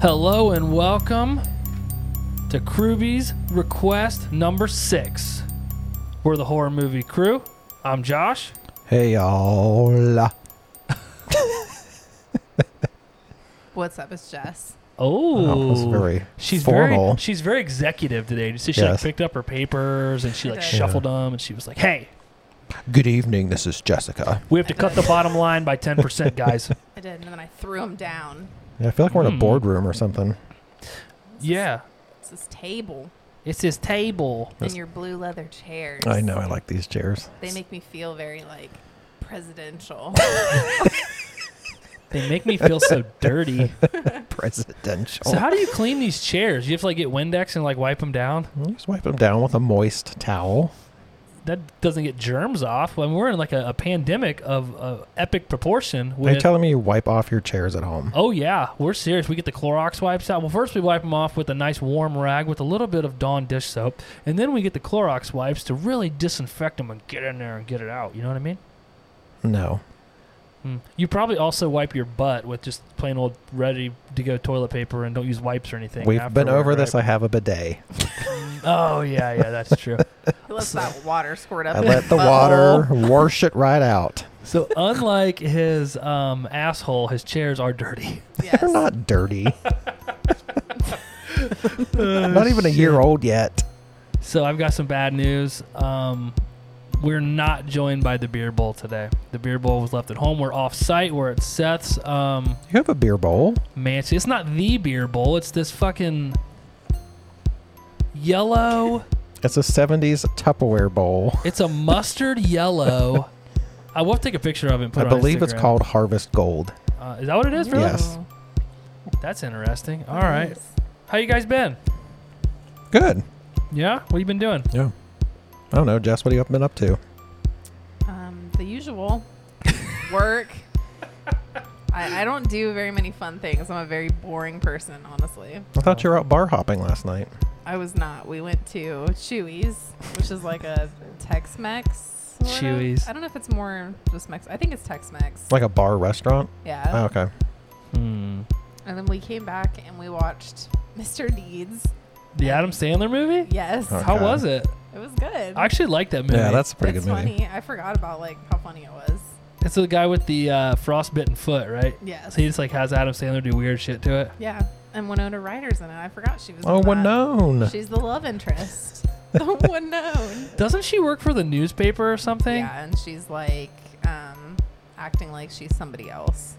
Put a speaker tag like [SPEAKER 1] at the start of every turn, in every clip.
[SPEAKER 1] Hello and welcome to Crewbies Request Number Six. We're the horror movie crew. I'm Josh.
[SPEAKER 2] Hey y'all.
[SPEAKER 3] What's up? It's Jess.
[SPEAKER 2] That was
[SPEAKER 1] Oh,
[SPEAKER 2] very
[SPEAKER 1] she's
[SPEAKER 2] formal.
[SPEAKER 1] very she's very executive today. You see, she like
[SPEAKER 2] Yes.
[SPEAKER 1] picked up her papers and she
[SPEAKER 3] I
[SPEAKER 1] like
[SPEAKER 3] did.
[SPEAKER 1] shuffled them and she was like, "Hey,
[SPEAKER 2] Good evening. This is Jessica.
[SPEAKER 1] we have to cut the bottom line by ten percent, guys."
[SPEAKER 3] I did, and then I threw him down.
[SPEAKER 2] Yeah, I feel like we're in
[SPEAKER 1] Hmm.
[SPEAKER 2] a boardroom or something.
[SPEAKER 3] It's this-
[SPEAKER 1] yeah,
[SPEAKER 3] It's this table
[SPEAKER 1] it's his table.
[SPEAKER 2] This-
[SPEAKER 3] and your blue leather chairs.
[SPEAKER 2] I know. I like these chairs.
[SPEAKER 3] They make me feel very like presidential.
[SPEAKER 1] They make me feel so dirty.
[SPEAKER 2] Presidential.
[SPEAKER 1] So how do you clean these chairs? You have to like get Windex and like wipe them down.
[SPEAKER 2] Mm, Just wipe them down with a moist towel.
[SPEAKER 1] that doesn't get germs off when we're in like a, a pandemic of uh, epic proportion.
[SPEAKER 2] Are you
[SPEAKER 1] With,
[SPEAKER 2] telling me you wipe off your chairs at home?
[SPEAKER 1] oh yeah, we're serious. We get the Clorox wipes out. Well, first we wipe them off with a nice warm rag with a little bit of Dawn dish soap, and then we get the Clorox wipes to really disinfect them and get in there and get it out. You know what I mean?
[SPEAKER 2] No.
[SPEAKER 1] Mm. You probably also wipe your butt with just plain old ready to go toilet paper and don't use wipes or anything.
[SPEAKER 2] We've
[SPEAKER 1] afterward,
[SPEAKER 2] been over
[SPEAKER 1] right?
[SPEAKER 2] this. I have a bidet.
[SPEAKER 1] Oh yeah, yeah, that's true.
[SPEAKER 3] He lets that water squirt up.
[SPEAKER 2] I
[SPEAKER 3] in
[SPEAKER 2] let
[SPEAKER 3] his
[SPEAKER 2] the
[SPEAKER 3] butthole.
[SPEAKER 2] water wash it right out.
[SPEAKER 1] so unlike his um, asshole, his chairs are dirty.
[SPEAKER 3] Yes.
[SPEAKER 2] They're not dirty. not even a year old yet.
[SPEAKER 1] So I've got some bad news. Um, we're not joined by the beer bowl today. The beer bowl was left at home. We're off site. We're at Seth's um,
[SPEAKER 2] You have a beer bowl.
[SPEAKER 1] mansion. It's not the beer bowl. It's this fucking yellow.
[SPEAKER 2] It's a 70s Tupperware bowl.
[SPEAKER 1] It's a mustard yellow. I will take a picture of it. And put
[SPEAKER 2] I
[SPEAKER 1] it on
[SPEAKER 2] believe it's
[SPEAKER 1] Instagram.
[SPEAKER 2] called Harvest Gold.
[SPEAKER 1] Uh, is that what it is? Really?
[SPEAKER 2] Yes.
[SPEAKER 3] Ooh,
[SPEAKER 1] That's interesting. All right.
[SPEAKER 3] nice.
[SPEAKER 1] How you guys been?
[SPEAKER 2] Good.
[SPEAKER 1] Yeah. What you been doing?
[SPEAKER 2] Yeah. I don't know, Jess. What have you been up to?
[SPEAKER 3] Um, the usual work. I, I don't do very many fun things. I'm a very boring person, honestly.
[SPEAKER 2] I
[SPEAKER 1] Uh,
[SPEAKER 2] thought you were out bar hopping last night.
[SPEAKER 3] I was not. We went to Chewy's, which is like a Tex-Mex. sort of.
[SPEAKER 1] Chewy's.
[SPEAKER 3] I don't know if it's more just Mex. I think it's Tex-Mex.
[SPEAKER 2] Like a bar restaurant.
[SPEAKER 3] Yeah.
[SPEAKER 2] Oh, okay.
[SPEAKER 1] Hmm.
[SPEAKER 3] And then we came back and we watched Mr. Deeds.
[SPEAKER 1] The Adam Sandler movie.
[SPEAKER 3] Yes,
[SPEAKER 2] Huh.
[SPEAKER 1] How
[SPEAKER 2] Okay.
[SPEAKER 1] was it?
[SPEAKER 3] it was good.
[SPEAKER 1] I actually like that movie.
[SPEAKER 2] Yeah, that's a pretty
[SPEAKER 3] it's
[SPEAKER 2] good movie.
[SPEAKER 3] funny. I forgot about like how funny it was.
[SPEAKER 1] It's the guy with the uh, frostbitten foot, right?
[SPEAKER 3] Yes.
[SPEAKER 1] So he just like has Adam Sandler do weird shit to it.
[SPEAKER 3] yeah. And Winona Ryder's in it. I forgot she was.
[SPEAKER 2] Oh,
[SPEAKER 3] in
[SPEAKER 2] well
[SPEAKER 3] that.
[SPEAKER 2] known.
[SPEAKER 3] She's the love interest. the one known.
[SPEAKER 1] Doesn't she work for the newspaper or something?
[SPEAKER 3] Yeah, and she's like um, acting like she's somebody else.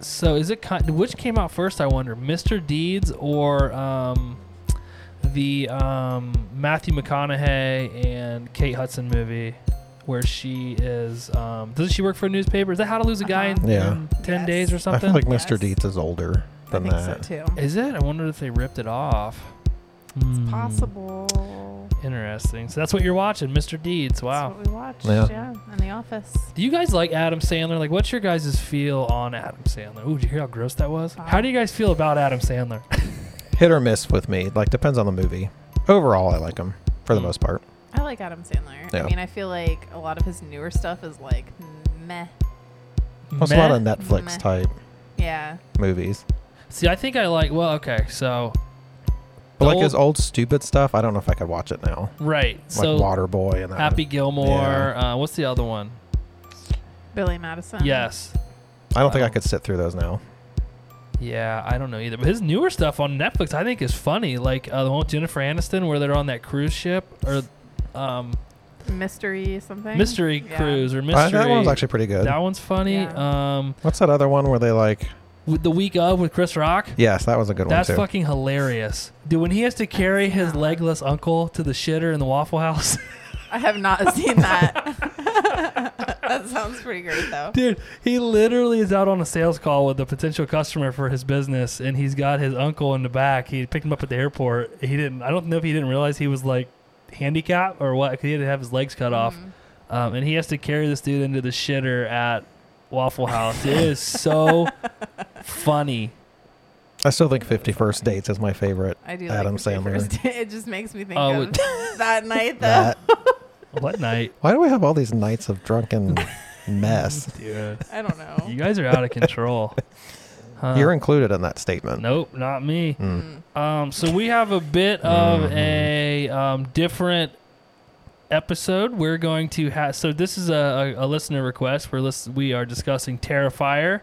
[SPEAKER 1] So is it kind which came out first? I wonder, Mr. Deeds or um, the um, Matthew McConaughey and Kate Hudson movie, where she is um, doesn't she work for a newspaper? Is that How to Lose a Guy in,
[SPEAKER 3] Uh-huh.
[SPEAKER 2] Yeah.
[SPEAKER 1] in ten
[SPEAKER 3] Yes.
[SPEAKER 1] days or
[SPEAKER 2] I
[SPEAKER 1] something?
[SPEAKER 2] feel like
[SPEAKER 3] Yes.
[SPEAKER 2] Mr. Dietz is older than
[SPEAKER 3] I think
[SPEAKER 2] that.
[SPEAKER 3] so too.
[SPEAKER 1] is it? I wonder if they ripped it off.
[SPEAKER 3] It's
[SPEAKER 1] Hmm.
[SPEAKER 3] possible.
[SPEAKER 1] Interesting. So that's what you're watching, Mr. Deeds. Wow.
[SPEAKER 3] That's what we watched.
[SPEAKER 2] Yeah.
[SPEAKER 3] yeah in the office.
[SPEAKER 1] Do you guys like Adam Sandler? Like, what's your guys' feel on Adam Sandler? Ooh, did you hear how gross that was? How do you guys feel about Adam Sandler?
[SPEAKER 2] Hit or miss with me. Like depends on the movie. Overall, I like him for the
[SPEAKER 1] Mm.
[SPEAKER 2] most part.
[SPEAKER 3] I like Adam Sandler.
[SPEAKER 2] Yeah.
[SPEAKER 3] I mean, I feel like a lot of his newer stuff is like meh.
[SPEAKER 2] It's a lot of
[SPEAKER 1] Meh.
[SPEAKER 2] Netflix
[SPEAKER 3] Meh.
[SPEAKER 2] type
[SPEAKER 3] Yeah.
[SPEAKER 2] movies.
[SPEAKER 1] See, I think I like. Well, okay, so
[SPEAKER 2] But
[SPEAKER 1] The
[SPEAKER 2] like his old stupid stuff, I don't know if I could watch it now.
[SPEAKER 1] right, so
[SPEAKER 2] like Waterboy and that.
[SPEAKER 1] Happy Gilmore.
[SPEAKER 2] Yeah.
[SPEAKER 1] Uh, what's the other one?
[SPEAKER 3] Billy Madison.
[SPEAKER 1] yes.
[SPEAKER 2] I don't think I
[SPEAKER 1] Um,
[SPEAKER 2] could sit through those now. Uh,
[SPEAKER 1] Yeah, I don't know either. But his newer stuff on Netflix, I think, is funny. Like uh, the one with Jennifer Aniston, where they're on that cruise ship or um,
[SPEAKER 3] Mystery something.
[SPEAKER 1] mystery
[SPEAKER 3] Yeah.
[SPEAKER 1] cruise or
[SPEAKER 2] I-
[SPEAKER 1] mystery.
[SPEAKER 2] that one was actually pretty good.
[SPEAKER 1] That one's funny.
[SPEAKER 3] Yeah.
[SPEAKER 1] Um,
[SPEAKER 2] What's that other one where they like?
[SPEAKER 1] with the week of with Chris Rock.
[SPEAKER 2] Yes, that was a good
[SPEAKER 1] That's
[SPEAKER 2] one too.
[SPEAKER 1] fucking hilarious, dude. When he has to carry his
[SPEAKER 3] Yeah.
[SPEAKER 1] legless uncle to the shitter in the Waffle House,
[SPEAKER 3] I have not seen that. that sounds pretty great though.
[SPEAKER 1] dude, he literally is out on a sales call with a potential customer for his business, and he's got his uncle in the back. He picked him up at the airport. He didn't. I don't know if he didn't realize he was like handicapped or what. 'cause he had to have his legs cut off,
[SPEAKER 3] Mhm.
[SPEAKER 1] um, and he has to carry this dude into the shitter at Waffle House. it is so funny.
[SPEAKER 2] I still think Fifty First Dates is my favorite.
[SPEAKER 3] I do
[SPEAKER 2] Adam
[SPEAKER 3] like Mystery
[SPEAKER 2] Sandler.
[SPEAKER 3] First. it just makes me think
[SPEAKER 1] Oh,
[SPEAKER 3] of that night though.
[SPEAKER 2] That
[SPEAKER 1] What night,
[SPEAKER 2] Why do we have all these nights of drunken mess?
[SPEAKER 1] dude?
[SPEAKER 3] I don't know.
[SPEAKER 1] You guys are out of control. Huh?
[SPEAKER 2] You're included in that statement.
[SPEAKER 1] Nope, not me.
[SPEAKER 2] Mm.
[SPEAKER 1] Um, so we have a bit of
[SPEAKER 2] Mhm.
[SPEAKER 1] a um, different episode. We're going to have. So this is a, a, a listener request. We're lis- we are discussing Terrifier.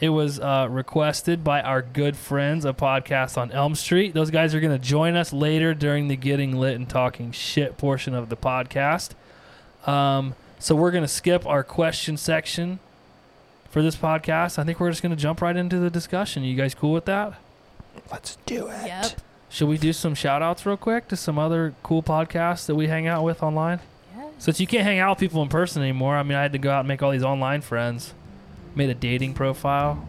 [SPEAKER 1] It was uh, requested by our good friends, a podcast on Elm Street. Those guys are going to join us later during the getting lit and talking shit portion of the podcast. Um, so we're going to skip our question section for this podcast. I think we're just going to jump right into the discussion. You guys cool with that?
[SPEAKER 2] Let's do it.
[SPEAKER 3] Yep.
[SPEAKER 1] Should we do some shout outs real quick to some other cool podcasts that we hang out with online? Since you can't hang out with people in person anymore, I mean, I had to go out and make all these online friends. Made a dating profile.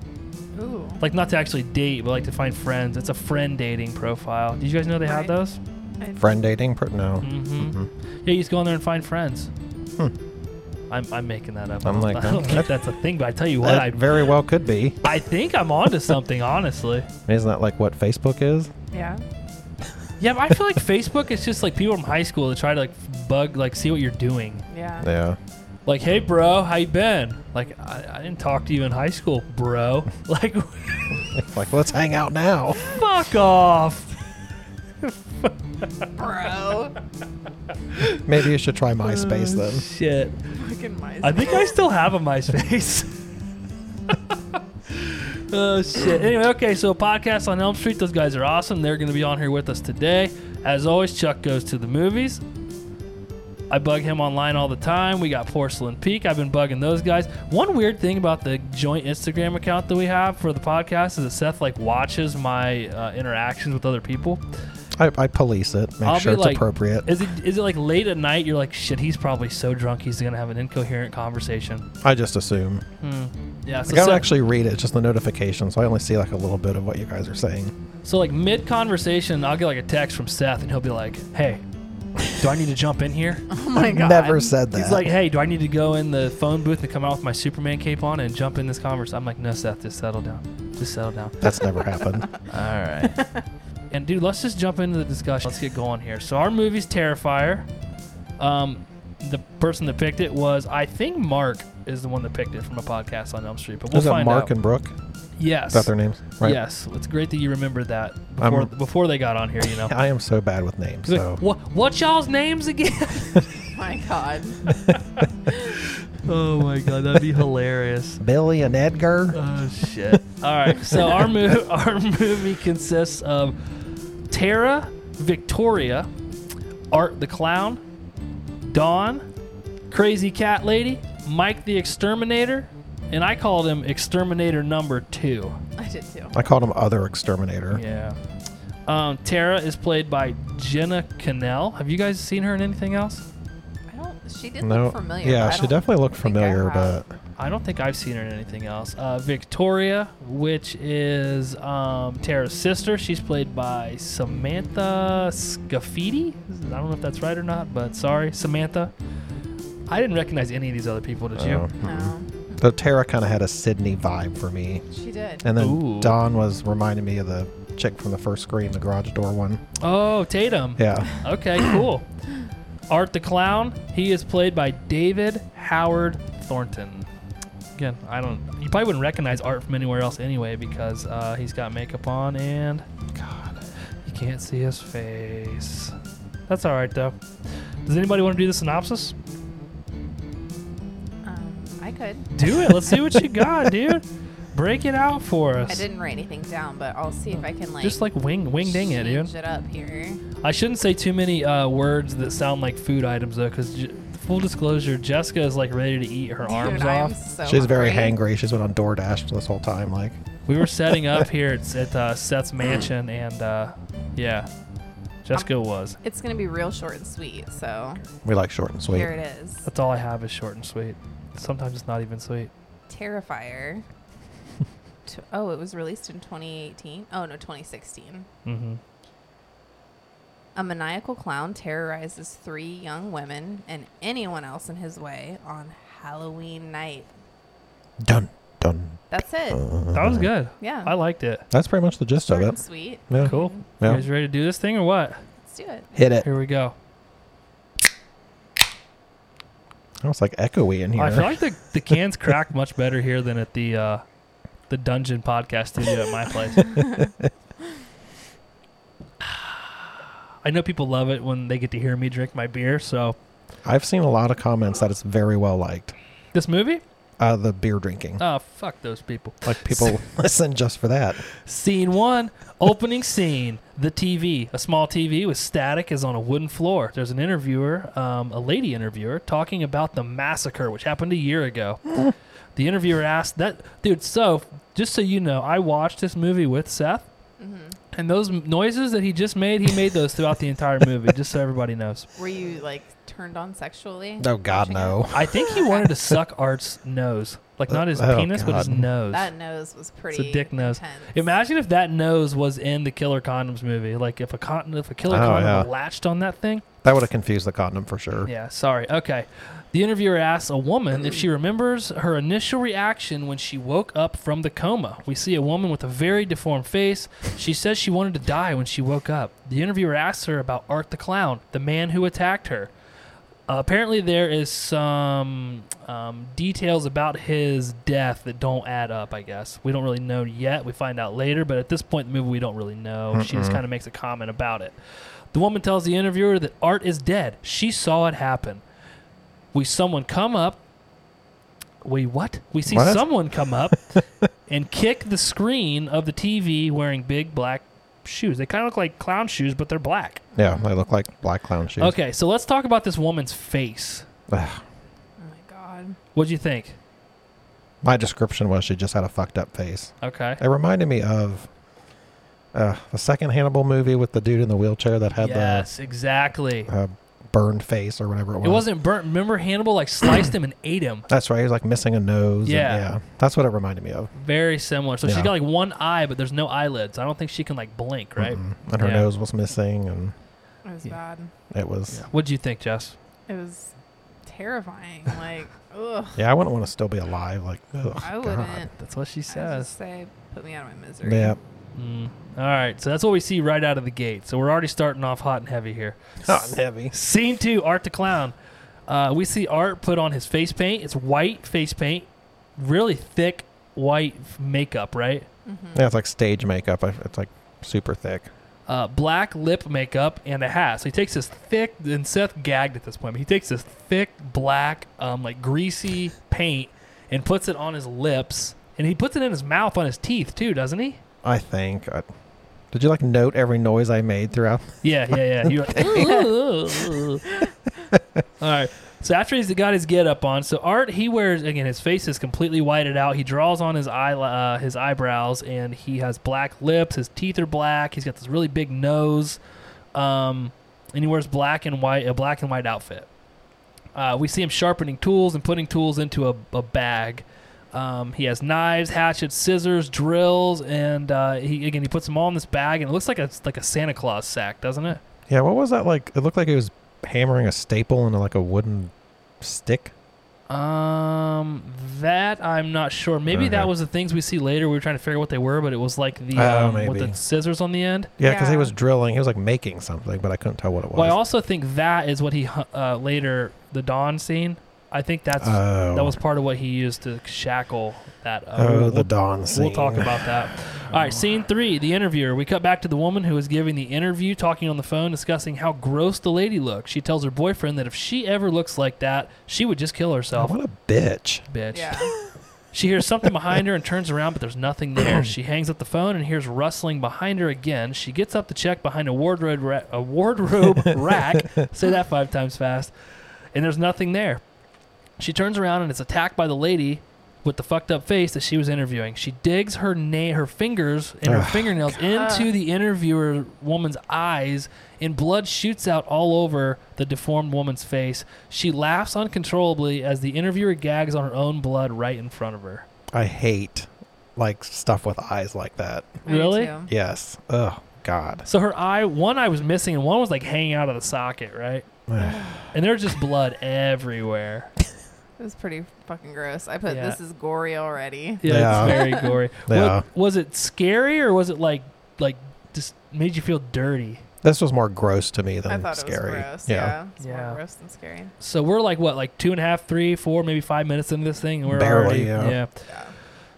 [SPEAKER 3] Ooh.
[SPEAKER 1] Like, not to actually date, but like to find friends. It's a friend dating profile. Did you guys know they had
[SPEAKER 3] Right.
[SPEAKER 1] those?
[SPEAKER 3] I-
[SPEAKER 2] Friend dating? Pro- no.
[SPEAKER 1] Mm-hmm.
[SPEAKER 2] Mhm.
[SPEAKER 1] Yeah, you just go in there and find friends.
[SPEAKER 2] Hmm.
[SPEAKER 1] I'm, I'm making that up.
[SPEAKER 2] I'm
[SPEAKER 1] I don't-
[SPEAKER 2] like,
[SPEAKER 1] I don't
[SPEAKER 2] that-
[SPEAKER 1] think that's a thing, but I tell you what,
[SPEAKER 2] That
[SPEAKER 1] I,
[SPEAKER 2] very well could be.
[SPEAKER 1] I think I'm onto something, honestly.
[SPEAKER 2] Isn't that like what Facebook is?
[SPEAKER 3] Yeah.
[SPEAKER 1] Yeah, but I feel like Facebook is just like people from high school that try to like bug, like see what you're doing.
[SPEAKER 3] Yeah.
[SPEAKER 2] Yeah.
[SPEAKER 1] like hey bro how you been like i, I didn't talk to you in high school bro like
[SPEAKER 2] like, let's hang out now.
[SPEAKER 1] fuck off
[SPEAKER 3] Bro.
[SPEAKER 2] Maybe you should try MySpace then.
[SPEAKER 1] shit
[SPEAKER 3] Fucking mice.
[SPEAKER 1] i think i still have a myspace oh shit anyway okay so podcast on elm street those guys are awesome they're gonna be on here with us today as always chuck goes to the movies I bug him online all the time. We got Porcelain Peak. I've been bugging those guys. One weird thing about the joint Instagram account that we have for the podcast is that Seth like watches my uh, interactions with other people.
[SPEAKER 2] I, I police it, make
[SPEAKER 1] Mm. I'll
[SPEAKER 2] sure
[SPEAKER 1] be
[SPEAKER 2] it's
[SPEAKER 1] like-
[SPEAKER 2] appropriate.
[SPEAKER 1] Is it is it like late at night? You're like, shit. He's probably so drunk. He's gonna have an incoherent conversation.
[SPEAKER 2] I just assume.
[SPEAKER 1] Hmm. Yeah. So,
[SPEAKER 2] Like, I don't
[SPEAKER 1] Seth-
[SPEAKER 2] actually read it, it's just the notification, so I only see like a little bit of what you guys are saying.
[SPEAKER 1] so like mid conversation, I'll get like a text from Seth, and he'll be like, hey, do I need to jump in here?
[SPEAKER 3] Oh my god.
[SPEAKER 2] Never said that.
[SPEAKER 1] He's like, hey, do I need to go in the phone booth and come out with my Superman cape on and jump in this conversation? I'm like, no, Seth, just settle down. Just settle down.
[SPEAKER 2] That's never happened.
[SPEAKER 1] All right. and dude, let's just jump into the discussion. Let's get going here. So our movie's Terrifier. Um, the person that picked it was, I think Mark is the one that picked it from a podcast on Elm Street. But we'll
[SPEAKER 2] is it
[SPEAKER 1] find
[SPEAKER 2] Mark
[SPEAKER 1] out.
[SPEAKER 2] and Brooke?
[SPEAKER 1] yes.
[SPEAKER 2] Is that their names? Right.
[SPEAKER 1] Yes. It's great that you remembered that
[SPEAKER 2] I'm-
[SPEAKER 1] before before they got on here. You know.
[SPEAKER 2] I am so bad with names.
[SPEAKER 1] He's like,
[SPEAKER 2] So
[SPEAKER 1] what what y'all's names again?
[SPEAKER 3] my god.
[SPEAKER 1] oh my god, that'd be hilarious.
[SPEAKER 2] Billy and Edgar.
[SPEAKER 1] Oh shit! All right, so our mo- our movie consists of Tara, Victoria, Art the Clown, Dawn, Crazy Cat Lady, Mike the Exterminator, and I called him Exterminator Number Two.
[SPEAKER 3] I did too.
[SPEAKER 2] I called him Other Exterminator.
[SPEAKER 1] Yeah. Um, Tara is played by Jenna Cannell. Have you guys seen her in anything else?
[SPEAKER 3] I don't. She did
[SPEAKER 2] No.
[SPEAKER 3] look familiar. but
[SPEAKER 2] yeah,
[SPEAKER 3] I
[SPEAKER 2] she
[SPEAKER 3] don't
[SPEAKER 2] definitely looked
[SPEAKER 3] think I
[SPEAKER 2] familiar,
[SPEAKER 3] have.
[SPEAKER 2] but
[SPEAKER 1] I don't think I've seen her in anything else. Uh, Victoria, which is um, Tara's sister, she's played by Samantha Scafidi. I don't know if that's right or not, but sorry, Samantha. I didn't recognize any of these other people, did you?
[SPEAKER 2] Oh.
[SPEAKER 3] Uh-huh. No,
[SPEAKER 2] the Tara kind of had a Sydney vibe for me.
[SPEAKER 3] she did.
[SPEAKER 2] And then
[SPEAKER 1] Ooh.
[SPEAKER 2] Dawn was reminding me of the chick from the first screen, the garage door one.
[SPEAKER 1] Oh, Tatum.
[SPEAKER 2] Yeah.
[SPEAKER 1] Okay, cool. Art the Clown, he is played by David Howard Thornton. Again, I don't. You probably wouldn't recognize Art from anywhere else anyway because uh, he's got makeup on and God, you can't see his face. That's all right though. Does anybody want to do the synopsis?
[SPEAKER 3] Um, I could.
[SPEAKER 1] Do it. Let's see what you got, dude. Break it out for us.
[SPEAKER 3] I didn't write anything down, but I'll see if I can like.
[SPEAKER 1] Just like wing, wing, ding it, dude.
[SPEAKER 3] change it up here.
[SPEAKER 1] I shouldn't say too many uh, words that sound like food items though, because j- full disclosure, Jessica is like ready to eat her arms
[SPEAKER 3] Dude, I am
[SPEAKER 1] off.
[SPEAKER 3] so
[SPEAKER 2] She's very
[SPEAKER 3] hungry.
[SPEAKER 2] hangry. She's been on DoorDash this whole time. Like,
[SPEAKER 1] We were setting up here at, at uh, Seth's mansion, and uh, yeah, Jessica was.
[SPEAKER 3] It's gonna be real short and sweet. So
[SPEAKER 2] we like short and
[SPEAKER 3] here
[SPEAKER 2] sweet.
[SPEAKER 3] it is.
[SPEAKER 1] That's all I have is short and sweet. Sometimes it's not even sweet.
[SPEAKER 3] Terrifier. T- oh, it was released in 2018. Oh no, 2016.
[SPEAKER 1] Mm-hmm.
[SPEAKER 3] A maniacal clown terrorizes three young women and anyone else in his way on Halloween night.
[SPEAKER 2] Dun, dun.
[SPEAKER 3] That's it.
[SPEAKER 1] That
[SPEAKER 2] Mm.
[SPEAKER 1] was good.
[SPEAKER 3] yeah.
[SPEAKER 1] I liked it.
[SPEAKER 2] That's pretty much Uh, the gist
[SPEAKER 3] Short
[SPEAKER 2] of
[SPEAKER 3] and
[SPEAKER 2] it.
[SPEAKER 3] sweet. Mm-hmm.
[SPEAKER 2] Yeah.
[SPEAKER 1] Cool. You
[SPEAKER 2] Yeah.
[SPEAKER 1] guys ready to do this thing or what?
[SPEAKER 3] Let's do it.
[SPEAKER 2] Hit it.
[SPEAKER 1] Here we go.
[SPEAKER 2] That was like echoey in here.
[SPEAKER 1] I feel like the, the cans crack much better here than at the uh, the Dungeon Podcast Studio at my place. I know people love it when they get to hear me drink my beer. So
[SPEAKER 2] I've seen a lot of comments that it's very well liked.
[SPEAKER 1] this movie,
[SPEAKER 2] Uh, the beer drinking.
[SPEAKER 1] oh fuck those people.
[SPEAKER 2] Like people listen just for that.
[SPEAKER 1] Scene one, opening scene. The TV, a small TV with static, is on a wooden floor. There's an interviewer, um, a lady interviewer, talking about the massacre, which happened a year ago. the interviewer asked that dude. So, just so you know, I watched this movie with Seth,
[SPEAKER 3] Mm-hmm.
[SPEAKER 1] and those m- noises that he just made, he made those throughout the entire movie. Just so everybody knows.
[SPEAKER 3] Were you like turned on sexually?
[SPEAKER 2] Oh God,
[SPEAKER 3] watching
[SPEAKER 2] no.
[SPEAKER 1] I think he wanted to suck Art's nose, like not his
[SPEAKER 2] Oh,
[SPEAKER 1] penis, but his
[SPEAKER 2] God.
[SPEAKER 3] it?
[SPEAKER 1] nose.
[SPEAKER 3] That nose was pretty.
[SPEAKER 1] dick nose.
[SPEAKER 3] intense.
[SPEAKER 1] Imagine if that nose was in the Killer Condoms movie. Like if a con- if a killer
[SPEAKER 2] Oh,
[SPEAKER 1] condom
[SPEAKER 2] yeah.
[SPEAKER 1] latched on that thing.
[SPEAKER 2] That would have confused the condom for sure.
[SPEAKER 1] Yeah, sorry. Okay. The interviewer asks a woman if she remembers her initial reaction when she woke up from the coma. We see a woman with a very deformed face. She says she wanted to die when she woke up. The interviewer asks her about Art the Clown, the man who attacked her. Uh, apparently, there is some um, details about his death that don't add up. I guess we don't really know yet. We find out later, but at this point in the movie, we don't really know. She just kind of makes a comment about it. The woman tells the interviewer that Art is dead. She saw it happen. We someone come up. We what? We see
[SPEAKER 2] What?
[SPEAKER 1] someone come up and kick the screen of the TV wearing big black shoes. They kind of look like clown shoes, but they're black.
[SPEAKER 2] Yeah, they look like black clown shoes.
[SPEAKER 1] Okay, so let's talk about this woman's face.
[SPEAKER 2] Ugh.
[SPEAKER 3] Oh my god.
[SPEAKER 1] What'd you think?
[SPEAKER 2] My description was she just had a fucked up face.
[SPEAKER 1] Okay.
[SPEAKER 2] It reminded me of uh, the second Hannibal movie with the dude in the wheelchair that had
[SPEAKER 1] yes, exactly.
[SPEAKER 2] the uh, burned face or whatever it was.
[SPEAKER 1] It wasn't burnt. Remember Hannibal like sliced him and ate him.
[SPEAKER 2] That's right. He was like missing a nose. and-
[SPEAKER 1] Yeah.
[SPEAKER 2] yeah. That's what it reminded me of.
[SPEAKER 1] Very similar. So she's
[SPEAKER 2] Yeah.
[SPEAKER 1] got like one eye, but there's no eyelids. I don't think she can like blink, right?
[SPEAKER 2] Mm-mm. Mm-hmm. And her
[SPEAKER 1] Yeah.
[SPEAKER 2] nose was missing, and
[SPEAKER 3] It was
[SPEAKER 1] Yeah.
[SPEAKER 3] bad.
[SPEAKER 2] it was.
[SPEAKER 1] What'd you think, Jess?
[SPEAKER 3] It was terrifying. Like, ugh.
[SPEAKER 1] Oh
[SPEAKER 2] Yeah, I wouldn't want to still be alive. Like, ugh,
[SPEAKER 3] I
[SPEAKER 2] God.
[SPEAKER 3] wouldn't.
[SPEAKER 1] That's what she
[SPEAKER 3] I would
[SPEAKER 1] says.
[SPEAKER 3] just say, put me out of my misery.
[SPEAKER 2] Yeah.
[SPEAKER 1] Mm. All right, so that's what we see right out of the gate. So we're already starting off hot and heavy here.
[SPEAKER 2] Hot and heavy.
[SPEAKER 1] Scene two, Art the Clown. Uh, we see Art put on his face paint. It's white face paint, really thick white f- makeup, right?
[SPEAKER 2] Yeah, it's like stage makeup. I- It's like super thick.
[SPEAKER 1] Uh, black lip makeup and a hat. So he takes this thick, and Seth gagged at this point, but he takes this thick black, um, like greasy paint and puts it on his lips. And he puts it in his mouth on his teeth too, doesn't he?
[SPEAKER 2] I think. I, did you like note every noise I made throughout?
[SPEAKER 1] Yeah, yeah, yeah. You're like, all right. So after he's got his get up on, so Art he wears again his face is completely whited out. He draws on his eye uh, his eyebrows and he has black lips. His teeth are black. He's got this really big nose, um, and he wears black and white a black and white outfit. Uh, we see him sharpening tools and putting tools into a, a bag. Um, he has knives, hatchets, scissors, drills, and uh, he again he puts them all in this bag, and it looks like a like a Santa Claus sack, doesn't it?
[SPEAKER 2] Yeah, what was that like? It looked like he was hammering a staple into like a wooden stick.
[SPEAKER 1] Um, that I'm not sure. Maybe that
[SPEAKER 2] Okay.
[SPEAKER 1] was the things we see later. We were trying to figure out what they were, but it was like the
[SPEAKER 2] Oh,
[SPEAKER 1] um, with the
[SPEAKER 2] maybe.
[SPEAKER 1] scissors on the end.
[SPEAKER 2] Yeah, because he
[SPEAKER 3] Yeah.
[SPEAKER 2] was drilling. He was like making something, but I couldn't tell what it was.
[SPEAKER 1] Well, I also think that is what he hu- uh, later the dawn scene. I think that's
[SPEAKER 2] oh,
[SPEAKER 1] that was part of what he used to shackle that. Uh,
[SPEAKER 2] oh,
[SPEAKER 1] we'll-
[SPEAKER 2] the dawn scene.
[SPEAKER 1] We'll talk about that. All right, scene three, the interviewer. We cut back to the woman who is giving the interview, talking on the phone, discussing how gross the lady looks. She tells her boyfriend that if she ever looks like that, she would just kill
[SPEAKER 2] Oh,
[SPEAKER 1] herself.
[SPEAKER 2] what a bitch.
[SPEAKER 1] Bitch.
[SPEAKER 3] Yeah.
[SPEAKER 1] She hears something behind her and turns around, but there's nothing there. She hangs up the phone and hears rustling behind her again. She gets up to check behind a wardrobe ra- a wardrobe rack. Say that five times fast, and there's nothing there. She turns around and is attacked by the lady with the fucked up face that she was interviewing. She digs her na- her fingers and her
[SPEAKER 2] Ugh.
[SPEAKER 1] fingernails into the interviewer woman's eyes, and blood shoots out all over the deformed woman's face. She laughs uncontrollably as the interviewer gags on her own blood right in front of her.
[SPEAKER 2] I hate like stuff with eyes like that.
[SPEAKER 3] Me
[SPEAKER 1] Really?
[SPEAKER 3] too.
[SPEAKER 2] Yes. Oh God.
[SPEAKER 1] So her eye, one eye was missing, and one was like hanging out of the socket, right? And there's just blood everywhere.
[SPEAKER 3] It was pretty fucking gross. I put
[SPEAKER 1] Yeah.
[SPEAKER 3] this is gory already.
[SPEAKER 1] Yeah,
[SPEAKER 2] Yeah.
[SPEAKER 1] it's very gory.
[SPEAKER 2] Yeah.
[SPEAKER 1] What- was it scary or was it like like just made you feel dirty?
[SPEAKER 2] This was more gross to me than
[SPEAKER 3] I thought
[SPEAKER 2] scary.
[SPEAKER 3] it was gross. Yeah. It's
[SPEAKER 1] Yeah.
[SPEAKER 3] more gross than scary.
[SPEAKER 1] So we're like what, like two and a half, three, four, maybe five minutes into this thing, and we're
[SPEAKER 2] Barely,
[SPEAKER 1] already
[SPEAKER 2] yeah.
[SPEAKER 3] Yeah.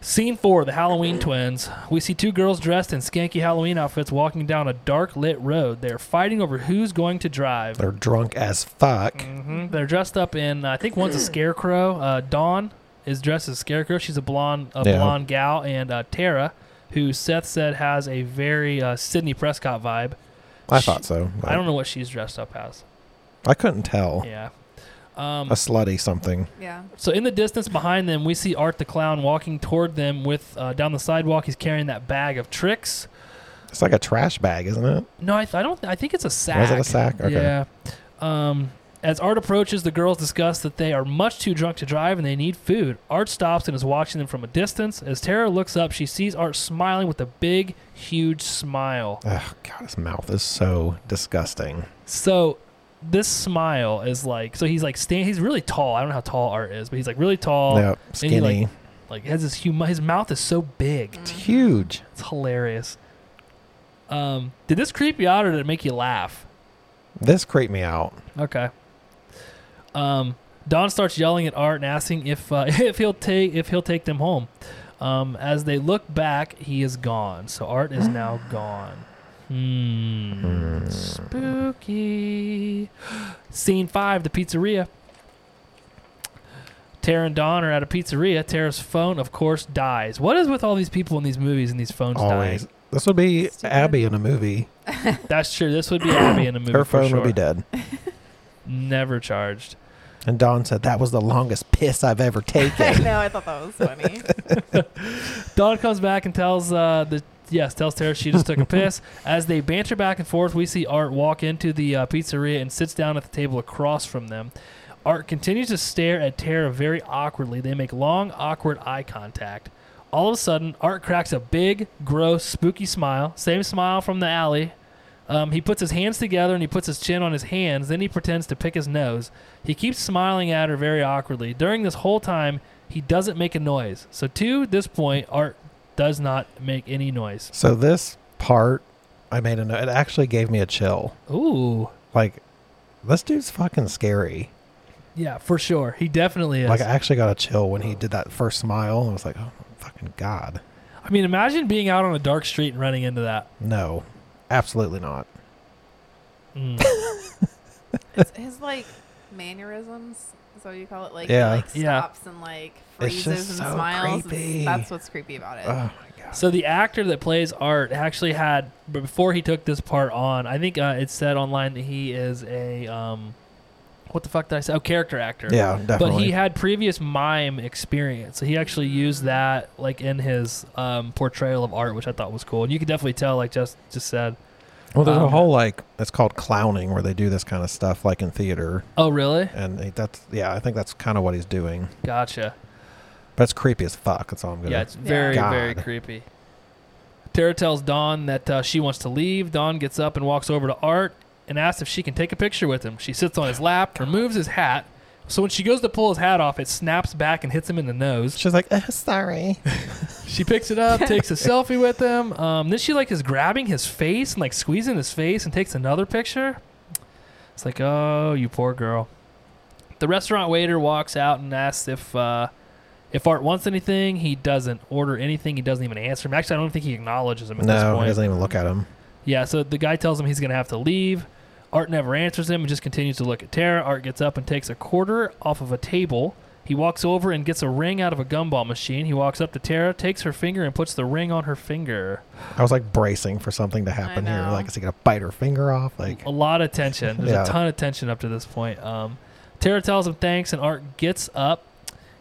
[SPEAKER 1] Scene four: The Halloween twins. We see two girls dressed in skanky Halloween outfits walking down a dark lit road. They are fighting over who's going to drive.
[SPEAKER 2] They're drunk as fuck.
[SPEAKER 3] Mm.
[SPEAKER 1] hmm They're dressed up in. I think one's a scarecrow. Uh, Dawn is dressed as scarecrow. She's a blonde, a
[SPEAKER 2] Yeah.
[SPEAKER 1] blonde gal, and uh, Tara, who Seth said has a very uh, Sydney Prescott vibe.
[SPEAKER 2] I
[SPEAKER 1] She-
[SPEAKER 2] thought so. but
[SPEAKER 1] I don't know what she's dressed up as.
[SPEAKER 2] I couldn't tell.
[SPEAKER 1] Yeah. Um,
[SPEAKER 2] A slutty something.
[SPEAKER 3] Yeah.
[SPEAKER 1] so in the distance behind them, we see Art the clown walking toward them with uh, down the sidewalk. He's carrying that bag of tricks.
[SPEAKER 2] It's like a trash bag, isn't it?
[SPEAKER 1] No, I, th- I don't. I think it's a sack.
[SPEAKER 2] Oh, Is it a sack? Okay.
[SPEAKER 1] Yeah. Um, as Art approaches, the girls discuss that they are much too drunk to drive and they need food. Art stops and is watching them from a distance. As Tara looks up, she sees Art smiling with a big, huge smile.
[SPEAKER 2] Ugh, God, his mouth is so disgusting.
[SPEAKER 1] So this smile is like so he's like stand he's really tall. I don't know how tall Art is, but he's like really tall.
[SPEAKER 2] yeah,
[SPEAKER 1] Oh, and he,
[SPEAKER 2] skinny.
[SPEAKER 1] Like has his hum- his mouth is so big.
[SPEAKER 2] it's
[SPEAKER 3] Mm-hmm.
[SPEAKER 2] huge.
[SPEAKER 1] It's hilarious. Um, did this creep you out or did it make you laugh?
[SPEAKER 2] This creeped me out.
[SPEAKER 1] Okay. Um, Don starts yelling at Art and asking if uh, if he'll take if he'll take them home. Um, as they look back, he is gone. So Art is now gone. Hmm. Spooky. Scene five: the pizzeria. Tara and Don are at a pizzeria. Tara's phone, of course, dies. What is with all these people in these movies and these phones
[SPEAKER 2] Always. This would be
[SPEAKER 3] Stupid.
[SPEAKER 2] Abby in a movie.
[SPEAKER 1] dying? That's true. This would be Abby in a movie.
[SPEAKER 2] Her
[SPEAKER 1] for
[SPEAKER 2] phone would be
[SPEAKER 1] sure.
[SPEAKER 2] dead.
[SPEAKER 1] Never charged.
[SPEAKER 2] And Don said, That was the longest piss I've ever
[SPEAKER 3] I
[SPEAKER 2] taken.
[SPEAKER 3] know. I thought that was funny.
[SPEAKER 1] Dawn comes back and tells uh, the yes tells Tara she just took a piss. As they banter back and forth, we see Art walk into the uh, pizzeria and sits down at the table across from them. Art continues to stare at Tara very awkwardly. They make long, awkward eye contact. All of a sudden, Art cracks a big, gross, spooky smile. Same smile from the alley. Um, he puts his hands together and he puts his chin on his hands. Then he pretends to pick his nose. He keeps smiling at her very awkwardly. During this whole time, he doesn't make a noise. So to this point, Art does not make any noise.
[SPEAKER 2] so this part, I made a note. It actually gave me a chill.
[SPEAKER 1] Ooh,
[SPEAKER 2] Like, this dude's fucking scary.
[SPEAKER 1] yeah, for sure. He definitely is.
[SPEAKER 2] Like, I actually got a chill when he did that first smile. and I was like, Oh, my fucking God.
[SPEAKER 1] I mean, imagine being out on a dark street and running into that.
[SPEAKER 2] No, absolutely not.
[SPEAKER 1] Mm.
[SPEAKER 3] It's his like mannerisms. Is that what you call it? Like
[SPEAKER 2] Yeah.
[SPEAKER 3] he like
[SPEAKER 1] Yeah.
[SPEAKER 3] stops and like
[SPEAKER 2] It's just
[SPEAKER 3] freezes and
[SPEAKER 2] so
[SPEAKER 3] smiles.
[SPEAKER 2] creepy.
[SPEAKER 3] It's- That's what's creepy about it.
[SPEAKER 2] Oh, my God.
[SPEAKER 1] So the actor that plays Art actually had b- before he took this part on. I think uh, it said online that he is a um, what the fuck did I say? Oh, character actor.
[SPEAKER 2] Yeah, definitely.
[SPEAKER 1] But he had previous mime experience, so he actually used that like in his um, portrayal of art, which I thought was cool. And you could definitely tell, like just just said.
[SPEAKER 2] Well, there's a
[SPEAKER 1] Um,
[SPEAKER 2] whole like it's called clowning where they do this kind of stuff like in theater,
[SPEAKER 1] Oh, really?
[SPEAKER 2] and they- that's yeah, I think that's kind of what he's doing.
[SPEAKER 1] Gotcha.
[SPEAKER 2] But it's creepy as fuck. That's all I'm gonna.
[SPEAKER 1] Yeah, it's
[SPEAKER 3] Yeah.
[SPEAKER 1] very very
[SPEAKER 2] God.
[SPEAKER 1] creepy. Tara tells Dawn that uh, she wants to leave. Dawn gets up and walks over to Art and asks if she can take a picture with him. She sits on his lap, removes his hat. So when she goes to pull his hat off, it snaps back and hits him in the nose.
[SPEAKER 2] She's like, uh, sorry.
[SPEAKER 1] She picks it up, takes a selfie with him. Um, then she like is grabbing his face and like squeezing his face and takes another picture. It's like, oh, you poor girl. The restaurant waiter walks out and asks if uh, if Art wants anything. He doesn't order anything. He doesn't even answer him. Actually, I don't think he acknowledges him at this
[SPEAKER 2] no,
[SPEAKER 1] point.
[SPEAKER 2] he doesn't even look at him.
[SPEAKER 1] Yeah, so the guy tells him he's going to have to leave. Art never answers him and just continues to look at Tara. Art gets up and takes a quarter off of a table. He walks over and gets a ring out of a gumball machine. He walks up to Tara, takes her finger, and puts the ring on her finger.
[SPEAKER 2] I was like bracing for something to happen here.
[SPEAKER 3] know.
[SPEAKER 2] Like, is he gonna bite her finger off? Like,
[SPEAKER 1] A lot of tension. There's
[SPEAKER 2] Yeah.
[SPEAKER 1] a ton of tension up to this point. Um, Tara tells him thanks, and Art gets up.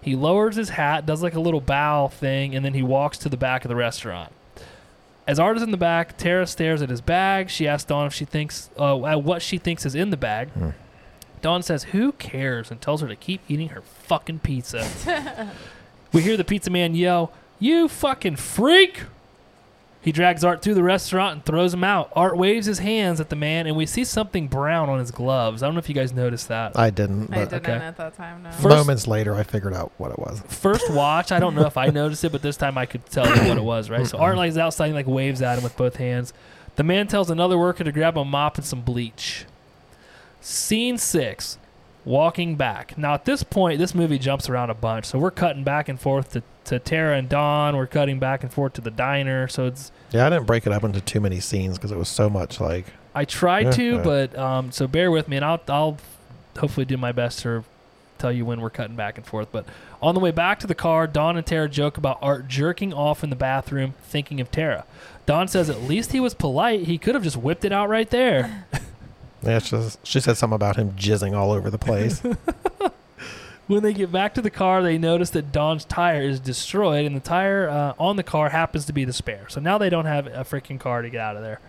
[SPEAKER 1] He lowers his hat, does like a little bow thing, and then he walks to the back of the restaurant. As Art is in the back, Tara stares at his bag. She asks Dawn if she thinks uh, at what she thinks is in the bag.
[SPEAKER 2] Hmm.
[SPEAKER 1] Dawn says, "Who cares?" and tells her to keep eating her fucking pizza. we hear the pizza man yell, "You fucking freak!" He drags Art through the restaurant and throws him out. Art waves his hands at the man, and we see something brown on his gloves. I don't know if you guys noticed that.
[SPEAKER 2] I didn't. But
[SPEAKER 3] I didn't
[SPEAKER 1] okay.
[SPEAKER 3] at that time. No.
[SPEAKER 1] First-
[SPEAKER 2] moments later, I figured out what it was.
[SPEAKER 1] First watch, I don't know if I noticed it, but this time I could tell you what it was, right? So Art like is outside and like waves at him with both hands. The man tells another worker to grab a mop and some bleach. Scene six, walking back. Now at this point, this movie jumps around a bunch, so we're cutting back and forth to to Tara and Don. We're cutting back and forth to the diner. So it's
[SPEAKER 2] Yeah, I didn't break it up into too many scenes because it was so much like
[SPEAKER 1] I tried to,
[SPEAKER 2] Yeah.
[SPEAKER 1] but um, so bear with me, and I'll I'll hopefully do my best to tell you when we're cutting back and forth. But on the way back to the car, Don and Tara joke about Art jerking off in the bathroom, thinking of Tara. Don says, "At least he was polite. He could have just whipped it out right there."
[SPEAKER 2] yeah. She, she said something about him jizzing all over the place.
[SPEAKER 1] When they get back to the car, they notice that Don's tire is destroyed, and the tire uh, on the car happens to be the spare. So now they don't have a freaking car to get out of there.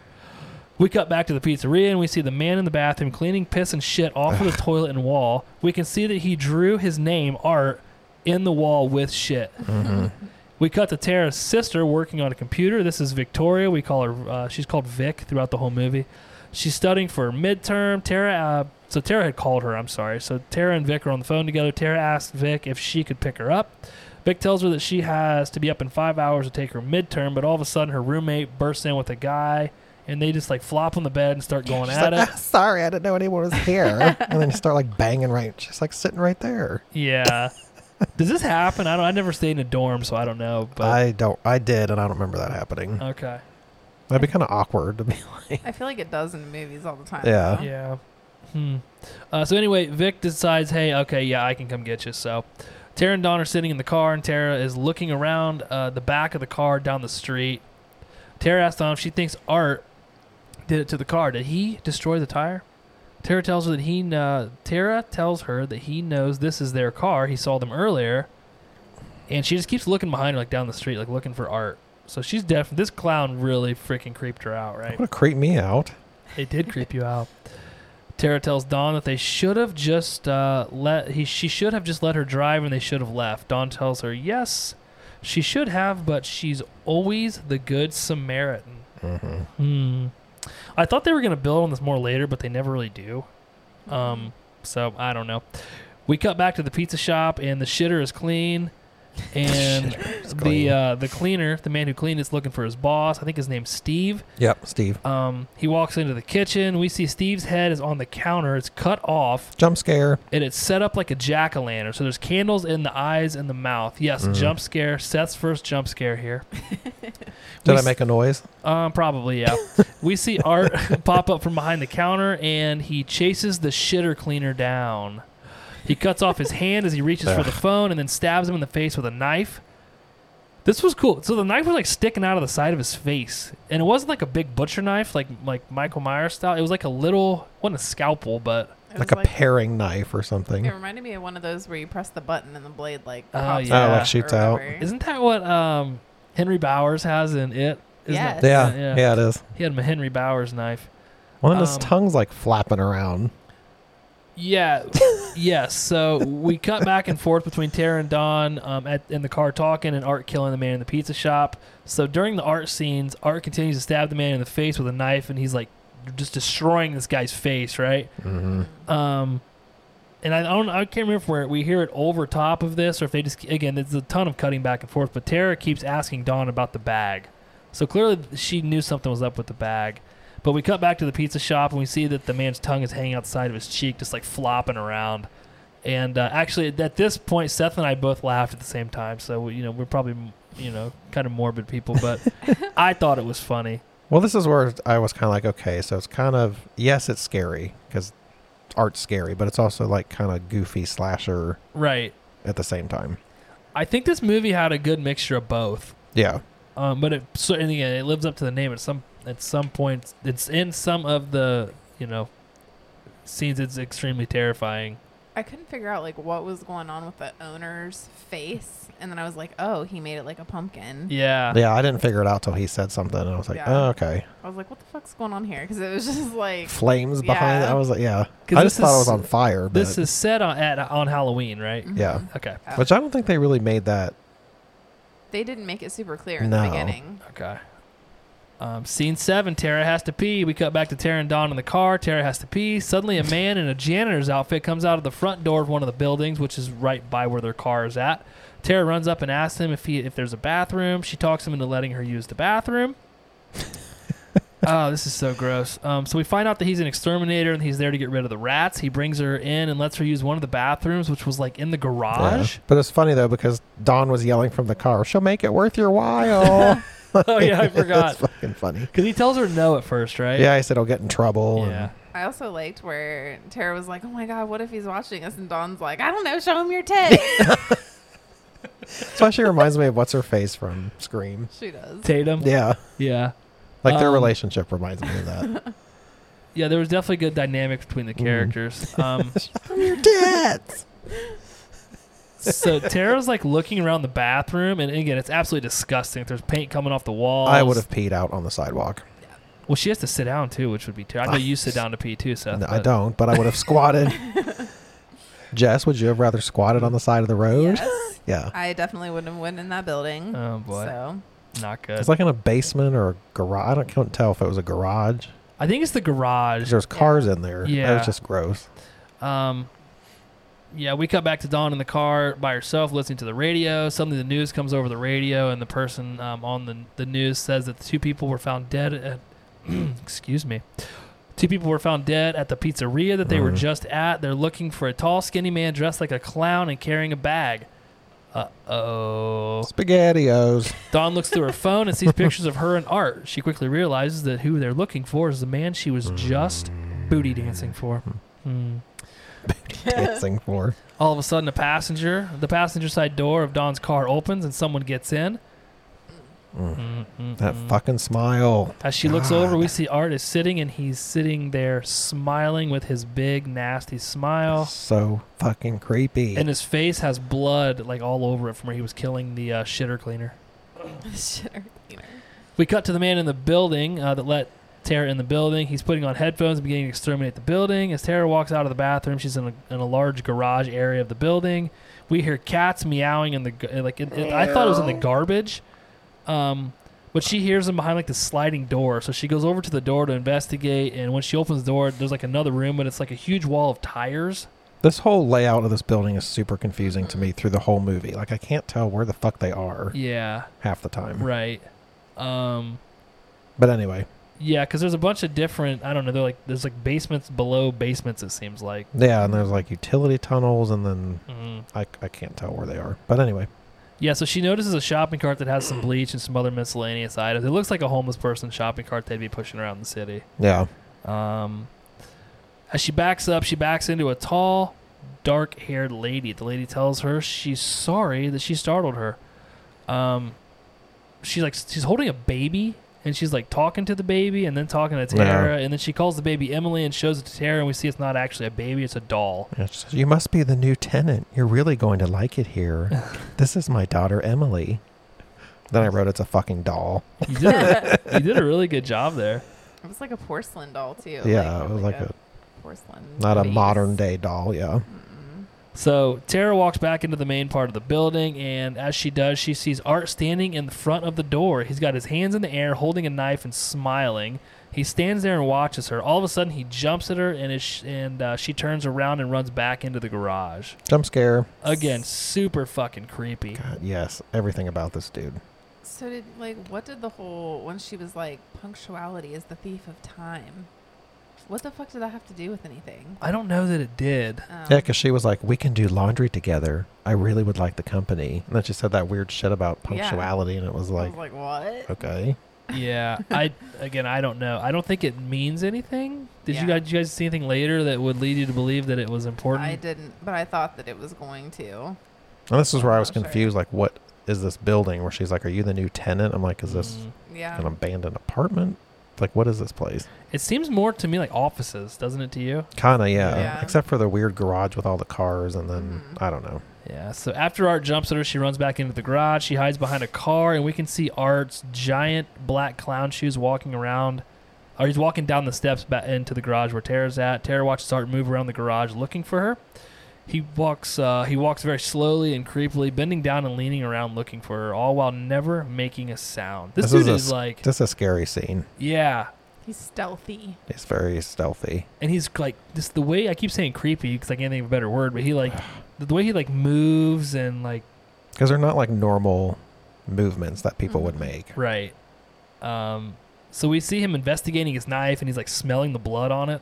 [SPEAKER 1] We cut back to the pizzeria and we see the man in the bathroom cleaning piss and shit off of the toilet and wall. We can see that he drew his name, Art, in the wall with shit.
[SPEAKER 2] Mhm.
[SPEAKER 1] We cut to Tara's sister working on a computer. This is Victoria. We call her. Uh, she's called Vic throughout the whole movie. She's studying for her midterm. Tara. Uh, so Tara had called her. I'm sorry. So Tara and Vic are on the phone together. Tara asks Vic if she could pick her up. Vic tells her that she has to be up in five hours to take her midterm. But all of a sudden, her roommate bursts in with a guy, and they just like flop on the bed and start going
[SPEAKER 2] She's
[SPEAKER 1] at it.
[SPEAKER 2] like, "Ah, sorry, I didn't know anyone was here. and then you start like banging right. She's like sitting right there.
[SPEAKER 1] Yeah. Does this happen? I don't. I never stayed in a dorm, so I don't know. But
[SPEAKER 2] I don't. I did, and I don't remember that happening.
[SPEAKER 1] okay.
[SPEAKER 2] That'd be kind of awkward to be.
[SPEAKER 3] I feel like it does in movies all the time.
[SPEAKER 2] Yeah.
[SPEAKER 3] though.
[SPEAKER 1] Yeah. Hmm. Uh, so anyway, Vic decides, hey, okay, yeah, I can come get you. So Tara and Don are sitting in the car, and Tara is looking around uh, the back of the car down the street. Tara asks Don if she thinks Art did it to the car. Did he destroy the tire? Tara tells her that he. Uh, Tara tells her that he knows this is their car. He saw them earlier, and she just keeps looking behind her, like down the street, like looking for Art. So she's definitely this clown really freaking creeped her out, right?
[SPEAKER 2] Would creep me out.
[SPEAKER 1] It did creep you out. Tara tells Don that they should have just uh, let he she should have just let her drive and they should have left. Don tells her yes, she should have, but she's always the good Samaritan.
[SPEAKER 2] hmm
[SPEAKER 1] Hmm. I thought they were gonna build on this more later, but they never really do. Um. So I don't know. We cut back to the pizza shop and the shitter is clean, and the
[SPEAKER 2] clean.
[SPEAKER 1] uh, the cleaner, the man who cleaned, is looking for his boss. I think his name's Steve.
[SPEAKER 2] Yep, Steve.
[SPEAKER 1] Um, he walks into the kitchen. We see Steve's head is on the counter. It's cut off,
[SPEAKER 2] Jump scare.
[SPEAKER 1] and it's set up like a jack o' lantern. So there's candles in the eyes and the mouth. Yes,
[SPEAKER 2] Mhm.
[SPEAKER 1] jump scare. Seth's first jump scare here.
[SPEAKER 2] Did
[SPEAKER 1] We
[SPEAKER 2] I make a noise?
[SPEAKER 1] Um, probably yeah. we see Art pop up from behind the counter, and he chases the shitter cleaner down. He cuts off his hand as he reaches for the phone, and then stabs him in the face with a knife. This was cool. So the knife was like sticking out of the side of his face, and it wasn't like a big butcher knife, like like Michael Myers style. It was like a little, wasn't a scalpel, but
[SPEAKER 3] It was
[SPEAKER 2] Like a
[SPEAKER 3] like-
[SPEAKER 2] paring knife or something.
[SPEAKER 3] It reminded me of one of those where you press the button and the blade like
[SPEAKER 1] Oh,
[SPEAKER 3] pops
[SPEAKER 1] yeah.
[SPEAKER 3] out
[SPEAKER 1] Oh, like
[SPEAKER 3] or
[SPEAKER 2] shoots out.
[SPEAKER 3] whatever.
[SPEAKER 1] isn't that what um, Henry Bowers has in it? Isn't
[SPEAKER 3] Yes.
[SPEAKER 1] that-
[SPEAKER 2] Yeah,
[SPEAKER 1] yeah.
[SPEAKER 2] yeah, it is.
[SPEAKER 1] He had him a Henry Bowers knife.
[SPEAKER 2] One of his
[SPEAKER 1] Um,
[SPEAKER 2] tongue's like flapping around.
[SPEAKER 1] Yeah, yes. So we cut back and forth between Tara and Don um, at, in the car talking, and Art killing the man in the pizza shop. So during the Art scenes, Art continues to stab the man in the face with a knife, and he's like just destroying this guy's face, right?
[SPEAKER 3] Mm.
[SPEAKER 2] Mm-hmm.
[SPEAKER 1] Um, and I don't, I can't remember if we're- we hear it over top of this, or if they just again, there's a ton of cutting back and forth. But Tara keeps asking Dawn about the bag, so clearly she knew something was up with the bag. But we cut back to the pizza shop and we see that the man's tongue is hanging out the side of his cheek, just like flopping around. And uh, actually, at this point, Seth and I both laughed at the same time. So we, you know, we're probably you know kind of morbid people, but I thought it was funny.
[SPEAKER 2] Well, this is where I was kind of like, okay, so it's kind of yes, it's scary because art's scary, but it's also like kind of goofy slasher
[SPEAKER 1] Right.
[SPEAKER 2] at the same time.
[SPEAKER 1] I think this movie had a good mixture of both.
[SPEAKER 2] Yeah,
[SPEAKER 1] Um, but it certainly again, it lives up to the name at some at some point. It's in some of the you know scenes. It's extremely terrifying.
[SPEAKER 3] I couldn't figure out like what was going on with the owner's face, and then I was like, oh, he made it like a pumpkin.
[SPEAKER 1] Yeah,
[SPEAKER 2] yeah, I didn't figure it out till he said something, and I was like,
[SPEAKER 3] Yeah.
[SPEAKER 2] oh, okay,
[SPEAKER 3] I was like, what the fuck's going on here? Because it was just like
[SPEAKER 2] flames behind.
[SPEAKER 3] Yeah.
[SPEAKER 2] I was like, yeah,
[SPEAKER 1] 'Cause
[SPEAKER 2] I just
[SPEAKER 1] this
[SPEAKER 2] thought it
[SPEAKER 1] is-
[SPEAKER 2] was on fire. But,
[SPEAKER 1] this is set on at on Halloween, right?
[SPEAKER 2] yeah,
[SPEAKER 3] Mhm.
[SPEAKER 1] Okay,
[SPEAKER 2] which I don't think they really made that.
[SPEAKER 3] They didn't make it super clear in the
[SPEAKER 2] No.
[SPEAKER 3] beginning.
[SPEAKER 1] okay. Um, scene seven: Tara has to pee. We cut back to Tara and Don in the car. Tara has to pee. Suddenly, a man in a janitor's outfit comes out of the front door of one of the buildings, which is right by where their car is at. Tara runs up and asks him if he if there's a bathroom. She talks him into letting her use the bathroom. oh, this is so gross. Um, so we find out that he's an exterminator and he's there to get rid of the rats. He brings her in and lets her use one of the bathrooms, which was like in the garage.
[SPEAKER 2] But it's funny though because Don was yelling from the car, "She'll make it worth your while."
[SPEAKER 1] oh yeah, I forgot.
[SPEAKER 2] it's fucking funny.
[SPEAKER 1] Because he tells her no at first, right?
[SPEAKER 2] Yeah, I said I'll get in trouble.
[SPEAKER 1] Yeah.
[SPEAKER 3] I also liked where Tara was like, "Oh my god, what if he's watching us?" And Dawn's like, "I don't know. Show him your tits."
[SPEAKER 2] Especially reminds me of what's her face from Scream.
[SPEAKER 3] she does.
[SPEAKER 1] Tatum.
[SPEAKER 2] Yeah,
[SPEAKER 1] Yeah.
[SPEAKER 2] like their
[SPEAKER 1] Um,
[SPEAKER 2] relationship reminds me of that.
[SPEAKER 1] Yeah, there was definitely good dynamic between
[SPEAKER 2] Mm.
[SPEAKER 1] the characters. Um,
[SPEAKER 2] your tits.
[SPEAKER 1] so Tara's like looking around the bathroom, and again, it's absolutely disgusting. There's paint coming off the walls.
[SPEAKER 2] I would have peed out on the sidewalk.
[SPEAKER 1] Well, she has to sit down too, which would be terrible. I know you sit down to pee too, Seth.
[SPEAKER 2] Ah, No, I
[SPEAKER 1] but-
[SPEAKER 2] don't, but I would have squatted. Jess, would you have rather squatted on the side of the road?
[SPEAKER 3] Yes,
[SPEAKER 2] Yeah.
[SPEAKER 3] I definitely wouldn't have went in that
[SPEAKER 2] Uh,
[SPEAKER 3] building.
[SPEAKER 1] Oh boy,
[SPEAKER 3] So
[SPEAKER 1] not good.
[SPEAKER 2] It's like in a basement or a garage. I don't, couldn't tell if it was a garage.
[SPEAKER 1] I think it's the
[SPEAKER 2] 'Cause
[SPEAKER 1] garage.
[SPEAKER 2] There was cars in there. That
[SPEAKER 1] Yeah.
[SPEAKER 2] was just gross.
[SPEAKER 1] Um, yeah, we cut back to Dawn in the car by herself, listening to the radio. Suddenly, the news comes over the radio, and the person um, on the the news says that the two people were found dead. At, excuse me. Two people were found dead at the pizzeria that they were
[SPEAKER 2] Mhm.
[SPEAKER 1] just at. They're looking for a tall, skinny man dressed like a clown and carrying a bag. Uh oh.
[SPEAKER 2] Spaghettios.
[SPEAKER 1] Dawn looks through her phone and sees pictures of her and Art. She quickly realizes that who they're looking for is the man she was just
[SPEAKER 2] Mm-hmm.
[SPEAKER 1] booty dancing for. Hmm.
[SPEAKER 2] dancing for.
[SPEAKER 1] All of a sudden, a passenger, the passenger side door of Don's car opens and someone gets in.
[SPEAKER 2] Mm.
[SPEAKER 1] Mm, mm,
[SPEAKER 2] That
[SPEAKER 1] mm.
[SPEAKER 2] fucking smile.
[SPEAKER 1] As she looks over, we
[SPEAKER 2] God.
[SPEAKER 1] see Art is sitting and he's sitting there smiling with his big, nasty smile.
[SPEAKER 2] So fucking creepy.
[SPEAKER 1] And his face has blood like all over it from where he was killing the uh, shitter cleaner.
[SPEAKER 3] shitter cleaner.
[SPEAKER 1] We cut to the man in the building uh, that let Tara in the building. He's putting on headphones and beginning to exterminate the building. As Tara walks out of the bathroom, she's in a, in a large garage area of the building. We hear cats meowing in the g- like. It, it, I thought it was in the garbage, um, but she hears them behind like the sliding door. So she goes over to the door to investigate. And when she opens the door, there's like another room, but it's like a huge wall of tires.
[SPEAKER 2] this whole layout of this building is super confusing to me through the whole movie. Like I can't tell where the fuck they are
[SPEAKER 1] Yeah,
[SPEAKER 2] half the time.
[SPEAKER 1] right. Um,
[SPEAKER 2] But anyway,
[SPEAKER 1] yeah, because there's a bunch of different. I don't know. They're like there's like basements below basements. It seems like.
[SPEAKER 2] yeah, and there's like utility tunnels, and then
[SPEAKER 1] Mm.
[SPEAKER 2] I, I can't tell where they are. But anyway,
[SPEAKER 1] Yeah, so she notices a shopping cart that has some bleach and some other miscellaneous items. It looks like a homeless person's shopping cart they'd be pushing around the city.
[SPEAKER 2] yeah,
[SPEAKER 1] Um, as she backs up, she backs into a tall, dark haired lady. The lady tells her she's sorry that she startled her. Um, she's like, she's holding a baby. And she's like talking to the baby and then talking to
[SPEAKER 2] Yeah.
[SPEAKER 1] Tara. And then she calls the baby Emily and shows it to Tara. And we see it's not actually a baby, it's a doll.
[SPEAKER 2] It's just, you must be the new tenant. You're really going to like it here. this is my daughter Emily. Then I wrote, "It's a fucking doll."
[SPEAKER 1] You did a, you did a really good job there.
[SPEAKER 3] It was like a porcelain doll too.
[SPEAKER 2] yeah, it was like a
[SPEAKER 3] porcelain.
[SPEAKER 2] not a
[SPEAKER 3] vase.
[SPEAKER 2] modern day doll. Yeah,
[SPEAKER 3] Mm-mm.
[SPEAKER 1] So Tara walks back into the main part of the building, and as she does, she sees Art standing in the front of the door. He's got his hands in the air, holding a knife and smiling. He stands there and watches her. All of a sudden, he jumps at her, and is and uh, she turns around and runs back into the garage.
[SPEAKER 2] jump scare.
[SPEAKER 1] Again, super fucking creepy.
[SPEAKER 2] God, yes, everything about this dude.
[SPEAKER 3] So did like what did the whole when she was like punctuality is the thief of time? What the fuck did that have to do with anything?
[SPEAKER 1] I don't know that it did.
[SPEAKER 3] Um,
[SPEAKER 2] Yeah, because she was like, "We can do laundry together. I really would like the company." And then she said that weird shit about
[SPEAKER 3] Yeah. Oh,
[SPEAKER 2] punctuality, and it was
[SPEAKER 3] I
[SPEAKER 2] like,
[SPEAKER 3] was like what?
[SPEAKER 2] "Okay,
[SPEAKER 1] Yeah, I again, I don't know. I don't think it means anything. Did you
[SPEAKER 3] Yeah.
[SPEAKER 1] guys did you guys see anything later that would lead you to believe that it was important? Mm.
[SPEAKER 3] I didn't, but I thought that it was going to.
[SPEAKER 2] And this is where I was
[SPEAKER 3] Oh, sorry.
[SPEAKER 2] confused. Like, what is this building? Where she's like, "Are you the new tenant?" I'm like, "Is this
[SPEAKER 1] Mm.
[SPEAKER 3] Yeah.
[SPEAKER 2] an abandoned apartment? It's Like, what is this place?"
[SPEAKER 1] It seems more to me like offices, doesn't it to you?
[SPEAKER 2] Kinda, yeah.
[SPEAKER 3] Yeah.
[SPEAKER 2] Except for the weird garage with all the cars, and then
[SPEAKER 3] Mhm.
[SPEAKER 2] I don't know.
[SPEAKER 1] Yeah. So after Art jumps at her, she runs back into the garage. She hides behind a car, and we can see Art's giant black clown shoes walking around. Or he's walking down the steps back into the garage where Tara's at. Tara watches Art move around the garage looking for her. He walks. Uh, he walks very slowly and creepily, bending down and leaning around looking for her, all while never making a sound. This,
[SPEAKER 2] This is
[SPEAKER 1] dude
[SPEAKER 2] a
[SPEAKER 1] is
[SPEAKER 2] s-
[SPEAKER 1] like,
[SPEAKER 2] Just a scary scene.
[SPEAKER 1] yeah,
[SPEAKER 3] He's stealthy.
[SPEAKER 2] It's very stealthy.
[SPEAKER 1] and he's like this the way I keep saying creepy because I can't think of a better word, but he like the, the way he like moves and like
[SPEAKER 2] Because they're not like normal movements that people would
[SPEAKER 3] Mhm.
[SPEAKER 2] make.
[SPEAKER 1] right. Um, So we see him investigating his knife and he's like smelling the blood on it.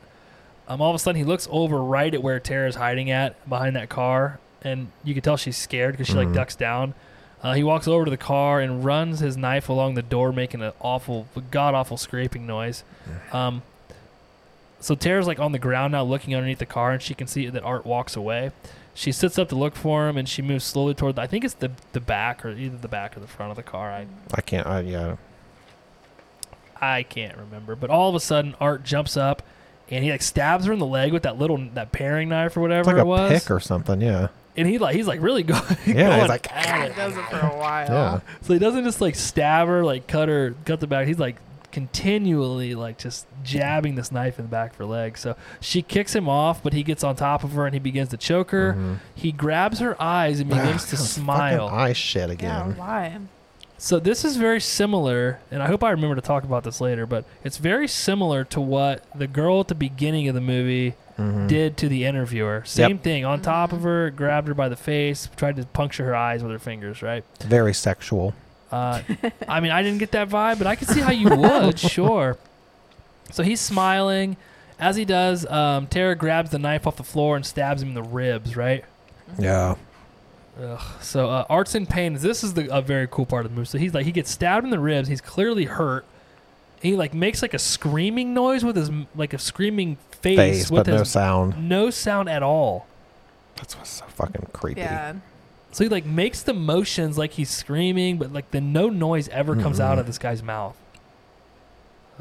[SPEAKER 1] Um, all of a sudden, he looks over right at where Tara's hiding at behind that car, and you can tell she's scared because she like
[SPEAKER 2] Mhm.
[SPEAKER 1] ducks down. Uh, he walks over to the car and runs his knife along the door, making an awful, god awful scraping noise. Um, so Tara's like on the ground now, looking underneath the car, and she can see that Art walks away. She sits up to look for him, and she moves slowly toward. The, I think it's the the back or either the back or the front of the car. I
[SPEAKER 2] I can't. I, yeah.
[SPEAKER 1] I can't remember. But all of a sudden, Art jumps up, and he like stabs her in the leg with that little that paring knife or
[SPEAKER 2] It's
[SPEAKER 1] whatever
[SPEAKER 2] like a
[SPEAKER 1] it was.
[SPEAKER 2] pick or something. Yeah.
[SPEAKER 1] and he like he's like really going.
[SPEAKER 2] Ah, Yeah.
[SPEAKER 1] going
[SPEAKER 2] He's like, "Ah."
[SPEAKER 1] at it.
[SPEAKER 3] does it for a while.
[SPEAKER 2] yeah.
[SPEAKER 1] so he doesn't just like stab her, like cut her, cut the back. He's like continually like just jabbing this knife in the back of her leg. So she kicks him off, but he gets on top of her and he begins to choke her.
[SPEAKER 2] Mhm.
[SPEAKER 1] He grabs her eyes and begins to smile.
[SPEAKER 2] Ah, Fucking eye shit
[SPEAKER 3] Yeah,
[SPEAKER 2] again.
[SPEAKER 3] why?
[SPEAKER 1] So this is very similar, and I hope I remember to talk about this later, but it's very similar to what the girl at the beginning of the movie
[SPEAKER 2] Mhm.
[SPEAKER 1] did to the interviewer. Same thing, on top of
[SPEAKER 3] Mhm.
[SPEAKER 1] her, grabbed her by the face, tried to puncture her eyes with her fingers, right?
[SPEAKER 2] Very sexual.
[SPEAKER 1] Uh, I mean, I didn't get that vibe, but I could see how you would, sure. So he's smiling. As he does, um, Tara grabs the knife off the floor and stabs him in the ribs, right?
[SPEAKER 2] Yeah.
[SPEAKER 1] Ugh. So uh, Art's in pain. This is the a very cool part of the movie. So he's like he gets stabbed in the ribs. He's clearly hurt. He like makes like a screaming noise with his m- like a screaming face,
[SPEAKER 2] Face,
[SPEAKER 1] with
[SPEAKER 2] but no
[SPEAKER 1] his
[SPEAKER 2] sound.
[SPEAKER 1] no sound at all.
[SPEAKER 2] That's what's so fucking creepy.
[SPEAKER 3] Yeah.
[SPEAKER 1] So he like makes the motions like he's screaming, but like the no noise ever comes out
[SPEAKER 2] Mhm.
[SPEAKER 1] of this guy's mouth.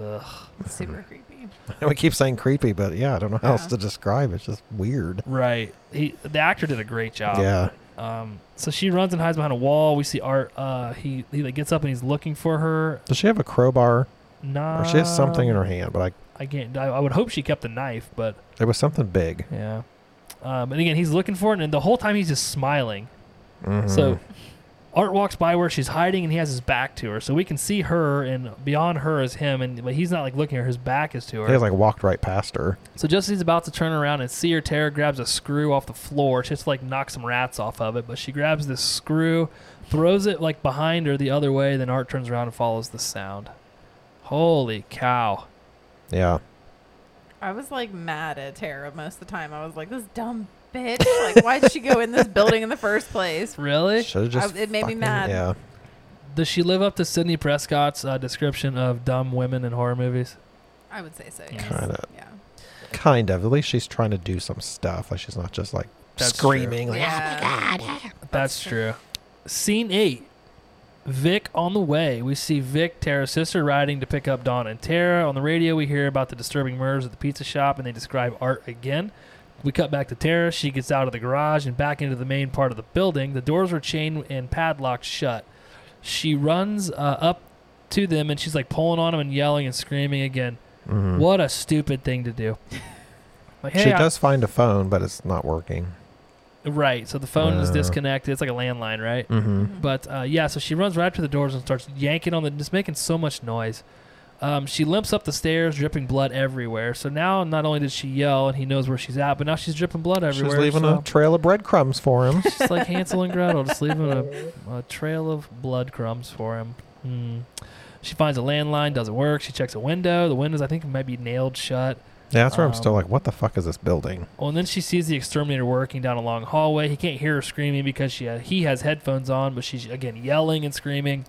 [SPEAKER 1] Ugh.
[SPEAKER 3] Super creepy.
[SPEAKER 2] we keep saying creepy, but yeah, I don't know how else
[SPEAKER 3] Yeah.
[SPEAKER 2] to describe. it. It's just weird.
[SPEAKER 1] Right. He the actor did a great job.
[SPEAKER 2] yeah.
[SPEAKER 1] Um. So she runs and hides behind a wall. We see Art. Uh. He he like gets up and he's looking for her.
[SPEAKER 2] Does she have a crowbar?
[SPEAKER 1] Nah.
[SPEAKER 2] Or she has
[SPEAKER 1] Um,
[SPEAKER 2] something in her hand, but I,
[SPEAKER 1] I can't. I, I would hope she kept the knife, but
[SPEAKER 2] it was something big.
[SPEAKER 1] yeah. Um, and again, he's looking for it, and the whole time he's just smiling.
[SPEAKER 2] Mhm.
[SPEAKER 1] So Art walks by where she's hiding, and he has his back to her, so we can see her, and beyond her is him, and but he's not like looking at her. His back is to
[SPEAKER 2] he
[SPEAKER 1] her.
[SPEAKER 2] like walked right past her.
[SPEAKER 1] so just as he's about to turn around and see her, Tara grabs a screw off the floor. She has to like knock some rats off of it, but she grabs this screw, throws it like behind her the other way. Then Art turns around and follows the sound. Holy cow!
[SPEAKER 2] Yeah.
[SPEAKER 3] I was like mad at Tara most of the time. I was like, this dumb bitch. Like, why did she go in this building in the first place?
[SPEAKER 1] Really?
[SPEAKER 2] Should have just.
[SPEAKER 3] it made me
[SPEAKER 2] fucking-
[SPEAKER 3] mad.
[SPEAKER 2] Yeah.
[SPEAKER 1] Does she live up to Sidney Prescott's uh, description of dumb women in horror movies?
[SPEAKER 3] I would say so.
[SPEAKER 1] Yeah.
[SPEAKER 3] Yes.
[SPEAKER 2] Kinda.
[SPEAKER 3] Yeah.
[SPEAKER 2] Kind of. At least she's trying to do some stuff. Like she's not just like
[SPEAKER 1] That's
[SPEAKER 2] screaming. Like, "Oh
[SPEAKER 3] Yeah.
[SPEAKER 1] That's,
[SPEAKER 3] true.
[SPEAKER 1] Scene eight. Vic on the way. We see Vic, Tara's sister, riding to pick up Dawn and Tara. On the radio, we hear about the disturbing murders at the pizza shop, and they describe Art again. We cut back to Tara. She gets out of the garage and back into the main part of the building. The doors were chained and padlocked shut. She runs uh, up to them, and she's like pulling on them and yelling and screaming again.
[SPEAKER 2] mhm.
[SPEAKER 1] What a stupid thing to do. Like,
[SPEAKER 2] she
[SPEAKER 1] "Hey, I-
[SPEAKER 2] does find a phone, but it's not working.
[SPEAKER 1] Right. So the phone is
[SPEAKER 2] Uh.
[SPEAKER 1] disconnected. It's like a landline, right?
[SPEAKER 2] Mm-hmm.
[SPEAKER 1] But uh, yeah, so she runs right up to the doors and starts yanking on the, just making so much noise. Um, she limps up the stairs, dripping blood everywhere. So now not only did she yell and he knows where she's at, but now she's dripping blood
[SPEAKER 2] She's
[SPEAKER 1] everywhere.
[SPEAKER 2] leaving
[SPEAKER 1] so
[SPEAKER 2] a trail of breadcrumbs for him.
[SPEAKER 1] She's like Hansel and Gretel, just leaving a, a trail of blood crumbs for him. Hmm. She finds a landline, doesn't work. She checks a window. The windows, I think, might be nailed shut.
[SPEAKER 2] yeah, that's where
[SPEAKER 1] Um,
[SPEAKER 2] I'm still like, what the fuck is this building?
[SPEAKER 1] Well, and then she sees the exterminator working down a long hallway. He can't hear her screaming because she uh, he has headphones on, but she's again yelling and screaming.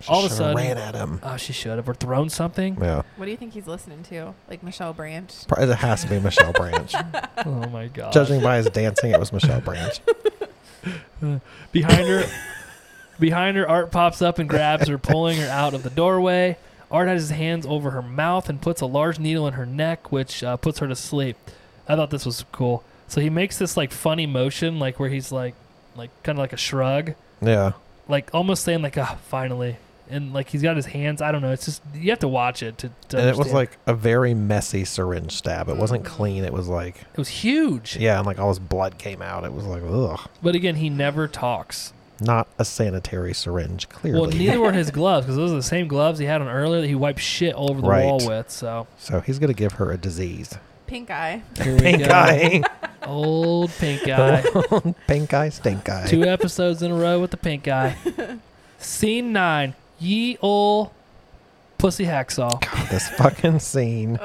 [SPEAKER 2] She
[SPEAKER 1] all of a
[SPEAKER 2] shoulda
[SPEAKER 1] sudden-
[SPEAKER 2] ran at him.
[SPEAKER 1] Oh, she should have or thrown something.
[SPEAKER 2] Yeah,
[SPEAKER 3] What do you think he's listening to? Like Michelle Branch?
[SPEAKER 2] Pro- it has to be Michelle Branch.
[SPEAKER 1] oh my god!
[SPEAKER 2] Judging by his dancing, it was Michelle Branch.
[SPEAKER 1] Behind her, behind her, Art pops up and grabs her, pulling her out of the doorway. Art has his hands over her mouth and puts a large needle in her neck, which uh, puts her to sleep. I thought this was cool. So he makes this like funny motion, like where he's like, like kind of like a shrug,
[SPEAKER 2] Yeah,
[SPEAKER 1] like almost saying like ah finally and like he's got his hands i don't know it's just you have to watch it to, to
[SPEAKER 2] and it
[SPEAKER 1] understand.
[SPEAKER 2] was
[SPEAKER 1] Mm.
[SPEAKER 2] like a very messy syringe stab. It wasn't clean. It was like
[SPEAKER 1] it was huge
[SPEAKER 2] yeah, and like all his blood came out. It was like ugh,
[SPEAKER 1] but again he never talks
[SPEAKER 2] not a sanitary syringe. Clearly,
[SPEAKER 1] well neither were his gloves because those are the same gloves he had on earlier that he wiped shit all over the
[SPEAKER 2] Right.
[SPEAKER 1] wall with so
[SPEAKER 2] so he's gonna give her a disease.
[SPEAKER 3] Pink eye.
[SPEAKER 1] here we
[SPEAKER 2] Pink
[SPEAKER 1] go.
[SPEAKER 2] eye, Oh
[SPEAKER 1] old pink eye
[SPEAKER 2] pink eye, stink eye.
[SPEAKER 1] two episodes in a row with the pink eye scene nine ye ol Pussy hacksaw.
[SPEAKER 2] God, this fucking scene.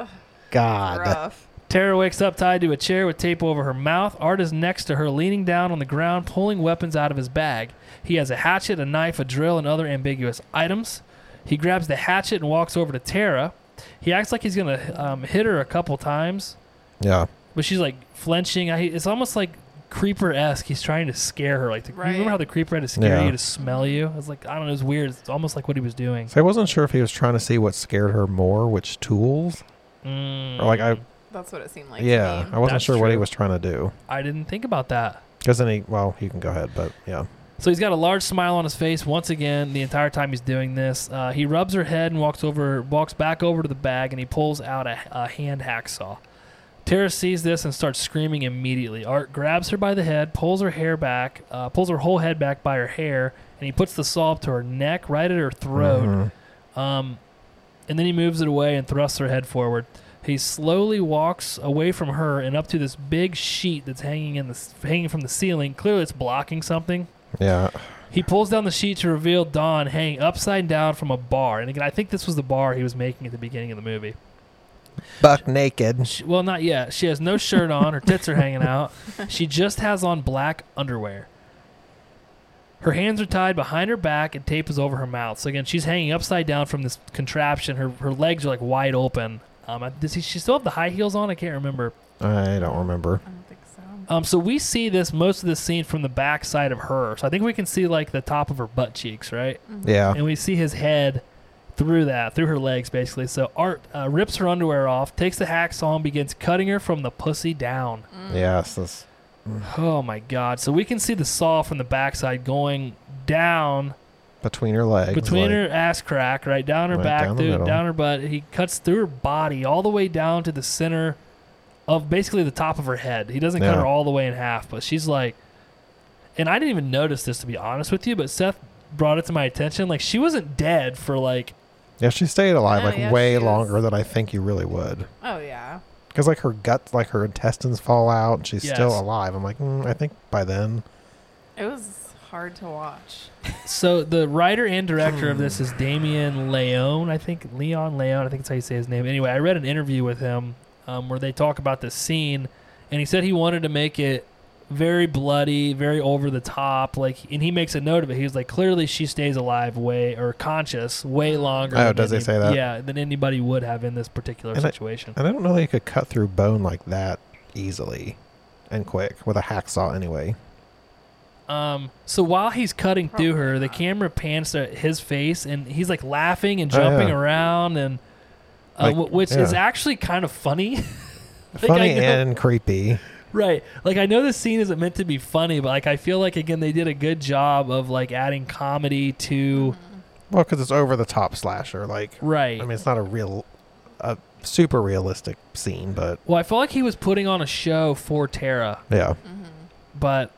[SPEAKER 2] God.
[SPEAKER 3] Rough.
[SPEAKER 1] Tara wakes up tied to a chair with tape over her mouth. Art is next to her, leaning down on the ground, pulling weapons out of his bag. He has a hatchet, a knife, a drill, and other ambiguous items. He grabs the hatchet and walks over to Tara. He acts like he's going to um, hit her a couple times,
[SPEAKER 2] Yeah.
[SPEAKER 1] but she's like flinching. I, it's almost like creeper esque. He's trying to scare her. Like the, you
[SPEAKER 3] Right.
[SPEAKER 1] remember how the creeper had to scare
[SPEAKER 2] Yeah.
[SPEAKER 1] you to smell you? It's like I don't know. It's weird. It's almost like what he was doing.
[SPEAKER 2] So I wasn't sure if he was trying to see what scared her more, which tools.
[SPEAKER 1] Mm,
[SPEAKER 2] Or like I,
[SPEAKER 3] That's what it seemed like.
[SPEAKER 2] yeah,
[SPEAKER 3] To
[SPEAKER 2] I
[SPEAKER 3] me.
[SPEAKER 2] wasn't
[SPEAKER 1] That's
[SPEAKER 2] sure what he
[SPEAKER 1] true.
[SPEAKER 2] was trying to do.
[SPEAKER 1] I didn't think about that.
[SPEAKER 2] Because then he, well, you can go ahead, but yeah.
[SPEAKER 1] So he's got a large smile on his face once again the entire time he's doing this. Uh, he rubs her head and walks over, walks back over to the bag, and he pulls out a, a hand hacksaw. Tara sees this and starts screaming immediately. Art grabs her by the head, pulls her hair back, uh, pulls her whole head back by her hair, and he puts the saw up to her neck, right at her throat.
[SPEAKER 2] Mhm.
[SPEAKER 1] Um, and then he moves it away and thrusts her head forward. He slowly walks away from her and up to this big sheet that's hanging in the s- hanging from the ceiling. Clearly, it's blocking something.
[SPEAKER 2] Mm-hmm. Yeah.
[SPEAKER 1] He pulls down the sheet to reveal Dawn hanging upside down from a bar. And again, I think this was the bar he was making at the beginning of the movie.
[SPEAKER 2] Buck naked.
[SPEAKER 1] She, well, not yet. She has no shirt on. Her tits are hanging out. She just has on black underwear. Her hands are tied behind her back and tape is over her mouth. So again, she's hanging upside down from this contraption. Her her legs are like wide open. Um, I- does he, she still have the high heels on? I can't remember.
[SPEAKER 2] I don't remember.
[SPEAKER 3] I don't think so.
[SPEAKER 2] Oh.
[SPEAKER 1] Um, so we see this most of this scene from the back side of her. So I think we can see like the top of her butt cheeks, right?
[SPEAKER 3] Mhm.
[SPEAKER 2] Yeah.
[SPEAKER 1] and we see his head through that, through her legs, basically. So Art uh, rips her underwear off, takes the hacksaw, and begins cutting her from the pussy down.
[SPEAKER 3] Mm.
[SPEAKER 2] Yes. This,
[SPEAKER 1] Oh my God! So we can see the saw from the backside going down
[SPEAKER 2] between her legs.
[SPEAKER 1] between
[SPEAKER 2] like-
[SPEAKER 1] her ass crack, right down her
[SPEAKER 2] Right
[SPEAKER 1] back,
[SPEAKER 2] down the
[SPEAKER 1] through
[SPEAKER 2] middle.
[SPEAKER 1] down her butt. He cuts through her body all the way down to the center of basically the top of her head. He doesn't cut
[SPEAKER 2] Yeah.
[SPEAKER 1] her all the way in half, but she's like, and I didn't even notice this to be honest with you, but Seth brought it to my attention. Like she wasn't dead for like
[SPEAKER 2] Yeah, she stayed alive
[SPEAKER 3] Oh,
[SPEAKER 2] like
[SPEAKER 3] yeah,
[SPEAKER 2] way
[SPEAKER 3] she was-
[SPEAKER 2] longer than I think you really would.
[SPEAKER 3] Oh yeah.
[SPEAKER 2] Because like her guts, like her intestines fall out, and she's still
[SPEAKER 1] Yes.
[SPEAKER 2] alive. I'm like, mm, I think by then,
[SPEAKER 3] It was hard to watch.
[SPEAKER 1] So the writer and director of this is Damien Leone, I think Leon Leone, I think that's how you say his name. Anyway, I read an interview with him um, where they talk about this scene, and he said he wanted to make it very bloody, very over the top, like, and he makes a note of it. He was like, clearly she stays alive way or conscious way longer.
[SPEAKER 2] Oh,
[SPEAKER 1] than
[SPEAKER 2] does he
[SPEAKER 1] any-
[SPEAKER 2] say that?
[SPEAKER 1] Yeah, than anybody would have in this particular
[SPEAKER 2] And I-
[SPEAKER 1] situation.
[SPEAKER 2] and I don't know that you could cut through bone like that easily and quick with a hacksaw. Anyway,
[SPEAKER 1] Um, so while he's cutting through
[SPEAKER 3] Probably
[SPEAKER 1] her, the
[SPEAKER 3] not.
[SPEAKER 1] camera pans to his face, and he's like laughing and
[SPEAKER 2] Oh, yeah.
[SPEAKER 1] jumping around, and uh,
[SPEAKER 2] Like,
[SPEAKER 1] wh- which is
[SPEAKER 2] yeah.
[SPEAKER 1] actually kind of funny, Like, I
[SPEAKER 2] funny
[SPEAKER 1] know-
[SPEAKER 2] and creepy.
[SPEAKER 1] right? Like I know this scene isn't meant to be funny, but like I feel like again they did a good job of like adding comedy
[SPEAKER 3] Mm-hmm.
[SPEAKER 1] to
[SPEAKER 2] Well, because it's over the top slasher. Like,
[SPEAKER 1] right.
[SPEAKER 2] I mean, it's not a real, a super realistic scene, but
[SPEAKER 1] well, I felt like he was putting on a show for Tara,
[SPEAKER 2] yeah.
[SPEAKER 3] Mm-hmm.
[SPEAKER 1] but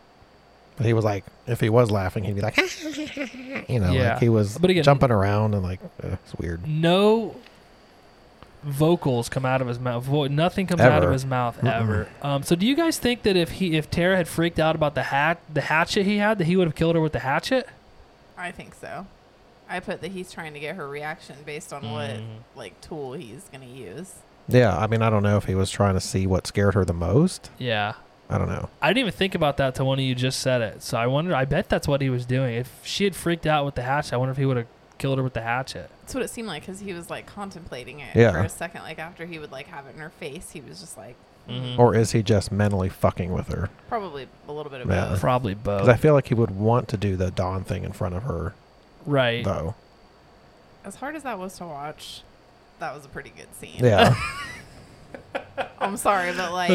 [SPEAKER 2] But he was like, if he was laughing, he'd be like, you know,
[SPEAKER 1] Yeah.
[SPEAKER 2] like he was
[SPEAKER 1] But again-
[SPEAKER 2] jumping around and like, eh, it's weird.
[SPEAKER 1] no vocals come out of his mouth. Vo- nothing comes out of
[SPEAKER 2] Ever.
[SPEAKER 1] his mouth
[SPEAKER 2] Mm-mm.
[SPEAKER 1] ever. Um, so do you guys think that if he if Tara had freaked out about the hat the hatchet he had that he would have killed her with the hatchet?
[SPEAKER 3] I think so. I put that he's trying to get her reaction based on
[SPEAKER 1] Mm.
[SPEAKER 3] what like tool he's gonna use.
[SPEAKER 2] Yeah, I mean, I don't know if he was trying to see what scared her the most.
[SPEAKER 1] Yeah.
[SPEAKER 2] I don't know.
[SPEAKER 1] I didn't even think about that till one of you just said it. So I wonder I bet that's what he was doing. If she had freaked out with the hatchet, I wonder if he would have killed her with the hatchet.
[SPEAKER 3] That's what it seemed like because he was like contemplating it
[SPEAKER 2] Yeah.
[SPEAKER 3] for a second. Like after he would like have it in her face, he was just like
[SPEAKER 1] Mhm.
[SPEAKER 2] Or is he just mentally fucking with her?
[SPEAKER 3] probably a little bit of
[SPEAKER 2] Mm. Yeah.
[SPEAKER 3] both.
[SPEAKER 1] Probably both.
[SPEAKER 2] Because I feel like he would want to do the Dawn thing in front of her,
[SPEAKER 1] right.
[SPEAKER 2] though.
[SPEAKER 3] As hard as that was to watch, that was a pretty good scene.
[SPEAKER 2] Yeah,
[SPEAKER 3] I'm sorry, but like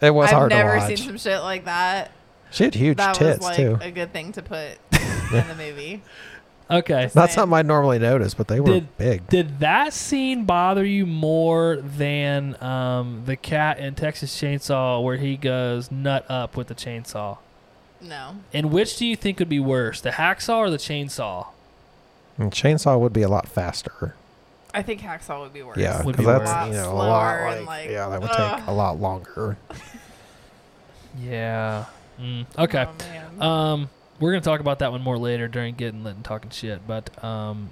[SPEAKER 2] it was
[SPEAKER 3] I've
[SPEAKER 2] hard to
[SPEAKER 3] never
[SPEAKER 2] watch.
[SPEAKER 3] seen some shit like that.
[SPEAKER 2] she had huge
[SPEAKER 3] that
[SPEAKER 2] tits
[SPEAKER 3] was like
[SPEAKER 2] too.
[SPEAKER 3] a good thing to put in the movie.
[SPEAKER 1] Okay.
[SPEAKER 2] Not
[SPEAKER 3] saying.
[SPEAKER 2] something I normally notice, but they were
[SPEAKER 1] Did-
[SPEAKER 2] big.
[SPEAKER 1] Did that scene bother you more than um, the cat in Texas Chainsaw where he goes nut up with the chainsaw?
[SPEAKER 3] No,
[SPEAKER 1] And which do you think would be worse, the hacksaw or the chainsaw?
[SPEAKER 2] And chainsaw would be a lot faster.
[SPEAKER 3] I think hacksaw would be worse.
[SPEAKER 2] Yeah,
[SPEAKER 1] Would
[SPEAKER 2] because
[SPEAKER 1] be
[SPEAKER 2] that's
[SPEAKER 3] worse.
[SPEAKER 2] you know a
[SPEAKER 3] Slower
[SPEAKER 2] lot like,
[SPEAKER 3] and, like,
[SPEAKER 2] yeah that would
[SPEAKER 3] ugh.
[SPEAKER 2] take a lot longer.
[SPEAKER 1] Yeah. Mm, okay.
[SPEAKER 3] Oh, man.
[SPEAKER 1] Um, we're gonna talk about that one more later during getting lit and talking shit, but um,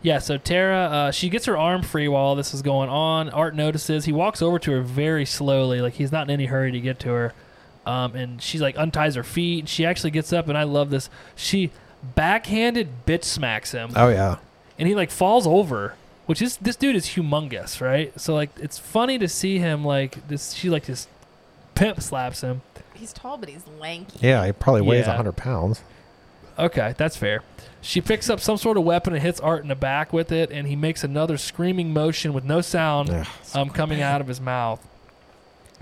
[SPEAKER 1] Yeah, so Tara, uh, she gets her arm free while all this is going on. Art notices. He walks over to her very slowly, like he's not in any hurry to get to her. Um, and she like unties her feet. And she actually gets up, and I love this. She backhanded bitch smacks him,
[SPEAKER 2] Oh yeah.
[SPEAKER 1] and he like falls over. Which is this dude is humongous, right? So like it's funny to see him like this. She like just pimp slaps him.
[SPEAKER 3] He's tall, but he's lanky.
[SPEAKER 2] Yeah, he probably weighs
[SPEAKER 1] Yeah.
[SPEAKER 2] a 100 pounds.
[SPEAKER 1] Okay, that's fair. She picks up some sort of weapon and hits Art in the back with it, and he makes another screaming motion with no sound
[SPEAKER 2] Ugh.
[SPEAKER 1] um, coming out of his mouth.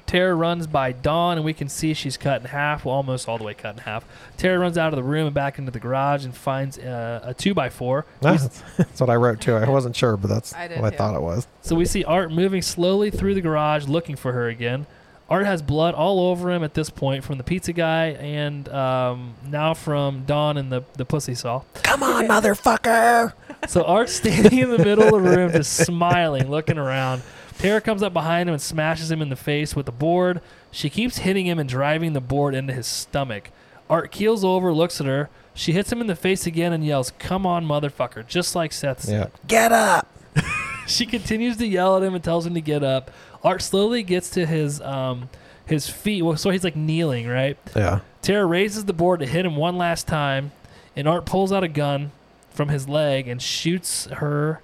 [SPEAKER 1] Tara runs by Dawn, and we can see she's cut in half, well, almost all the way cut in half. Tara runs out of the room and back into the garage and finds uh, a 2 by 4
[SPEAKER 2] That's, that's what I wrote too. I wasn't sure, but that's
[SPEAKER 3] I did
[SPEAKER 2] what I
[SPEAKER 3] too.
[SPEAKER 2] thought it was.
[SPEAKER 1] So we see Art moving slowly through the garage looking for her again. Art has blood all over him at this point from the pizza guy and um, now from Dawn and the, the pussy saw.
[SPEAKER 2] Come on, motherfucker!
[SPEAKER 1] So Art's standing in the middle of the room, just smiling, looking around. Tara comes up behind him and smashes him in the face with the board. She keeps hitting him and driving the board into his stomach. Art keels over, looks at her. She hits him in the face again and yells, Come on, motherfucker, just like Seth said.
[SPEAKER 2] Yeah. Get up!
[SPEAKER 1] She continues to yell at him and tells him to get up. Art slowly gets to his um, his feet. Well, so he's like kneeling, right?
[SPEAKER 2] Yeah.
[SPEAKER 1] Tara raises the board to hit him one last time, and Art pulls out a gun from his leg and shoots her.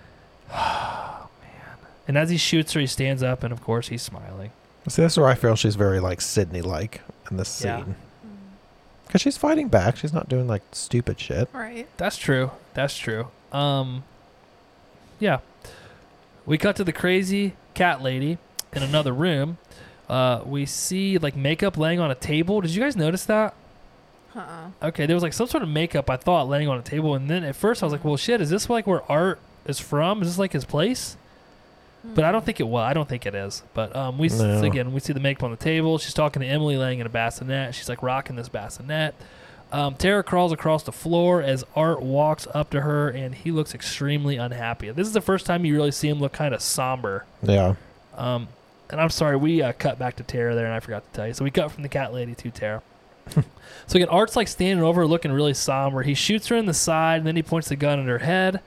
[SPEAKER 1] Oh, man. And as he shoots her, he stands up, and of course, he's smiling.
[SPEAKER 2] See, that's where I feel she's very like Sydney like in this
[SPEAKER 1] Yeah.
[SPEAKER 2] scene. Because she's fighting back. She's not doing like stupid shit.
[SPEAKER 3] Right.
[SPEAKER 1] That's true. That's true. Um, yeah. We cut to the crazy cat lady in another room. Uh, we see like makeup laying on a table. Did you guys notice that?
[SPEAKER 3] Uh-uh.
[SPEAKER 1] Okay, there was like some sort of makeup I thought laying on a table, and then at first I was like, "Well, shit, is this like where Art is from? Is this like his place?" But I don't
[SPEAKER 3] Hmm.
[SPEAKER 1] think it was. I don't think it is. But um, we s
[SPEAKER 2] No.
[SPEAKER 1] again we see the makeup on the table. She's talking to Emily, laying in a bassinet. She's like rocking this bassinet. Um, Tara crawls across the floor as Art walks up to her, and he looks extremely unhappy. This is the first time you really see him look kind of somber.
[SPEAKER 2] Yeah.
[SPEAKER 1] Um, and I'm sorry, we uh, cut back to Tara there, and I forgot to tell you. So we cut from the cat lady to Tara. so again, Art's like standing over, her looking really somber. He shoots her in the side, and then he points the gun at her head.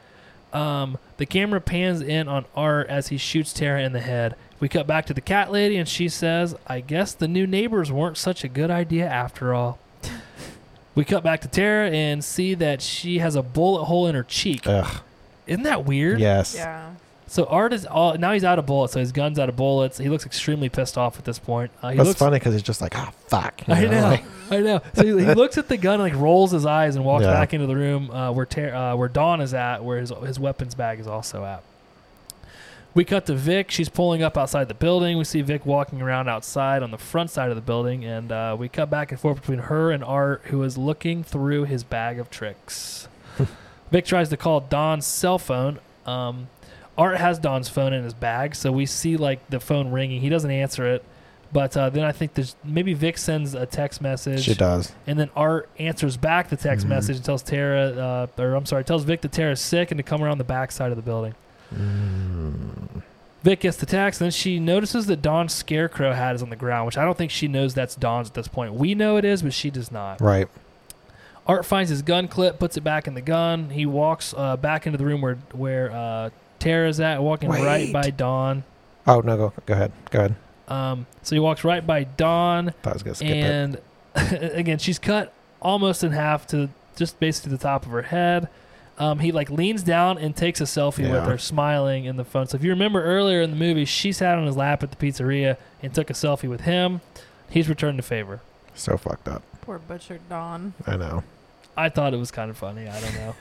[SPEAKER 1] Um, the camera pans in on Art as he shoots Tara in the head. We cut back to the cat lady, and she says, "I guess the new neighbors weren't such a good idea after all." we cut back to Tara and see that she has a bullet hole in her cheek.
[SPEAKER 2] Ugh.
[SPEAKER 1] Isn't that weird?
[SPEAKER 2] Yes.
[SPEAKER 3] Yeah.
[SPEAKER 1] So Art is all now he's out of bullets, so his gun's out of bullets. He looks extremely pissed off at this point. Uh, he
[SPEAKER 2] That's
[SPEAKER 1] looks,
[SPEAKER 2] funny because he's just like, ah, fuck. you
[SPEAKER 1] I know,
[SPEAKER 2] like-
[SPEAKER 1] I know. So he, he looks at the gun, like rolls his eyes, and walks
[SPEAKER 2] Yeah.
[SPEAKER 1] back into the room uh, where Ter- uh, where Dawn is at, where his his weapons bag is also at. We cut to Vic. She's pulling up outside the building. We see Vic walking around outside on the front side of the building, and uh, we cut back and forth between her and Art, who is looking through his bag of tricks. Vic tries to call Don's cell phone. Um, Art has Don's phone in his bag, so we see like the phone ringing. He doesn't answer it, but uh, then I think there's maybe Vic sends a text message,
[SPEAKER 2] she does.
[SPEAKER 1] and then Art answers back the text message and tells Tara, uh, or I'm sorry, tells Vic that Tara's sick and to come around the back side of the building.
[SPEAKER 2] Mm.
[SPEAKER 1] Vic gets the text, and then she notices that Don's scarecrow hat is on the ground, which I don't think she knows that's Don's at this point. We know it is, but she does not.
[SPEAKER 2] Right.
[SPEAKER 1] Art finds his gun clip, puts it back in the gun. He walks uh, back into the room where where uh, Tara's at, walking right
[SPEAKER 2] Wait.
[SPEAKER 1] by Dawn.
[SPEAKER 2] Oh, no, go, go ahead. Go ahead.
[SPEAKER 1] Um, so he walks right by Dawn,
[SPEAKER 2] Thought I was going to skip it.
[SPEAKER 1] and again, she's cut almost in half to just basically the top of her head. Um, he like leans down and takes a selfie with
[SPEAKER 2] Yeah.
[SPEAKER 1] her, smiling in the phone. So if you remember earlier in the movie, she sat on his lap at the pizzeria and took a selfie with him. He's returned the favor.
[SPEAKER 2] So fucked up.
[SPEAKER 3] Poor butchered Don.
[SPEAKER 2] I know.
[SPEAKER 1] I thought it was kind of funny. I don't know.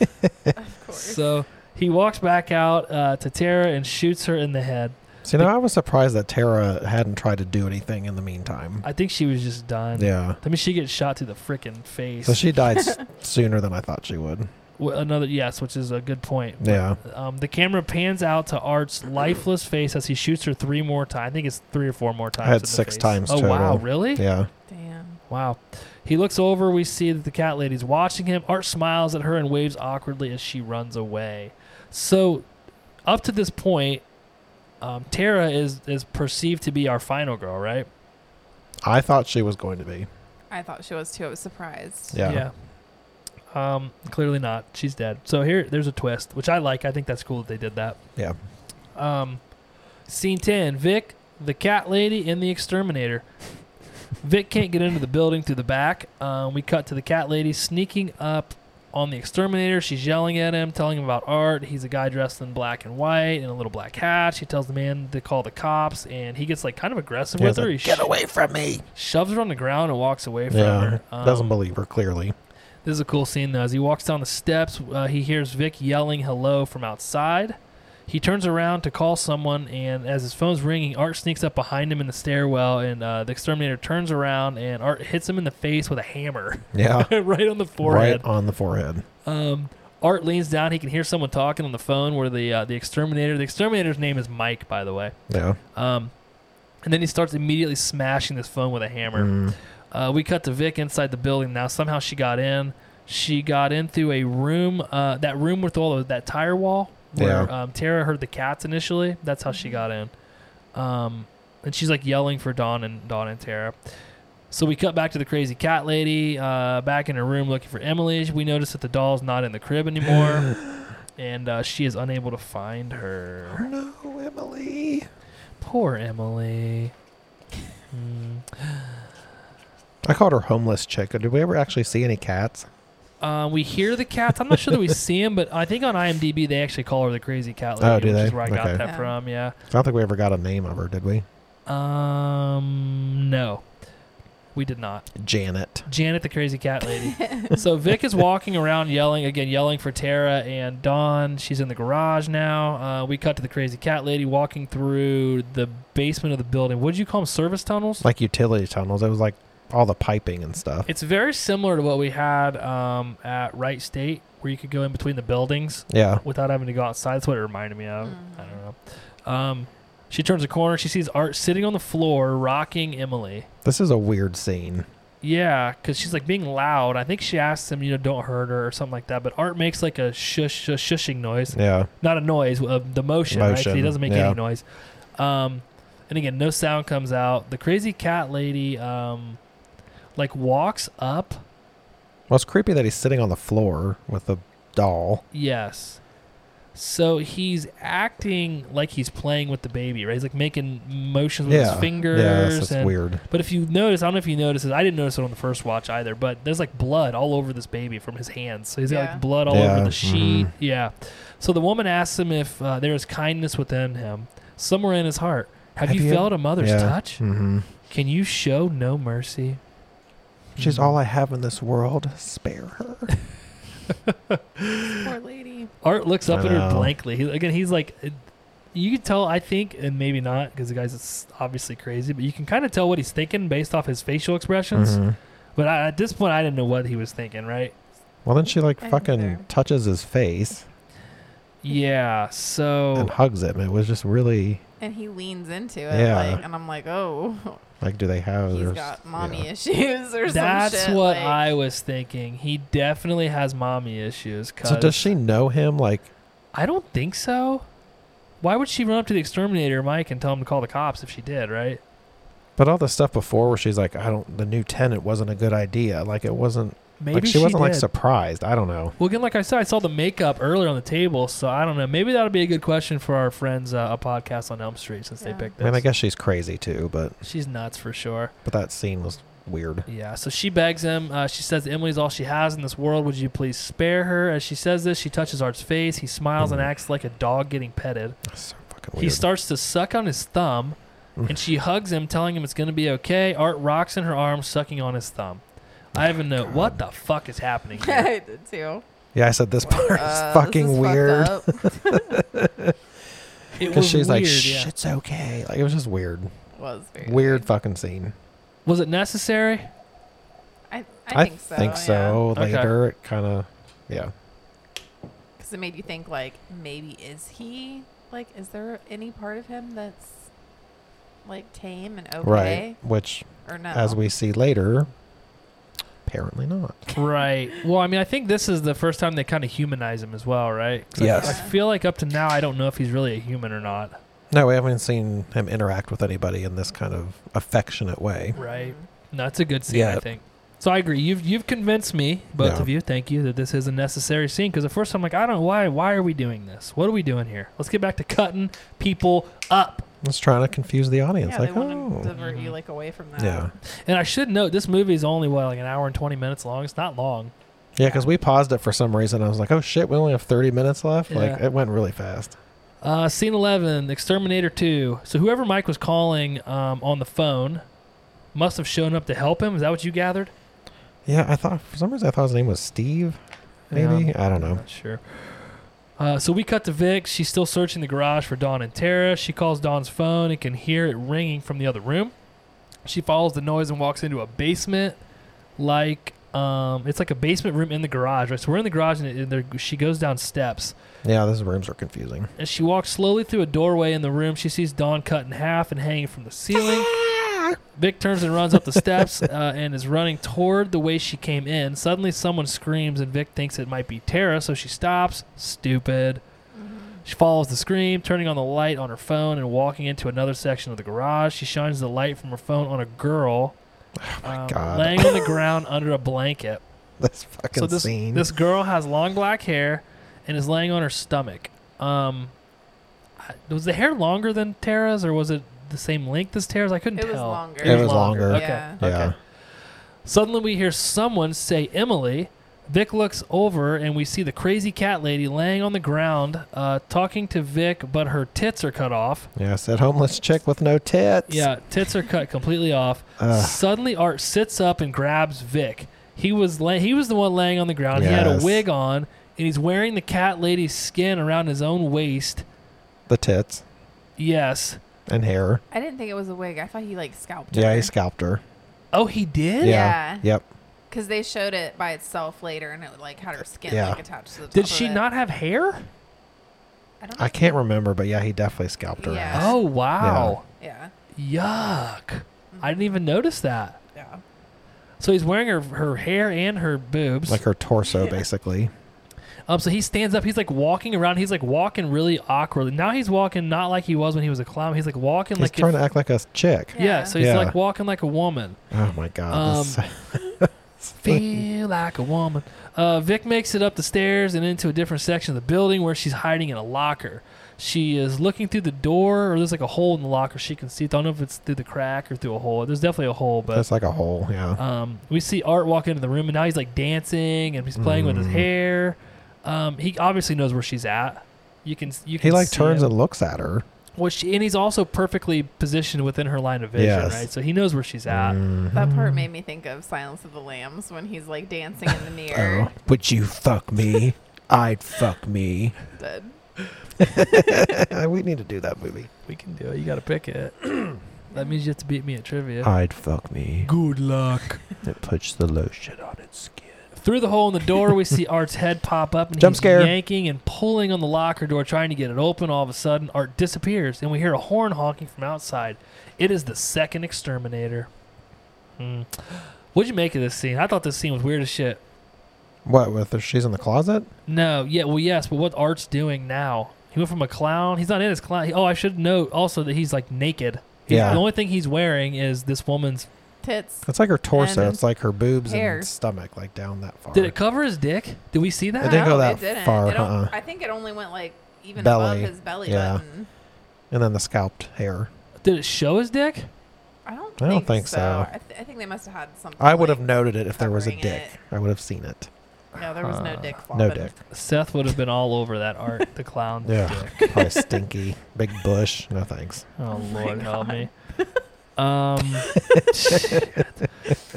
[SPEAKER 3] Of course.
[SPEAKER 1] So he walks back out uh, to Tara and shoots her in the head.
[SPEAKER 2] See, now I was surprised that Tara hadn't tried to do anything in the meantime.
[SPEAKER 1] I think she was just done.
[SPEAKER 2] Yeah.
[SPEAKER 1] I mean, she gets shot through the freaking face.
[SPEAKER 2] So she died s- sooner than I thought she would.
[SPEAKER 1] Wh- Another yes, which is a good point.
[SPEAKER 2] Yeah.
[SPEAKER 1] Um, the camera pans out to Art's lifeless face as he shoots her three more times. I think it's three or four more times.
[SPEAKER 2] had
[SPEAKER 1] in the
[SPEAKER 2] six
[SPEAKER 1] face.
[SPEAKER 2] times
[SPEAKER 1] Oh wow,
[SPEAKER 2] total.
[SPEAKER 1] really?
[SPEAKER 2] Yeah.
[SPEAKER 3] Damn.
[SPEAKER 1] Wow. He looks over. We see that the cat lady's watching him. Art smiles at her and waves awkwardly as she runs away. So, up to this point, um, Tara is is perceived to be our final girl, right?
[SPEAKER 2] I thought she was going to be.
[SPEAKER 3] I thought she was too. I was surprised.
[SPEAKER 2] Yeah.
[SPEAKER 1] Um, clearly not. She's dead. So here, there's a twist, which I like. I think that's cool that they did that.
[SPEAKER 2] Yeah.
[SPEAKER 1] Um, scene ten: Vic, the cat lady, and the exterminator. Vic can't get into the building through the back. Um, we cut to the cat lady sneaking up on the exterminator. She's yelling at him, telling him about art. He's a guy dressed in black and white and a little black hat. She tells the man to call the cops, and he gets like kind of aggressive
[SPEAKER 2] Yeah,
[SPEAKER 1] with
[SPEAKER 2] it's
[SPEAKER 1] her.
[SPEAKER 2] like,
[SPEAKER 1] He
[SPEAKER 2] Get
[SPEAKER 1] sho-
[SPEAKER 2] away from me.
[SPEAKER 1] shoves her on the ground and walks away from
[SPEAKER 2] Yeah.
[SPEAKER 1] her. Um,
[SPEAKER 2] Doesn't believe her, clearly.
[SPEAKER 1] this is a cool scene though. As he walks down the steps, uh, he hears Vic yelling hello from outside. He turns around to call someone, and as his phone's ringing, Art sneaks up behind him in the stairwell, and uh, the exterminator turns around, and Art hits him in the face with a hammer,
[SPEAKER 2] Yeah.
[SPEAKER 1] right on the forehead.
[SPEAKER 2] Right on the forehead.
[SPEAKER 1] Um, Art leans down. He can hear someone talking on the phone. Where the uh, the exterminator, the exterminator's name is Mike, by the way.
[SPEAKER 2] Yeah.
[SPEAKER 1] Um, and then he starts immediately smashing this phone with a hammer.
[SPEAKER 2] Mm.
[SPEAKER 1] Uh, we cut to Vic inside the building. Now somehow she got in. She got in through a room. Uh, that room with all of that tire wall where um, Tara heard the cats initially. That's how she got in. Um, and she's like yelling for Dawn and Dawn and Tara. So we cut back to the crazy cat lady uh, back in her room looking for Emily. We notice that the doll's not in the crib anymore, and uh, she is unable to find her.
[SPEAKER 2] No, Emily.
[SPEAKER 1] Poor Emily. Mm.
[SPEAKER 2] I called her homeless chick. Did we ever actually see any cats?
[SPEAKER 1] Uh, we hear the cats. I'm not sure that we see them, but I think on IMDb they actually call her the crazy cat lady,
[SPEAKER 2] Oh, do
[SPEAKER 1] which
[SPEAKER 2] they?
[SPEAKER 1] is where I got
[SPEAKER 2] Okay.
[SPEAKER 1] that
[SPEAKER 3] Yeah.
[SPEAKER 1] from. Yeah.
[SPEAKER 2] I don't think we ever got a name of her, did we?
[SPEAKER 1] Um, no, we did not.
[SPEAKER 2] Janet.
[SPEAKER 1] Janet, the crazy cat lady. so Vic is walking around yelling again, yelling for Tara and Dawn. She's in the garage now. Uh, we cut to the crazy cat lady walking through the basement of the building. What did you call them? Service tunnels.
[SPEAKER 2] It's like utility tunnels. It was like all the piping and stuff.
[SPEAKER 1] It's very similar to what we had um, at Wright State, where you could go in between the buildings
[SPEAKER 2] Yeah.
[SPEAKER 1] without having to go outside. That's what it reminded me of. I
[SPEAKER 3] Mhm.
[SPEAKER 1] don't know. Um, she turns a corner. She sees Art sitting on the floor, rocking Emily.
[SPEAKER 2] This is a weird scene.
[SPEAKER 1] Yeah, because she's like being loud. I think she asks him, you know, don't hurt her or something like that. But Art makes like a shush, shush shushing noise.
[SPEAKER 2] Yeah.
[SPEAKER 1] Not a noise, uh, the motion, right? So he
[SPEAKER 2] Motion,
[SPEAKER 1] doesn't make
[SPEAKER 2] yeah.
[SPEAKER 1] any noise. Um, and again, no sound comes out. The crazy cat lady, um, like, walks up.
[SPEAKER 2] Well, it's creepy that he's sitting on the floor with a doll.
[SPEAKER 1] Yes. So he's acting like he's playing with the baby, right? He's like making motions with
[SPEAKER 2] yeah.
[SPEAKER 1] his fingers.
[SPEAKER 2] Yeah, it's, it's
[SPEAKER 1] and-
[SPEAKER 2] weird.
[SPEAKER 1] But if you notice, I don't know if you noticed it. I didn't notice it on the first watch either. But there's like blood all over this baby from his hands. So he's got
[SPEAKER 3] Yeah.
[SPEAKER 1] like blood all
[SPEAKER 2] Yeah,
[SPEAKER 1] over the sheet.
[SPEAKER 2] mhm.
[SPEAKER 1] Yeah. So the woman asks him if uh, there is kindness within him, somewhere in his heart. Have,
[SPEAKER 2] Have
[SPEAKER 1] you,
[SPEAKER 2] you-
[SPEAKER 1] felt a mother's
[SPEAKER 2] yeah.
[SPEAKER 1] touch?
[SPEAKER 2] Mm-hmm.
[SPEAKER 1] Can you show no mercy?
[SPEAKER 2] She's
[SPEAKER 1] Hmm.
[SPEAKER 2] all I have in this world. Spare her.
[SPEAKER 3] Poor lady.
[SPEAKER 1] Art looks up
[SPEAKER 2] I
[SPEAKER 1] at her
[SPEAKER 2] know.
[SPEAKER 1] blankly. He, again, he's like, you can tell. I think, and maybe not, because the guy's s- obviously crazy. But you can kind of tell what he's thinking based off his facial expressions.
[SPEAKER 2] Mhm.
[SPEAKER 1] But I, at this point, I didn't know what he was thinking. Right?
[SPEAKER 2] Well, then she like
[SPEAKER 3] I
[SPEAKER 2] fucking
[SPEAKER 3] either.
[SPEAKER 2] touches his face
[SPEAKER 1] Yeah. So
[SPEAKER 2] and hugs him. It was just really
[SPEAKER 3] And he leans into it.
[SPEAKER 2] Yeah.
[SPEAKER 3] Like, and I'm like, oh,
[SPEAKER 2] like, do they have?
[SPEAKER 3] he's
[SPEAKER 2] there's-
[SPEAKER 3] got mommy
[SPEAKER 2] yeah.
[SPEAKER 3] issues or
[SPEAKER 1] that's
[SPEAKER 3] some shit.
[SPEAKER 1] what
[SPEAKER 3] like-
[SPEAKER 1] I was thinking. He definitely has mommy issues. Cause
[SPEAKER 2] So does she know him? Like,
[SPEAKER 1] I don't think so. Why would she run up to the exterminator, Mike, and tell him to call the cops if she did? Right?
[SPEAKER 2] but all the stuff before where she's like, I don't. The new tenant wasn't a good idea. Like, it wasn't.
[SPEAKER 1] Maybe
[SPEAKER 2] like, she, wasn't like
[SPEAKER 1] did.
[SPEAKER 2] surprised. I don't know.
[SPEAKER 1] Well, again, like I said, I saw the makeup earlier on the table, so I don't know. Maybe that'll be a good question for our friends, uh, a podcast on Elm Street, since they
[SPEAKER 3] Yeah.
[SPEAKER 1] picked
[SPEAKER 2] I
[SPEAKER 1] this.
[SPEAKER 2] mean, I guess she's crazy too, but
[SPEAKER 1] She's nuts for sure.
[SPEAKER 2] but that scene was weird.
[SPEAKER 1] Yeah. So she begs him. Uh, she says, "Emily's all she has in this world. Would you please spare her?" As she says this, she touches Art's face. He smiles and
[SPEAKER 2] Mm.
[SPEAKER 1] acts like a dog getting petted.
[SPEAKER 2] That's so fucking weird.
[SPEAKER 1] He starts to suck on his thumb, and she hugs him, telling him it's going to be okay. Art rocks in her arms, sucking on his thumb. I have a note. What the fuck is happening here?
[SPEAKER 3] I did too.
[SPEAKER 2] yeah, I said this part is
[SPEAKER 3] Uh, this
[SPEAKER 2] fucking
[SPEAKER 3] is fucked
[SPEAKER 2] weird
[SPEAKER 3] up.
[SPEAKER 1] It
[SPEAKER 2] because
[SPEAKER 1] was
[SPEAKER 2] she's like,
[SPEAKER 1] weird, yeah.
[SPEAKER 2] shit's okay. Like it was just weird,
[SPEAKER 3] was very
[SPEAKER 2] weird fucking scene.
[SPEAKER 1] Was it necessary?
[SPEAKER 3] I, I think
[SPEAKER 2] so.
[SPEAKER 3] so.
[SPEAKER 1] yeah. Okay.
[SPEAKER 2] Later, it kind of, yeah.
[SPEAKER 3] Because it made you think, like, maybe is he like, is there any part of him that's like tame and okay
[SPEAKER 2] Right. Which,
[SPEAKER 3] or no?
[SPEAKER 2] as we see later, apparently not.
[SPEAKER 1] Right. Well, I mean, I think this is the first time they kind of humanize him as well, right? 'Cause I-
[SPEAKER 2] Yes.
[SPEAKER 1] I, feel like up to now, I don't know if he's really a human or not.
[SPEAKER 2] No, we haven't seen him interact with anybody in this kind of affectionate way.
[SPEAKER 3] Mm-hmm.
[SPEAKER 1] Right. No, it's a good scene, I
[SPEAKER 2] Yeah.
[SPEAKER 1] think. So I agree. You've you've convinced me, both
[SPEAKER 2] Yeah.
[SPEAKER 1] of you. Thank you that this is a necessary scene because at first I'm like, I don't why why are we doing this? What are we doing here? Let's get back to cutting people up.
[SPEAKER 2] It's trying to confuse the audience.
[SPEAKER 3] yeah,
[SPEAKER 2] like,
[SPEAKER 3] they want to
[SPEAKER 2] oh,
[SPEAKER 3] divert you like away from that.
[SPEAKER 2] yeah,
[SPEAKER 1] And I should note this movie is only what like an hour and twenty minutes long. It's not long.
[SPEAKER 2] yeah. Because we paused it for some reason. I was like, oh shit, we only have thirty minutes left. Like,
[SPEAKER 1] Yeah.
[SPEAKER 2] it went really fast.
[SPEAKER 1] Uh, scene eleven, Exterminator two. So whoever Mike was calling um, on the phone must have shown up to help him. Is that what you gathered?
[SPEAKER 2] Yeah, I thought for some reason I thought his name was Steve. Maybe I don't know.
[SPEAKER 1] Not sure. Uh, so we cut to Vic. She's still searching the garage for Dawn and Tara. She calls Dawn's phone and can hear it ringing from the other room. She follows the noise and walks into a basement, like um, it's like a basement room in the garage. Right, so we're in the garage and it- there, she goes down steps.
[SPEAKER 2] Yeah, those rooms are confusing.
[SPEAKER 1] As she walks slowly through a doorway in the room, she sees Dawn cut in half and hanging from the ceiling. Vic turns and runs up the steps uh, and is running toward the way she came in. Suddenly, someone screams, and Vic thinks it might be Tara, so she stops. Stupid.
[SPEAKER 3] Mm-hmm.
[SPEAKER 1] She follows the scream, turning on the light on her phone and walking into another section of the garage. She shines the light from her phone on a girl um,
[SPEAKER 2] Oh God.
[SPEAKER 1] laying on the ground under a blanket.
[SPEAKER 2] This fucking
[SPEAKER 1] So this
[SPEAKER 2] scene.
[SPEAKER 1] this girl has long black hair and is laying on her stomach. Um, I- was the hair longer than Tara's, or was it the same length as Tara's? I couldn't
[SPEAKER 3] It
[SPEAKER 1] tell.
[SPEAKER 3] was longer.
[SPEAKER 2] It was longer.
[SPEAKER 1] Okay.
[SPEAKER 3] Yeah.
[SPEAKER 1] okay.
[SPEAKER 2] Yeah.
[SPEAKER 1] Suddenly, we hear someone say Emily. Vic looks over, and we see the crazy cat lady laying on the ground, uh, talking to Vic, but her tits are cut off.
[SPEAKER 2] Yeah, I said homeless chick with no tits.
[SPEAKER 1] Yeah, tits are cut completely off.
[SPEAKER 2] Ugh.
[SPEAKER 1] Suddenly, Art sits up and grabs Vic. He was la- he was the one laying on the ground. He had a
[SPEAKER 2] Yes.
[SPEAKER 1] wig on, and he's wearing the cat lady's skin around his own waist.
[SPEAKER 2] The tits
[SPEAKER 1] Yes.
[SPEAKER 2] and hair.
[SPEAKER 3] I didn't think it was a wig. I thought he like scalped
[SPEAKER 2] Yeah,
[SPEAKER 3] her.
[SPEAKER 2] he scalped her.
[SPEAKER 1] Oh, he did.
[SPEAKER 2] Yeah.
[SPEAKER 3] Yeah.
[SPEAKER 2] Yep.
[SPEAKER 3] Because they showed it by itself later, and it like had her skin
[SPEAKER 2] Yeah.
[SPEAKER 3] like attached to the. Top
[SPEAKER 1] Did
[SPEAKER 3] of
[SPEAKER 1] she
[SPEAKER 3] it.
[SPEAKER 1] not have hair?
[SPEAKER 3] I don't know.
[SPEAKER 2] I can't remember, but yeah, he definitely scalped her.
[SPEAKER 3] Yeah.
[SPEAKER 2] ass.
[SPEAKER 1] Oh wow.
[SPEAKER 3] yeah.
[SPEAKER 1] Yuck. I didn't even notice that.
[SPEAKER 3] Yeah.
[SPEAKER 1] So he's wearing her, her hair and her boobs.
[SPEAKER 2] Like her torso, basically.
[SPEAKER 1] Um, so he stands up. He's like walking around. He's like walking really awkwardly. Now he's walking not like he was when he was a clown. He's like walking
[SPEAKER 2] He's
[SPEAKER 1] like
[SPEAKER 2] trying
[SPEAKER 1] if-
[SPEAKER 2] to act like a chick.
[SPEAKER 1] yeah.
[SPEAKER 3] Yeah.
[SPEAKER 1] So he's
[SPEAKER 2] Yeah.
[SPEAKER 1] like walking like a woman.
[SPEAKER 2] Oh my god. this-
[SPEAKER 1] Feel like a woman. Uh, Vic makes it up the stairs and into a different section of the building where she's hiding in a locker. She is looking through the door, or there's like a hole in the locker she can see. Don't know if it's through the crack or through a hole. There's definitely a hole, but
[SPEAKER 2] that's like a hole. Yeah.
[SPEAKER 1] Um, we see Art walk into the room, and now he's like dancing and he's playing with his
[SPEAKER 2] Mm.
[SPEAKER 1] hair. Um, he obviously knows where she's at. You can you can
[SPEAKER 2] He like
[SPEAKER 1] see
[SPEAKER 2] turns
[SPEAKER 1] him.
[SPEAKER 2] and looks at her.
[SPEAKER 1] Well, she, and he's also perfectly positioned within her line of vision,
[SPEAKER 2] Yes. Mm.
[SPEAKER 1] right? So he knows where she's at.
[SPEAKER 2] Mm-hmm.
[SPEAKER 3] That part made me think of Silence of the Lambs when he's like dancing in the mirror.
[SPEAKER 2] Oh, would you fuck me? I'd fuck me.
[SPEAKER 3] Dead.
[SPEAKER 2] we need to do that movie.
[SPEAKER 1] We can do it. You got to pick it. that means you have to beat me at trivia.
[SPEAKER 2] I'd fuck me.
[SPEAKER 1] Good luck.
[SPEAKER 2] It puts the lotion on its skin.
[SPEAKER 1] Through the hole in the door, we see Art's head pop up and
[SPEAKER 2] Jump
[SPEAKER 1] he's
[SPEAKER 2] scare.
[SPEAKER 1] yanking and pulling on the locker door, trying to get it open. All of a sudden, Art disappears, and we hear a horn honking from outside. It is the second exterminator. Hmm. What'd you make of this scene? I thought this scene was weird as shit.
[SPEAKER 2] What with her? She's in the closet.
[SPEAKER 1] No, yeah, well, yes, but what Art's doing now? He went from a clown. He's not in his clown. Oh, I should note also that he's like naked. He's-
[SPEAKER 2] Yeah.
[SPEAKER 1] The only thing he's wearing is this woman's.
[SPEAKER 3] Tits.
[SPEAKER 2] It's like her torso.
[SPEAKER 3] And
[SPEAKER 2] it's like her boobs
[SPEAKER 3] hair.
[SPEAKER 2] and stomach, like down that far.
[SPEAKER 1] Did it cover his dick? Did we see
[SPEAKER 2] It
[SPEAKER 1] that?
[SPEAKER 2] didn't go
[SPEAKER 3] No,
[SPEAKER 2] that
[SPEAKER 3] it didn't.
[SPEAKER 2] far,
[SPEAKER 3] It don't-
[SPEAKER 2] uh-uh.
[SPEAKER 3] I think it only went like even
[SPEAKER 2] Belly.
[SPEAKER 3] above his belly
[SPEAKER 2] Yeah.
[SPEAKER 3] button.
[SPEAKER 2] and then the scalped hair.
[SPEAKER 1] Did it show his dick?
[SPEAKER 3] I don't.
[SPEAKER 2] I don't
[SPEAKER 3] think,
[SPEAKER 2] think so.
[SPEAKER 3] I, th- I think they must have had something.
[SPEAKER 2] I would have
[SPEAKER 3] like-
[SPEAKER 2] noted it if there was a
[SPEAKER 3] covering
[SPEAKER 2] dick.
[SPEAKER 3] it.
[SPEAKER 2] I would have seen it.
[SPEAKER 3] No, there was no
[SPEAKER 1] Uh,
[SPEAKER 3] dick.
[SPEAKER 2] No
[SPEAKER 3] flopping.
[SPEAKER 2] dick.
[SPEAKER 1] Seth would have been all over that Art the clown.
[SPEAKER 2] Yeah. Probably stinky. Big bush. No thanks.
[SPEAKER 1] Oh,
[SPEAKER 3] my
[SPEAKER 1] Lord, help
[SPEAKER 3] God.
[SPEAKER 1] me. Um,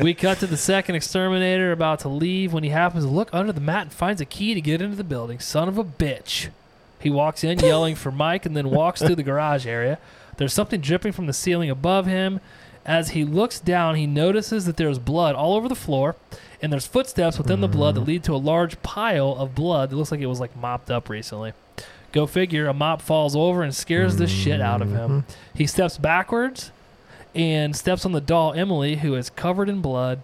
[SPEAKER 1] we cut to the second exterminator about to leave when he happens to look under the mat and finds a key to get into the building. Son of a bitch. He walks in yelling for Mike and then walks through the garage area. There's something dripping from the ceiling above him. As he looks down, he notices that there's blood all over the floor and there's footsteps within the blood that lead to a large pile of blood that looks like it was like mopped up recently. Go figure, a mop falls over and scares the shit out of him.
[SPEAKER 2] Mm-hmm.
[SPEAKER 1] He steps backwards and steps on the doll Emily, who is covered in blood.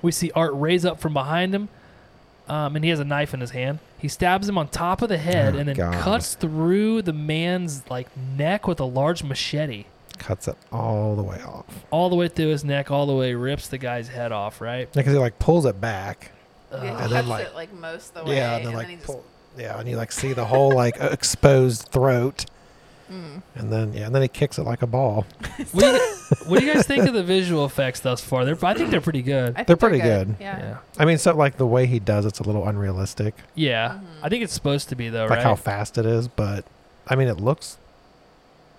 [SPEAKER 1] We see Art raise up from behind him, um, and he has a knife in his hand. He stabs him on top of the head
[SPEAKER 2] Oh,
[SPEAKER 1] and then
[SPEAKER 2] God.
[SPEAKER 1] cuts through the man's like neck with a large machete.
[SPEAKER 2] cuts it all the way off.
[SPEAKER 1] all the way through his neck, all the way rips the guy's head off, right?
[SPEAKER 2] Because he like pulls it back.
[SPEAKER 3] He
[SPEAKER 1] Ugh.
[SPEAKER 2] and then,
[SPEAKER 3] cuts
[SPEAKER 2] like-
[SPEAKER 3] it like most of the way,
[SPEAKER 2] yeah, and
[SPEAKER 3] and
[SPEAKER 2] then
[SPEAKER 3] then,
[SPEAKER 2] like
[SPEAKER 3] he just
[SPEAKER 2] pull. Yeah, and you like see the whole like exposed throat,
[SPEAKER 3] Mm.
[SPEAKER 2] and then yeah, and then he kicks it like a ball.
[SPEAKER 1] what, do you, what do you guys think of the visual effects thus far? They're, I think they're pretty good.
[SPEAKER 3] I think
[SPEAKER 2] They're pretty good.
[SPEAKER 3] Yeah.
[SPEAKER 1] yeah,
[SPEAKER 2] I mean, so like the way he does it's a little unrealistic,
[SPEAKER 1] yeah.
[SPEAKER 3] Mhm.
[SPEAKER 1] I think it's supposed to be though,
[SPEAKER 2] like
[SPEAKER 1] right?
[SPEAKER 2] how fast it is. But I mean, it looks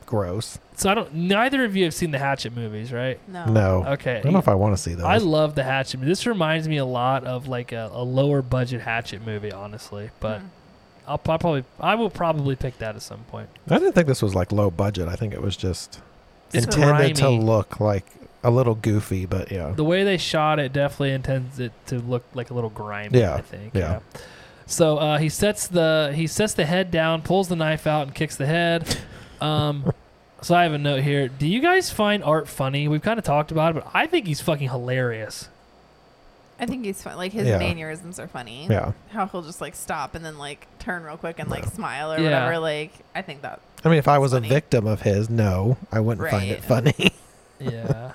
[SPEAKER 2] gross.
[SPEAKER 1] so I don't. Neither of you have seen the Hatchet movies, right?
[SPEAKER 3] No.
[SPEAKER 2] No,
[SPEAKER 1] Okay.
[SPEAKER 2] I don't know if I want to see those.
[SPEAKER 1] I love the Hatchet. movie. This reminds me a lot of like a, a lower budget Hatchet movie, honestly. But
[SPEAKER 3] Mm.
[SPEAKER 1] I'll prob- probably I will probably pick that at some point.
[SPEAKER 2] I didn't think this was like low budget. I think it was just
[SPEAKER 1] It's
[SPEAKER 2] intended to
[SPEAKER 1] grimy.
[SPEAKER 2] look like a little goofy, but yeah.
[SPEAKER 1] The way they shot it definitely intends it to look like a little grimy.
[SPEAKER 2] Yeah,
[SPEAKER 1] I think.
[SPEAKER 2] yeah.
[SPEAKER 1] So uh, he sets the he sets the head down, pulls the knife out, and kicks the head. Um, so I have a note here. Do you guys find Art funny? We've kind of talked about it, but I think he's fucking hilarious.
[SPEAKER 3] I think he's fun. Like his
[SPEAKER 2] Yeah.
[SPEAKER 3] mannerisms are funny.
[SPEAKER 2] Yeah.
[SPEAKER 3] How he'll just like stop and then like turn real quick and like
[SPEAKER 2] Yeah.
[SPEAKER 3] smile or
[SPEAKER 1] Yeah.
[SPEAKER 3] whatever. Like I think that.
[SPEAKER 2] I mean, if I was
[SPEAKER 3] funny.
[SPEAKER 2] a victim of his, no, I wouldn't find it funny.
[SPEAKER 1] Yeah.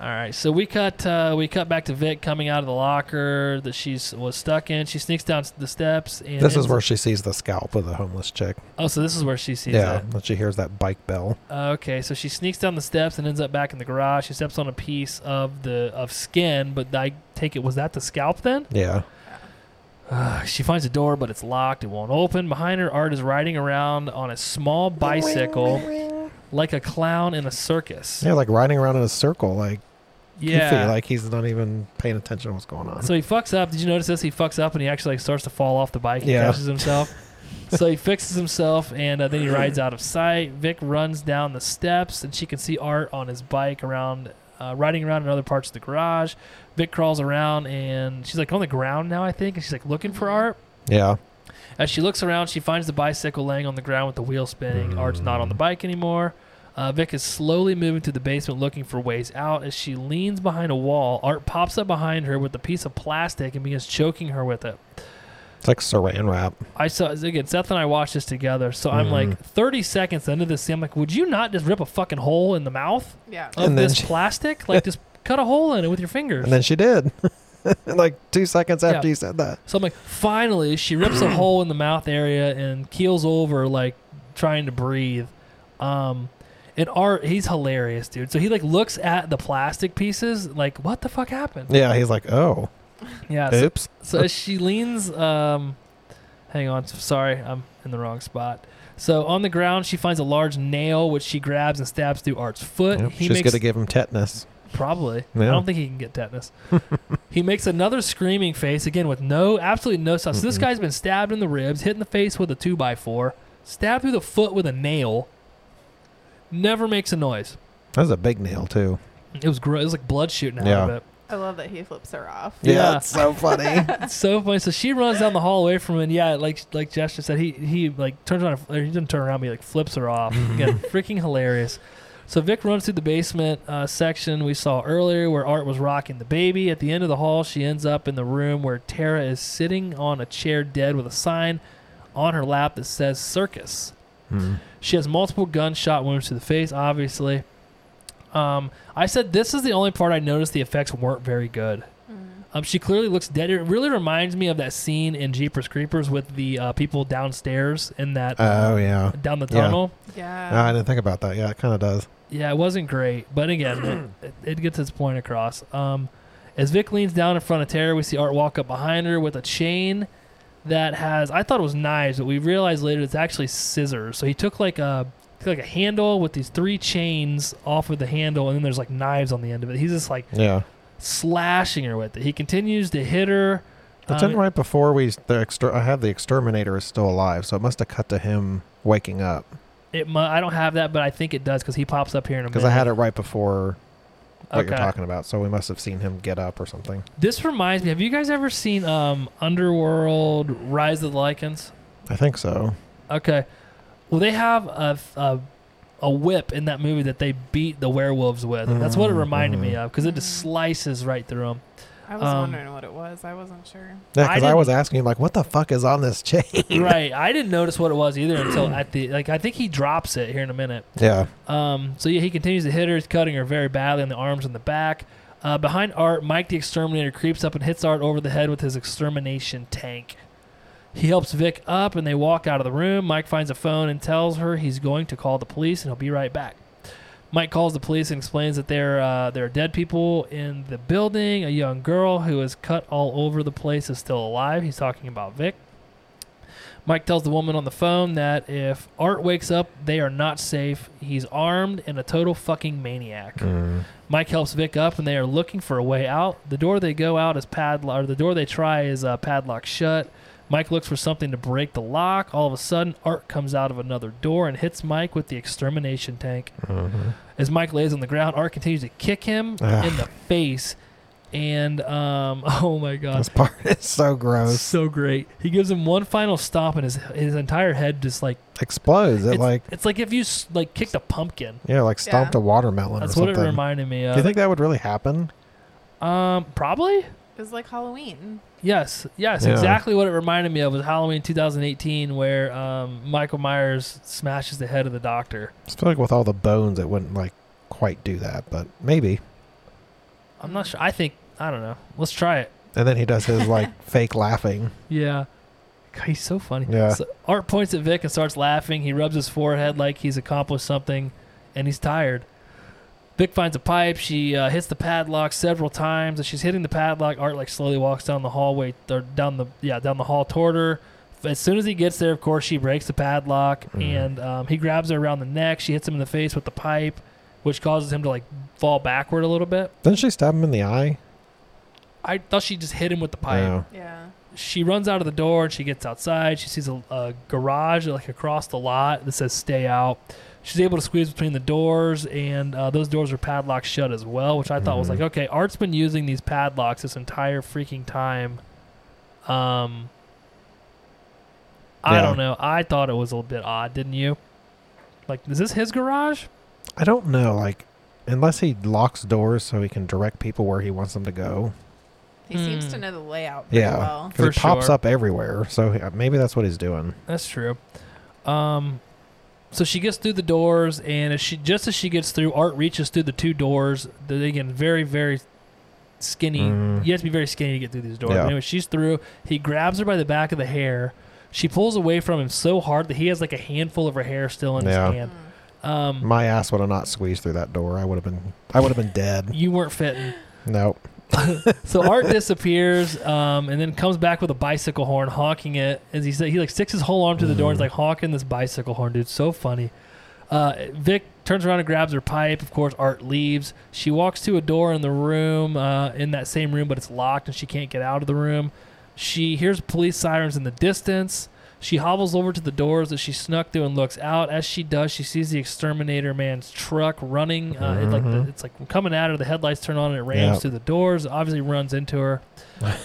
[SPEAKER 1] All right, so we cut uh, we cut back to Vic coming out of the locker that she's was stuck in. She sneaks down the steps and
[SPEAKER 2] this is
[SPEAKER 1] ends-
[SPEAKER 2] where she sees the scalp of the homeless chick.
[SPEAKER 1] oh, so this is where she sees
[SPEAKER 2] yeah,
[SPEAKER 1] it.
[SPEAKER 2] and she hears that bike bell.
[SPEAKER 1] Uh, okay, so she sneaks down the steps and ends up back in the garage. She steps on a piece of the of skin, but I take it was that the scalp then?
[SPEAKER 2] Yeah,
[SPEAKER 1] Ugh, she finds a door, but it's locked. It won't open. Behind her, Art is riding around on a small bicycle like a clown in a circus.
[SPEAKER 2] yeah, like riding around in a circle, like
[SPEAKER 1] Yeah.
[SPEAKER 2] goofy, like he's not even paying attention to what's going on.
[SPEAKER 1] So he fucks up. Did you notice this? He fucks up and he actually like, starts to fall off the bike and
[SPEAKER 2] Yeah.
[SPEAKER 1] catches himself. so he fixes himself and uh, then he rides out of sight. Vic runs down the steps and she can see Art on his bike around, uh, riding around in other parts of the garage. Vic crawls around and she's like on the ground now, I think, and she's like looking for Art.
[SPEAKER 2] yeah,
[SPEAKER 1] As she looks around, she finds the bicycle laying on the ground with the wheel spinning. Art's not on the bike anymore. Uh, Vic is slowly moving to the basement looking for ways out. As she leans behind a wall, Art pops up behind her with a piece of plastic and begins choking her with it.
[SPEAKER 2] it's like saran wrap.
[SPEAKER 1] I saw again. Seth and I watched this together, so I'm
[SPEAKER 2] Mhm.
[SPEAKER 1] like 30 seconds into this. scene, I'm like, would you not just rip a fucking hole in the mouth
[SPEAKER 3] Yeah.
[SPEAKER 1] of
[SPEAKER 2] And then
[SPEAKER 1] this
[SPEAKER 2] she-
[SPEAKER 1] plastic? Like, just cut a hole in it with your fingers.
[SPEAKER 2] And then she did. like two seconds after
[SPEAKER 1] Yeah.
[SPEAKER 2] you said that.
[SPEAKER 1] So I'm like, finally, she rips a hole in the mouth area and keels over, like trying to breathe. Um, and Art, he's hilarious, dude. So he like looks at the plastic pieces, like, what the fuck happened?
[SPEAKER 2] Yeah, he's like, oh,
[SPEAKER 1] Yeah. So,
[SPEAKER 2] oops.
[SPEAKER 1] so as she leans, um, hang on, s- sorry, I'm in the wrong spot. So on the ground, she finds a large nail, which she grabs and stabs through Art's foot.
[SPEAKER 2] Yep,
[SPEAKER 1] He
[SPEAKER 2] She's
[SPEAKER 1] makes
[SPEAKER 2] gonna give him tetanus.
[SPEAKER 1] Probably. I
[SPEAKER 2] Yeah.
[SPEAKER 1] don't think he can get tetanus. he makes another screaming face again with no, absolutely no stuff. So this
[SPEAKER 2] Mm-mm.
[SPEAKER 1] guy's been stabbed in the ribs, hit in the face with a two by four, stabbed through the foot with a nail. Never makes a noise.
[SPEAKER 2] That was a big nail too.
[SPEAKER 1] It was gross. It was like blood shooting out of
[SPEAKER 2] Yeah.
[SPEAKER 1] it.
[SPEAKER 3] I love that he flips her off.
[SPEAKER 1] Yeah.
[SPEAKER 2] it's so funny.
[SPEAKER 1] It's so funny. So she runs down the hall away from him. And yeah, like like Jeff just said, he he like turns around. Or he doesn't turn around. But he like flips her off. Again, freaking hilarious. So Vic runs through the basement uh, section we saw earlier, where Art was rocking the baby. At the end of the hall, she ends up in the room where Tara is sitting on a chair, dead, with a sign on her lap that says "Circus."
[SPEAKER 2] Hmm.
[SPEAKER 1] She has multiple gunshot wounds to the face, obviously. Um, I said this is the only part I noticed the effects weren't very good.
[SPEAKER 3] Mm.
[SPEAKER 1] Um, she clearly looks dead. It really reminds me of that scene in Jeepers Creepers with the uh, people downstairs in that
[SPEAKER 2] Oh yeah.
[SPEAKER 1] down the
[SPEAKER 2] yeah.
[SPEAKER 1] tunnel.
[SPEAKER 2] No,
[SPEAKER 3] Yeah.
[SPEAKER 2] I didn't think about that. Yeah, it kind of does.
[SPEAKER 1] Yeah. it wasn't great, but again, it, it, it gets its point across. Um, as Vic leans down in front of Tara, we see Art walk up behind her with a chain that has I thought it was knives, but we realize later it's actually scissors. So he took like a took like a handle with these three chains off of the handle, and then there's like knives on the end of it. He's just like
[SPEAKER 2] Yeah.
[SPEAKER 1] slashing her with it. He continues to hit her.
[SPEAKER 2] But
[SPEAKER 1] Um,
[SPEAKER 2] then right before we the exter- I have the exterminator is still alive, so it must have cut to him waking up
[SPEAKER 1] It mu- I don't have that, but I think it does because he pops up here in a minute.
[SPEAKER 2] because I had it right before what
[SPEAKER 1] Okay.
[SPEAKER 2] you're talking about. So we must have seen him get up or something.
[SPEAKER 1] This reminds me. Have you guys ever seen um, Underworld: Rise of the Lycans?
[SPEAKER 2] I think so.
[SPEAKER 1] Okay. Well, they have a, a a whip in that movie that they beat the werewolves with. That's what it reminded me
[SPEAKER 2] Mhm.
[SPEAKER 1] of because it just slices right through them.
[SPEAKER 3] I was
[SPEAKER 1] Um,
[SPEAKER 3] wondering what it was. I wasn't sure.
[SPEAKER 2] Yeah,
[SPEAKER 1] I
[SPEAKER 2] because I,
[SPEAKER 1] didn't-
[SPEAKER 2] was asking him like, what the fuck is on this chain?
[SPEAKER 1] right. I didn't notice what it was either until at the like. I think he drops it here in a minute.
[SPEAKER 2] yeah.
[SPEAKER 1] Um, so yeah, he continues to hit her. He's cutting her very badly on the arms and the back. Uh, behind Art, Mike the Exterminator creeps up and hits Art over the head with his extermination tank. He helps Vic up and they walk out of the room. Mike finds a phone and tells her he's going to call the police and he'll be right back. Mike calls the police and explains that there uh, there are dead people in the building. A young girl who is cut all over the place is still alive. He's talking about Vic. Mike tells the woman on the phone that if Art wakes up, they are not safe. He's armed and a total fucking maniac.
[SPEAKER 2] Mm.
[SPEAKER 1] Mike helps Vic up, and they are looking for a way out. The door they go out is padlock, or the door they try is uh, padlocked shut. Mike looks for something to break the lock. All of a sudden, Art comes out of another door and hits Mike with the extermination tank.
[SPEAKER 2] Mhm.
[SPEAKER 1] As Mike lays on the ground, Art continues to kick him
[SPEAKER 2] Ugh.
[SPEAKER 1] in the face. And um, oh my god,
[SPEAKER 2] This part is so gross.
[SPEAKER 1] so great. He gives him one final stomp, and his his entire head just like
[SPEAKER 2] Explodes. It
[SPEAKER 1] it's
[SPEAKER 2] like
[SPEAKER 1] it's like if you s- like kicked a pumpkin.
[SPEAKER 2] yeah, like stomped
[SPEAKER 3] Yeah.
[SPEAKER 2] a watermelon
[SPEAKER 1] That's
[SPEAKER 2] or
[SPEAKER 1] what
[SPEAKER 2] something.
[SPEAKER 1] it uh, reminded me of.
[SPEAKER 2] Do you think that would really happen?
[SPEAKER 1] um, probably.
[SPEAKER 3] It was like Halloween.
[SPEAKER 1] Yes, yes,
[SPEAKER 2] Yeah.
[SPEAKER 1] exactly what it reminded me of was Halloween 2018, where um, Michael Myers smashes the head of the doctor.
[SPEAKER 2] I feel like with all the bones, it wouldn't like quite do that, but maybe.
[SPEAKER 1] I'm not sure. I think I don't know. Let's try it.
[SPEAKER 2] And then he does his like fake laughing.
[SPEAKER 1] Yeah, God, he's so funny.
[SPEAKER 2] Yeah.
[SPEAKER 1] So Art points at Vic and starts laughing. He rubs his forehead like he's accomplished something, and he's tired. Vic finds a pipe. She uh, hits the padlock several times. As she's hitting the padlock, Art like slowly walks down the hallway or down the yeah down the hall toward her. As soon as he gets there, of course, she breaks the padlock
[SPEAKER 2] Mhm.
[SPEAKER 1] and um, he grabs her around the neck. She hits him in the face with the pipe, which causes him to like fall backward a little bit.
[SPEAKER 2] Didn't she stab him in the eye?
[SPEAKER 1] I thought she just hit him with the pipe.
[SPEAKER 2] No.
[SPEAKER 3] Yeah.
[SPEAKER 1] she runs out of the door and she gets outside. She sees a, a garage like across the lot that says "Stay out." She's able to squeeze between the doors, and uh, those doors are padlocked shut as well, which I thought was
[SPEAKER 2] Mhm.
[SPEAKER 1] like, okay, Art's been using these padlocks this entire freaking time. Um, I
[SPEAKER 2] Yeah.
[SPEAKER 1] don't know. I thought it was a little bit odd, didn't you? Like, is this his garage?
[SPEAKER 2] I don't know. Like, unless he locks doors so he can direct people where he wants them to go.
[SPEAKER 3] He seems to
[SPEAKER 1] Mm.
[SPEAKER 3] know the layout pretty
[SPEAKER 2] Hmm. Yeah,
[SPEAKER 3] well.
[SPEAKER 2] 'Cause
[SPEAKER 1] For
[SPEAKER 2] it pops
[SPEAKER 1] sure.
[SPEAKER 2] up everywhere. So he- maybe that's what he's doing.
[SPEAKER 1] That's true. Um, so she gets through the doors, and as she just as she gets through, Art reaches through the two doors. They're again very very skinny.
[SPEAKER 2] Mm.
[SPEAKER 1] You have to be very skinny to get through these doors.
[SPEAKER 2] Yeah.
[SPEAKER 1] But anyway, she's through. He grabs her by the back of the hair. She pulls away from him so hard that he has like a handful of her hair still in
[SPEAKER 2] Yeah.
[SPEAKER 1] his hand.
[SPEAKER 3] Mm.
[SPEAKER 1] Um,
[SPEAKER 2] My ass would have not squeezed through that door. I would have been. I would have been dead. Uh,
[SPEAKER 1] you weren't fitting.
[SPEAKER 2] No.
[SPEAKER 1] So Art disappears, um, and then comes back with a bicycle horn, honking it. As he said, he like sticks his whole arm to the door and is like honking this bicycle horn, dude. So funny. Uh, Vic turns around and grabs her pipe. Of course, Art leaves. She walks to a door in the room, uh, in that same room, but it's locked and she can't get out of the room. She hears police sirens in the distance. She hobbles over to the doors that she snuck through and looks out. As she does, she sees the exterminator man's truck running. Uh, it, like the,
[SPEAKER 2] Mhm.
[SPEAKER 1] it's like coming at her. The headlights turn on and it rams
[SPEAKER 2] Yep.
[SPEAKER 1] through the doors. Obviously, runs into her.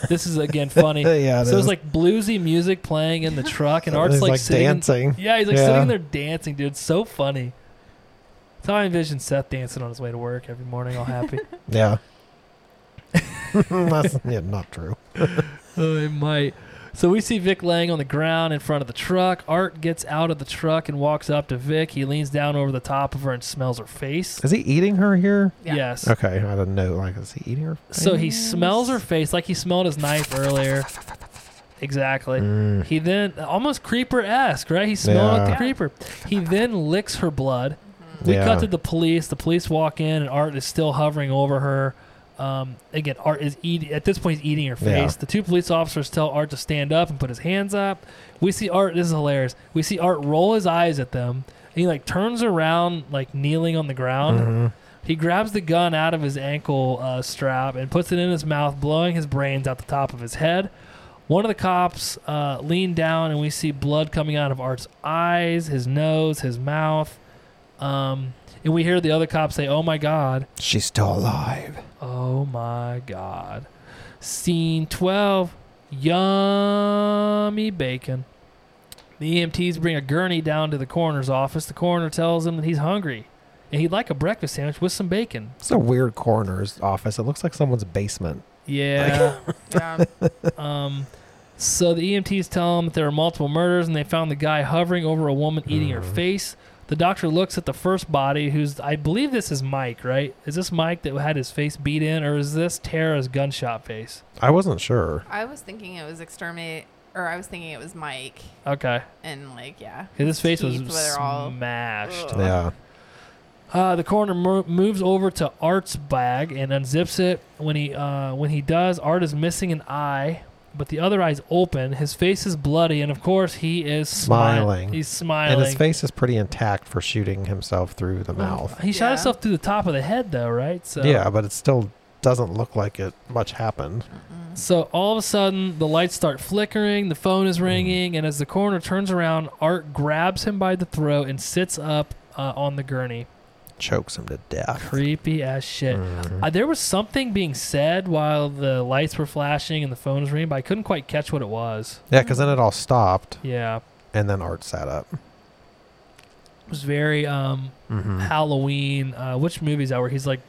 [SPEAKER 1] this is again funny. so
[SPEAKER 2] yeah.
[SPEAKER 1] it's
[SPEAKER 2] is.
[SPEAKER 1] like bluesy music playing in the truck, and
[SPEAKER 2] So
[SPEAKER 1] Art's
[SPEAKER 2] he's,
[SPEAKER 1] like, sitting.
[SPEAKER 2] dancing.
[SPEAKER 1] Yeah, he's like
[SPEAKER 2] Yeah.
[SPEAKER 1] sitting there dancing, dude. It's so funny. That's how I envision Seth dancing on his way to work every morning, all happy.
[SPEAKER 2] Yeah. that's yeah, not true.
[SPEAKER 1] oh, it might. So we see Vic laying on the ground in front of the truck. Art gets out of the truck and walks up to Vic. He leans down over the top of her and smells her face.
[SPEAKER 2] Is he eating her here?
[SPEAKER 3] Yeah.
[SPEAKER 1] Yes.
[SPEAKER 2] Okay, I don't know. Like, is he eating her?
[SPEAKER 1] So he
[SPEAKER 2] face?
[SPEAKER 1] smells her face like he smelled his knife earlier. Exactly.
[SPEAKER 2] Mm.
[SPEAKER 1] He then almost creeper esque, right? He smelled like the
[SPEAKER 2] Yeah.
[SPEAKER 1] creeper. He then licks her blood.
[SPEAKER 3] Mhm.
[SPEAKER 1] We
[SPEAKER 2] Yeah.
[SPEAKER 1] cut to the police. The police walk in, and Art is still hovering over her. Um, again, Art is eat- at this point he's eating her
[SPEAKER 2] Yeah.
[SPEAKER 1] face. The two police officers tell Art to stand up and put his hands up. We see Art. This is hilarious. We see Art roll his eyes at them. And he like turns around, like kneeling on the ground.
[SPEAKER 2] Mhm.
[SPEAKER 1] He grabs the gun out of his ankle uh, strap and puts it in his mouth, blowing his brains out the top of his head. One of the cops uh, leaned down, and we see blood coming out of Art's eyes, his nose, his mouth. Um, and we hear the other cop say, "Oh my God!
[SPEAKER 2] She's still alive.
[SPEAKER 1] Oh my God!" Scene twelve: Yummy bacon. The EMTs bring a gurney down to the coroner's office. The coroner tells him that he's hungry, and he'd like a breakfast sandwich with some bacon.
[SPEAKER 2] It's a weird coroner's office. It looks like someone's basement.
[SPEAKER 1] Yeah.
[SPEAKER 3] Mm-hmm. Yeah.
[SPEAKER 1] um, so the EMTs tell him that there are multiple murders, and they found the guy hovering over a woman eating her face. The doctor looks at the first body, who's I believe this is Mike, right? Is this Mike that had his face beat in, or is this Tara's gunshot face?
[SPEAKER 2] I wasn't sure.
[SPEAKER 3] I was thinking it was exterminate, or I was thinking it was Mike,
[SPEAKER 1] Okay,
[SPEAKER 3] and like yeah,
[SPEAKER 1] 'Cause his face was
[SPEAKER 3] teeth were all-
[SPEAKER 1] smashed.
[SPEAKER 3] Ugh.
[SPEAKER 2] Yeah.
[SPEAKER 1] Uh, the coroner mo- moves over to Art's bag and unzips it. When he uh, when he does, Art is missing an eye, but the other eye's open. His face is bloody, and of course, he is smi-
[SPEAKER 2] Smiling.
[SPEAKER 1] He's
[SPEAKER 2] And
[SPEAKER 1] smiling.
[SPEAKER 2] his face is pretty intact for shooting himself through the mouth.
[SPEAKER 1] He shot
[SPEAKER 3] Yeah.
[SPEAKER 1] himself through the top of the head, though, right? So
[SPEAKER 2] Yeah, but it still doesn't look like it much happened.
[SPEAKER 1] So all of a sudden, the lights start flickering, the phone
[SPEAKER 2] Mm.
[SPEAKER 1] is ringing, and as the coroner turns around, Art grabs him by the throat and sits up uh, on the gurney.
[SPEAKER 2] Chokes him to death.
[SPEAKER 1] Creepy as shit.
[SPEAKER 2] Mhm.
[SPEAKER 1] Uh, there was something being said while the lights were flashing and the phone was ringing, but I couldn't quite catch what it was.
[SPEAKER 2] Yeah, because then it all stopped,
[SPEAKER 1] Yeah,
[SPEAKER 2] and then Art sat up.
[SPEAKER 1] it was very um,
[SPEAKER 2] Mm-hmm.
[SPEAKER 1] Halloween. Uh, which movie is that where he's like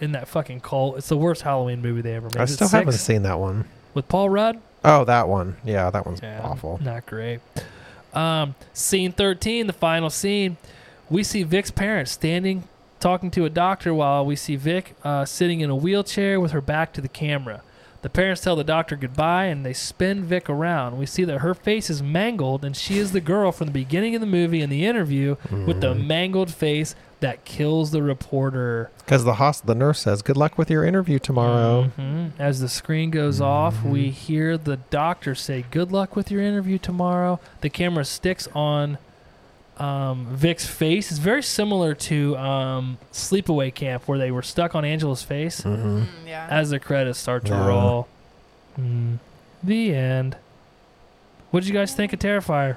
[SPEAKER 1] in that fucking cult? It's the worst Halloween movie they ever made.
[SPEAKER 2] I
[SPEAKER 1] Is it
[SPEAKER 2] still haven't
[SPEAKER 1] six?
[SPEAKER 2] seen that one.
[SPEAKER 1] with Paul Rudd.
[SPEAKER 2] Oh, that one. Yeah, that one's
[SPEAKER 1] Yeah,
[SPEAKER 2] awful.
[SPEAKER 1] Not great. Um, scene 13, the final scene. We see Vic's parents standing, talking to a doctor, while we see Vic uh, sitting in a wheelchair with her back to the camera. The parents tell the doctor goodbye and they spin Vic around. We see that her face is mangled and she is the girl from the beginning of the movie in the interview with
[SPEAKER 2] Mm-hmm.
[SPEAKER 1] the mangled face that kills the reporter.
[SPEAKER 2] Because the host, the nurse says, "Good luck with your interview tomorrow." Mm-hmm.
[SPEAKER 1] Mhm. As the screen goes off, we hear the doctor say, "Good luck with your interview tomorrow." The camera sticks on um, Vic's face. It's very similar to um, Sleepaway Camp, where they were stuck on Angela's face
[SPEAKER 2] Mm-hmm.
[SPEAKER 3] Mm, yeah.
[SPEAKER 1] as the credits start to
[SPEAKER 2] Yeah.
[SPEAKER 1] roll. Mm. The end. What did you guys think of Terrifier?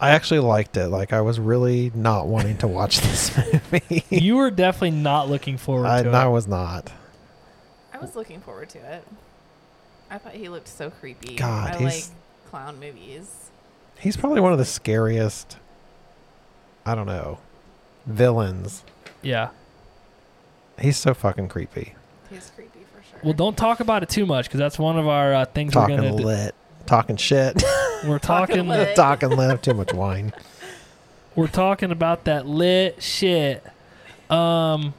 [SPEAKER 2] I actually liked it. Like I was really not wanting to watch this movie.
[SPEAKER 1] you were definitely not looking forward
[SPEAKER 2] I,
[SPEAKER 1] to
[SPEAKER 2] I
[SPEAKER 1] it.
[SPEAKER 2] was not.
[SPEAKER 3] I was looking forward to it. I thought he looked so creepy.
[SPEAKER 2] God,
[SPEAKER 3] I like
[SPEAKER 2] he's-
[SPEAKER 3] clown movies.
[SPEAKER 2] He's probably one of the scariest. I don't know, villains.
[SPEAKER 1] Yeah.
[SPEAKER 2] He's so fucking creepy.
[SPEAKER 3] He's creepy for sure.
[SPEAKER 1] Well, don't talk about it too much because that's one of our uh, things we're
[SPEAKER 2] Talking
[SPEAKER 1] gonna. do.
[SPEAKER 2] lit, talking shit,
[SPEAKER 1] We're
[SPEAKER 3] Talking
[SPEAKER 1] talking.
[SPEAKER 3] lit. Lit.
[SPEAKER 2] talking lit. Too much wine.
[SPEAKER 1] We're talking about that lit shit. Um,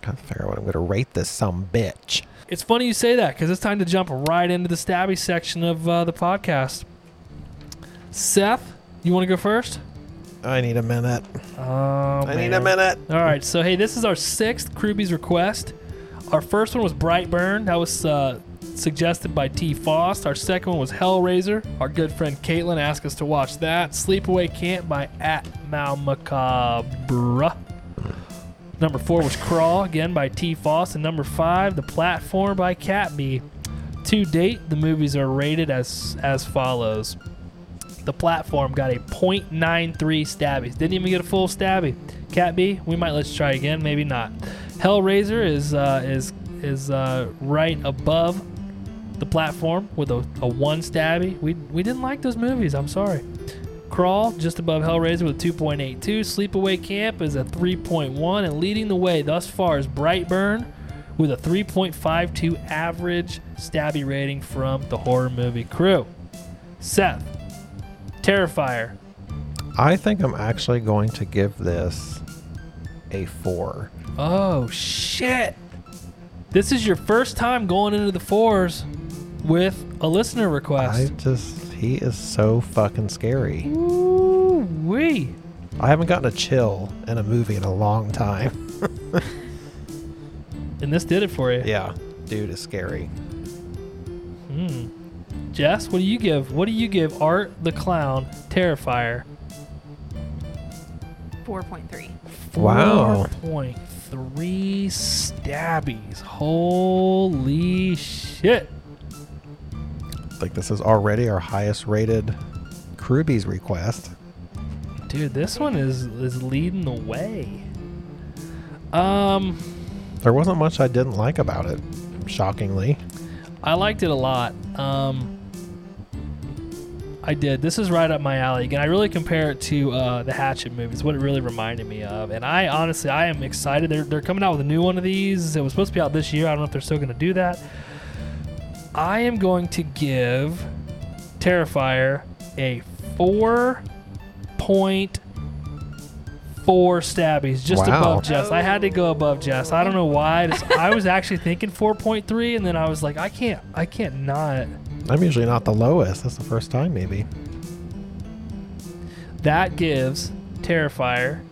[SPEAKER 2] Gotta figure out what I'm gonna rate this some bitch.
[SPEAKER 1] it's funny you say that because it's time to jump right into the stabby section of uh, the podcast. Seth, you want to go first?
[SPEAKER 2] I need a minute.
[SPEAKER 1] Oh,
[SPEAKER 2] I need a minute.
[SPEAKER 1] All right, so hey, this is our sixth Kruby's request. Our first one was Brightburn. That was uh, suggested by T. Fost. Our second one was Hellraiser. Our good friend Caitlin asked us to watch that. Sleepaway Camp by at Mal Macabre. Number four was Crawl, again by T. Foss. And number five, The Platform by Cat B. To date, the movies are rated as as follows. The platform got a .93 stabbies. Didn't even get a full stabby. Cat B, we might let's try again. Maybe not. Hellraiser is uh, is is uh, right above the platform with a, a one stabby. We we didn't like those movies. I'm sorry. Crawl just above Hellraiser with 2.82. Sleepaway Camp is a 3.1, and leading the way thus far is Brightburn with a 3.52 average stabby rating from the horror movie crew. Seth, Terrifier.
[SPEAKER 2] I think I'm actually going to give this a four.
[SPEAKER 1] Oh shit! This is your first time going into the fours with a listener
[SPEAKER 2] I
[SPEAKER 1] request.
[SPEAKER 2] just he is so fucking scary.
[SPEAKER 1] Ooh wee!
[SPEAKER 2] I haven't gotten a chill in a movie in a long time.
[SPEAKER 1] And this did it for you.
[SPEAKER 2] Yeah, dude is scary.
[SPEAKER 1] Hmm. Jess, what do you give? What do you give Art the Clown Terrifier?
[SPEAKER 3] 4.3.
[SPEAKER 2] Wow.
[SPEAKER 1] 4.3 stabbies. Holy shit.
[SPEAKER 2] Like this is already our highest rated Kruby's request.
[SPEAKER 1] Dude, this one is is leading the way. Um
[SPEAKER 2] There wasn't much I didn't like about it, shockingly.
[SPEAKER 1] I liked it a lot. Um, I did. This is right up my alley. Again, I really compare it to uh, the Hatchet movies, what it really reminded me of. And I honestly, I am excited. They're, they're coming out with a new one of these. It was supposed to be out this year. I don't know if they're still going to do that. I am going to give Terrifier a 4.4 stabbies, just
[SPEAKER 2] Wow.
[SPEAKER 1] above Jess. I had to go above Jess. I don't know why. I, just- I was actually thinking 4.3, and then I was like, I can't, I can't not.
[SPEAKER 2] I'm usually not the lowest. That's the first time, maybe.
[SPEAKER 1] That gives Terrifier,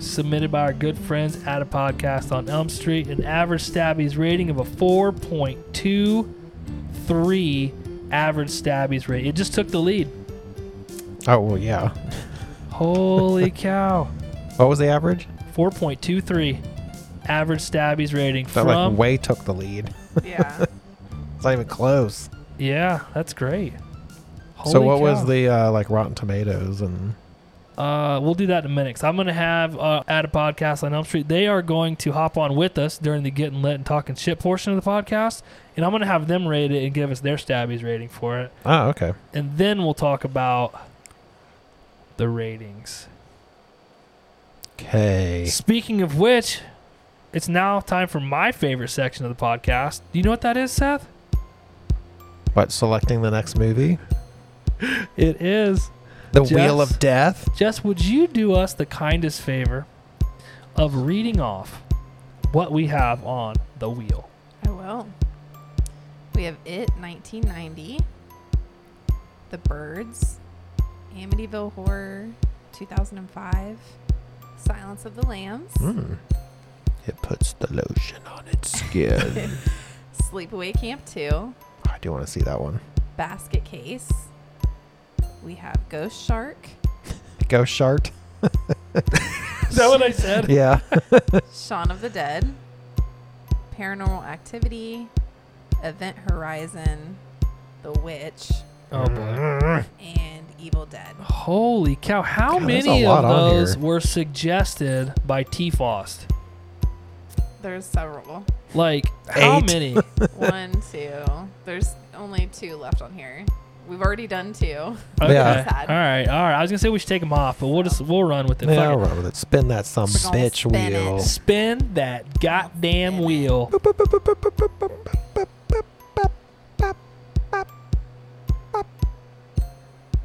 [SPEAKER 1] submitted by our good friends at a podcast on Elm Street, an average stabbies rating of a 4.23 average stabbies rate. It just took the lead.
[SPEAKER 2] Oh well, yeah.
[SPEAKER 1] Holy cow.
[SPEAKER 2] What was the average?
[SPEAKER 1] 4.23 average stabbies rating
[SPEAKER 2] That
[SPEAKER 1] from.
[SPEAKER 2] like way took the lead.
[SPEAKER 3] Yeah.
[SPEAKER 2] It's not even close.
[SPEAKER 1] yeah, that's great.
[SPEAKER 2] so
[SPEAKER 1] Holy
[SPEAKER 2] what was
[SPEAKER 1] cow.
[SPEAKER 2] the uh, like Rotten Tomatoes and
[SPEAKER 1] Uh, we'll do that in a minute. So I'm going to have uh, at a podcast on Elm Street. They are going to hop on with us during the getting lit and talking shit portion of the podcast, and I'm going to have them rate it and give us their stabbies rating for it,
[SPEAKER 2] oh okay.
[SPEAKER 1] and then we'll talk about the ratings.
[SPEAKER 2] Okay.
[SPEAKER 1] Speaking of which, it's now time for my favorite section of the podcast. Do you know what that is, Seth?
[SPEAKER 2] But selecting the next movie,
[SPEAKER 1] It is.
[SPEAKER 2] The
[SPEAKER 1] Jess?
[SPEAKER 2] Wheel of Death.
[SPEAKER 1] Jess, would you do us the kindest favor of reading off what we have on the wheel?
[SPEAKER 3] I will. Oh, We have It 1990, The Birds, Amityville Horror 2005, Silence of the Lambs,
[SPEAKER 2] Mm. It puts the lotion on its skin.
[SPEAKER 3] Sleepaway Camp 2,
[SPEAKER 2] I do want to see that one.
[SPEAKER 3] Basket Case. We have Ghost Shark,
[SPEAKER 2] Ghost Shart.
[SPEAKER 1] Is that what I said?
[SPEAKER 2] Yeah.
[SPEAKER 3] Shaun of the Dead, Paranormal Activity, Event Horizon, The Witch,
[SPEAKER 1] Oh boy.
[SPEAKER 3] and Evil Dead.
[SPEAKER 1] Holy cow. How
[SPEAKER 2] God, that's a
[SPEAKER 1] many of
[SPEAKER 2] lot on
[SPEAKER 1] those
[SPEAKER 2] here.
[SPEAKER 1] were suggested by T Fost?
[SPEAKER 3] There's several.
[SPEAKER 1] Like, how
[SPEAKER 2] Eight.
[SPEAKER 1] many?
[SPEAKER 3] One, two. There's only two left on here. We've already done two.
[SPEAKER 1] Okay.
[SPEAKER 3] Yeah.
[SPEAKER 1] All right. All right. I was going to say we should take them off, but we'll just, we'll run with it.
[SPEAKER 2] Yeah,
[SPEAKER 1] Fuck
[SPEAKER 2] I'll
[SPEAKER 1] it.
[SPEAKER 2] roll with it. Spin that some
[SPEAKER 3] We're gonna
[SPEAKER 2] bitch
[SPEAKER 3] spin it.
[SPEAKER 2] wheel.
[SPEAKER 1] Spin that goddamn wheel.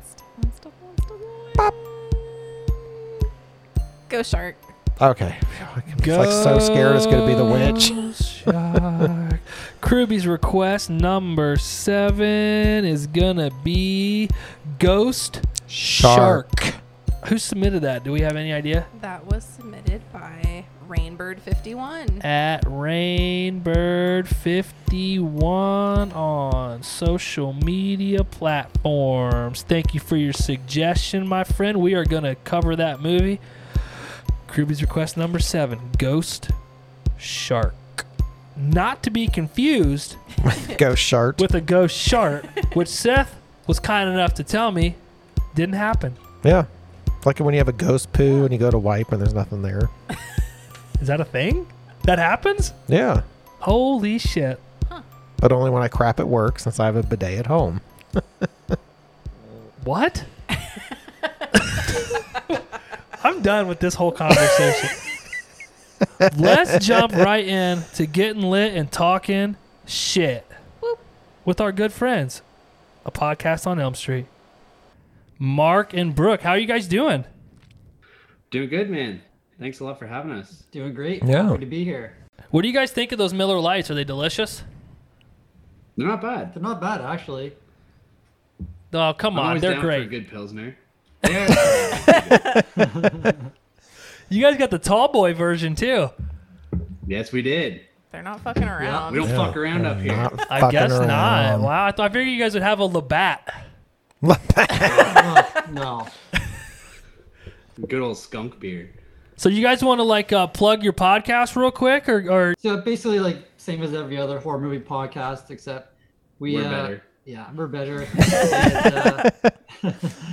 [SPEAKER 3] Still one, still one, still one. Go shark.
[SPEAKER 2] Okay. It's like so scared it's gonna be the witch.
[SPEAKER 1] witch. Kruby's request number seven is gonna be Ghost Shark. Who submitted that? Do we have any idea?
[SPEAKER 3] That was submitted by Rainbird51.
[SPEAKER 1] at Rainbird51 on social media platforms. Thank you for your suggestion, my friend. We are going to cover that movie. Kruby's request number seven Ghost Shark. Not to be confused
[SPEAKER 2] Ghost Shart.
[SPEAKER 1] with a ghost shark, which Seth was kind enough to tell me didn't happen.
[SPEAKER 2] Yeah. It's like when you have a ghost poo and you go to wipe and there's nothing there.
[SPEAKER 1] Is that a thing? That happens?
[SPEAKER 2] Yeah.
[SPEAKER 1] Holy shit.
[SPEAKER 2] But only when I crap at work since I have a bidet at home.
[SPEAKER 1] What? I'm done with this whole conversation. Let's jump right in to getting lit and talking shit with our good friends, a podcast on Elm Street. Mark and Brooke, how are you guys doing?
[SPEAKER 4] Doing good, man. Thanks a lot for having us.
[SPEAKER 5] Doing great.
[SPEAKER 2] Yeah.
[SPEAKER 5] Happy to be here.
[SPEAKER 1] What do you guys think of those Miller Lights? Are they delicious?
[SPEAKER 4] They're not bad.
[SPEAKER 5] They're not bad, actually.
[SPEAKER 1] Oh, come
[SPEAKER 4] I'm
[SPEAKER 1] on,
[SPEAKER 4] always
[SPEAKER 1] they're
[SPEAKER 4] down for a
[SPEAKER 1] great.
[SPEAKER 4] good pilsner. Yeah.
[SPEAKER 1] You guys got the tall boy version too.
[SPEAKER 4] yes, we did.
[SPEAKER 3] They're not fucking around.
[SPEAKER 4] We don't fuck around up here.
[SPEAKER 2] Not
[SPEAKER 1] I
[SPEAKER 2] fucking
[SPEAKER 1] guess not.
[SPEAKER 2] around.
[SPEAKER 1] Wow, I thought I figured you guys would have a Labatt.
[SPEAKER 5] No.
[SPEAKER 4] Good old skunk beer.
[SPEAKER 1] So you guys want to like uh, plug your podcast real quick, or, or
[SPEAKER 5] So basically, like same as every other horror movie podcast, except we
[SPEAKER 4] We're
[SPEAKER 5] uh,
[SPEAKER 4] better.
[SPEAKER 5] Yeah, we're better. and, uh,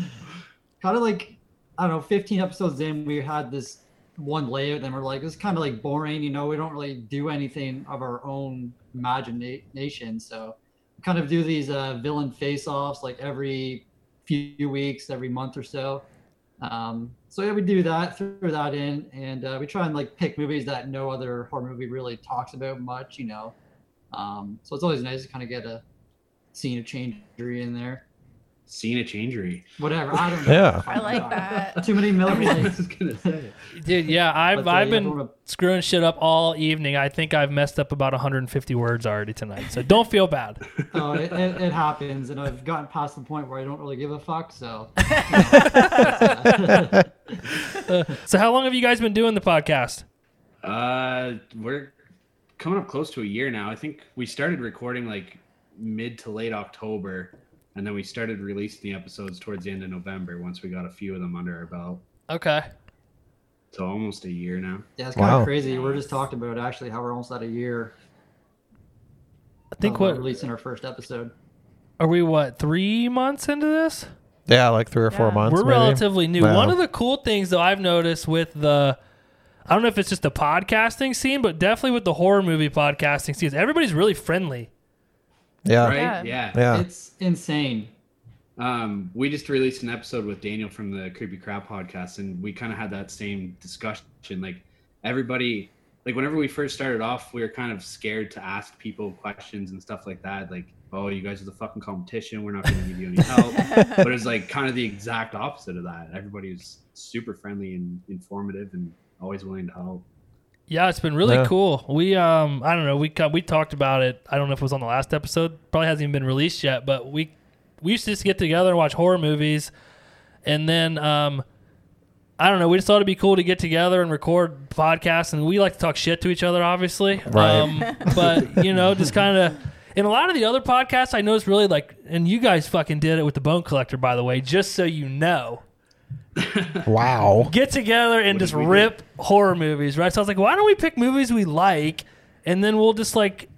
[SPEAKER 5] kind of like I don't know, 15 episodes in, we had this one layout, and we're like, it's kind of like boring, you know. We don't really do anything of our own imagination, so kind of do these uh, villain face-offs like every few weeks, every month or so. Um, so yeah, we do that, throw that in, and uh, we try and like pick movies that no other horror movie really talks about much, you know. Um, so it's always nice to kind of get a scene of changery in there.
[SPEAKER 4] Seen a changery.
[SPEAKER 5] Whatever, I don't know.
[SPEAKER 2] Yeah.
[SPEAKER 3] I like that.
[SPEAKER 5] Too many Miller
[SPEAKER 4] I mean, I
[SPEAKER 5] plates.
[SPEAKER 4] was gonna say.
[SPEAKER 1] Dude, yeah, I've,
[SPEAKER 5] But, uh,
[SPEAKER 1] I've
[SPEAKER 5] yeah,
[SPEAKER 1] been
[SPEAKER 5] we're gonna-
[SPEAKER 1] screwing shit up all evening. I think I've messed up about 150 words already tonight. So don't feel bad.
[SPEAKER 5] oh, it, it, it happens, and I've gotten past the point where I don't really give a fuck. So
[SPEAKER 1] Uh, So how long have you guys been doing the podcast?
[SPEAKER 4] Uh, we're coming up close to a year now. I think we started recording like mid to late October, and then we started releasing the episodes towards the end of November once we got a few of them under our belt.
[SPEAKER 1] Okay.
[SPEAKER 4] So almost a year now.
[SPEAKER 5] yeah, it's kind
[SPEAKER 2] Wow.
[SPEAKER 5] of crazy. We're just talking about actually how we're almost at a year.
[SPEAKER 1] I think
[SPEAKER 5] of, uh,
[SPEAKER 1] what
[SPEAKER 5] releasing our first episode.
[SPEAKER 1] are we what three months into this?
[SPEAKER 2] Yeah, like three or four
[SPEAKER 3] Yeah.
[SPEAKER 2] months.
[SPEAKER 1] We're
[SPEAKER 2] maybe.
[SPEAKER 1] relatively new.
[SPEAKER 2] Wow.
[SPEAKER 1] One of the cool things though I've noticed with the I don't know if it's just the podcasting scene, but definitely with the horror movie podcasting scene, is everybody's really friendly.
[SPEAKER 2] Yeah.
[SPEAKER 4] right?
[SPEAKER 3] Yeah.
[SPEAKER 2] Yeah.
[SPEAKER 5] It's insane.
[SPEAKER 4] Um, we just released an episode with Daniel from the Creepy Crap podcast, and we kind of had that same discussion. Like everybody, like whenever we first started off, we were kind of scared to ask people questions and stuff like that. Like, oh, you guys are the fucking competition. We're not going to give you any help. but it's like kind of the exact opposite of that. Everybody was super friendly and informative, and always willing to help.
[SPEAKER 1] Yeah, it's been really
[SPEAKER 2] Yeah.
[SPEAKER 1] cool. We um I don't know, we co- we talked about it. I don't know if it was on the last episode. Probably hasn't even been released yet, but we we used to just get together and watch horror movies and then um I don't know, we just thought it'd be cool to get together and record podcasts and we like to talk shit to each other obviously.
[SPEAKER 2] Right.
[SPEAKER 1] Um but you know, just kind of and a lot of the other podcasts I know is really like and you guys fucking did it with the Bone Collector by the way, just so you know
[SPEAKER 2] Wow.
[SPEAKER 1] get together and
[SPEAKER 4] What
[SPEAKER 1] just
[SPEAKER 4] did we do?
[SPEAKER 1] rip horror movies, right? So I was like, why don't we pick movies we like, and then we'll just like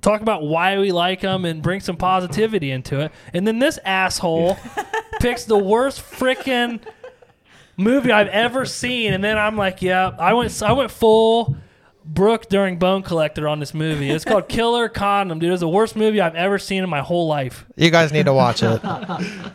[SPEAKER 1] talk about why we like them and bring some positivity into it. And then this asshole picks the worst freaking movie I've ever seen, and then I'm like, yeah, I went, I went full. Brooke during Bone Collector on this movie. It's called Killer Condom, dude. It's the worst movie I've ever seen in my whole life.
[SPEAKER 2] You guys need to watch it.
[SPEAKER 4] I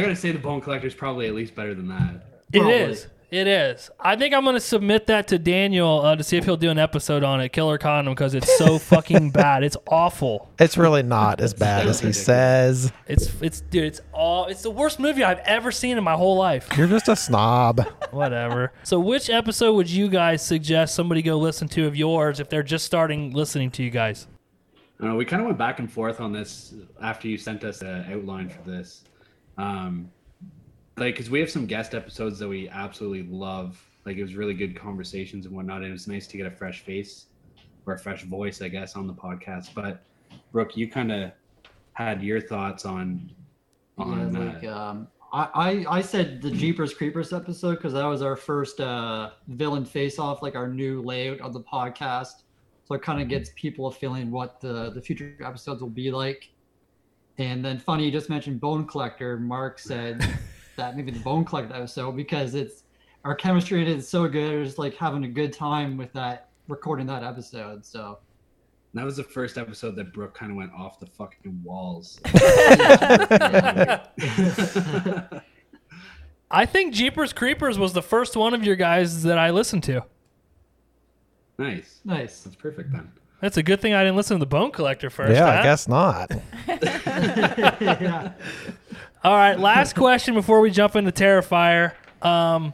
[SPEAKER 4] gotta say, the Bone Collector is probably at least better than that.
[SPEAKER 1] It
[SPEAKER 5] Probably.
[SPEAKER 1] is. It is. I think I'm going to submit that to Daniel uh, to see if he'll do an episode on it, Killer Condom, because it's so fucking bad. It's awful.
[SPEAKER 2] It's really not as bad as he says.
[SPEAKER 1] It's it's dude. It's all. It's the worst movie I've ever seen in my whole life.
[SPEAKER 2] You're just a snob.
[SPEAKER 1] Whatever. so, which episode would you guys suggest somebody go listen to of yours if they're just starting listening to you guys?
[SPEAKER 4] I don't know, Uh, we kind of went back and forth on this after you sent us the outline for this. Um, like, because we have some guest episodes that we absolutely love. Like, it was really good conversations and whatnot. And it was nice to get a fresh face or a fresh voice, I guess, on the podcast. But, Brooke, you kind of had your thoughts on on
[SPEAKER 5] yeah,
[SPEAKER 4] uh,
[SPEAKER 5] like um, I, I I said the Jeepers Creepers episode because that was our first uh, villain face off, like our new layout of the podcast. So it kind of gets people a feeling what the the future episodes will be like. And then funny, you just mentioned Bone Collector. Mark said that maybe the Bone Collector episode because it's our chemistry in it is so good. We're just like having a good time with that recording that episode. So
[SPEAKER 4] that was the first episode that Brooke kind of went off the fucking walls.
[SPEAKER 1] I think Jeepers Creepers was the first one of your guys that I listened to.
[SPEAKER 4] nice.
[SPEAKER 5] nice.
[SPEAKER 4] That's perfect then.
[SPEAKER 1] That's a good thing I didn't listen to the Bone Collector first.
[SPEAKER 2] Yeah,
[SPEAKER 1] huh?
[SPEAKER 2] I guess not.
[SPEAKER 5] yeah.
[SPEAKER 1] All right, last question before we jump into Terrifier. Um,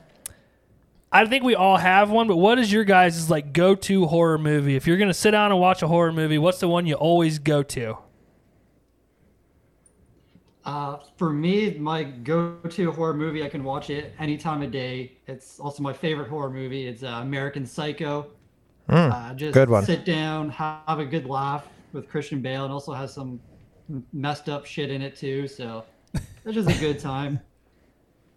[SPEAKER 1] I think we all have one, but what is your guys' like go-to horror movie? If you're gonna sit down and watch a horror movie, what's the one you always go to?
[SPEAKER 5] Uh, for me, my go-to horror movie, I can watch it any time of day. It's also my favorite horror movie. It's uh, American Psycho. uh, just
[SPEAKER 2] Hmm, good one.
[SPEAKER 5] sit down, have a good laugh with Christian Bale, and also has some messed up shit in it too. So it's just a good time.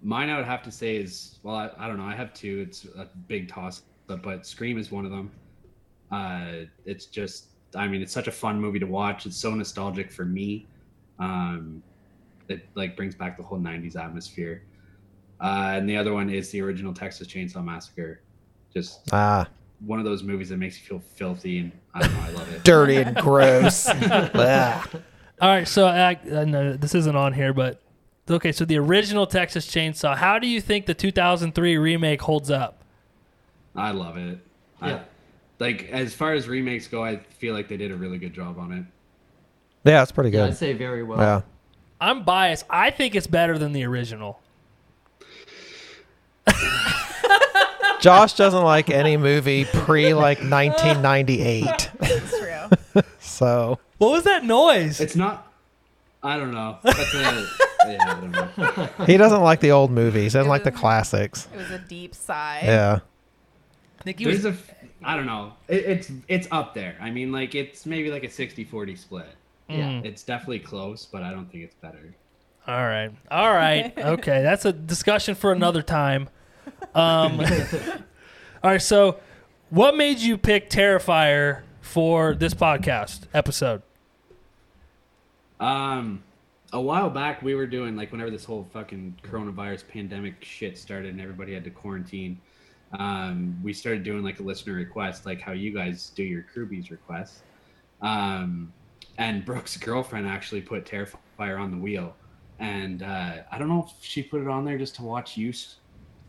[SPEAKER 4] Mine, I would have to say is well, I, I don't know. I have two. It's a big toss, but, but Scream is one of them. Uh, it's just, I mean, it's such a fun movie to watch. It's so nostalgic for me. Um, it like brings back the whole '90s atmosphere. Uh, and the other one is the original Texas Chainsaw Massacre. Just
[SPEAKER 2] Ah,
[SPEAKER 4] one of those movies that makes you feel filthy, and I don't know. I love it.
[SPEAKER 2] dirty and gross. Blah.
[SPEAKER 1] All right, so uh, uh, no, this isn't on here, but Okay, so the original Texas Chainsaw. How do you think the 2003 remake holds up?
[SPEAKER 4] I love it.
[SPEAKER 5] Yeah.
[SPEAKER 4] I, like as far as remakes go, I feel like they did a really good job on it.
[SPEAKER 2] Yeah, it's pretty
[SPEAKER 5] Yeah, I'd
[SPEAKER 2] good.
[SPEAKER 5] say very well.
[SPEAKER 2] Yeah.
[SPEAKER 1] I'm biased. I think it's better than the original.
[SPEAKER 2] Josh doesn't like any movie pre like 1998.
[SPEAKER 3] It's true.
[SPEAKER 2] So
[SPEAKER 1] What was that noise?
[SPEAKER 4] It's not. I don't know. That's a, yeah, I don't know.
[SPEAKER 2] he doesn't like the old movies. Doesn't like the classics.
[SPEAKER 3] It was a deep sigh.
[SPEAKER 2] Yeah.
[SPEAKER 1] Nikki
[SPEAKER 4] There's
[SPEAKER 1] was,
[SPEAKER 4] a. f- I don't know. It, it's it's up there. I mean, like it's maybe like a 60-40 split.
[SPEAKER 1] Mm.
[SPEAKER 4] It's definitely close, but I don't think it's better.
[SPEAKER 1] All right. All right. Okay. That's a discussion for another time. Um, all right. So, what made you pick Terrifier for this podcast episode?
[SPEAKER 4] Um, a while back we were doing like whenever this whole fucking coronavirus pandemic shit started and everybody had to quarantine. Um, we started doing like a listener request, like how you guys do your Krubies requests. Um, and Brooke's girlfriend actually put Terrifier on the wheel, and uh, I don't know if she put it on there just to watch you s-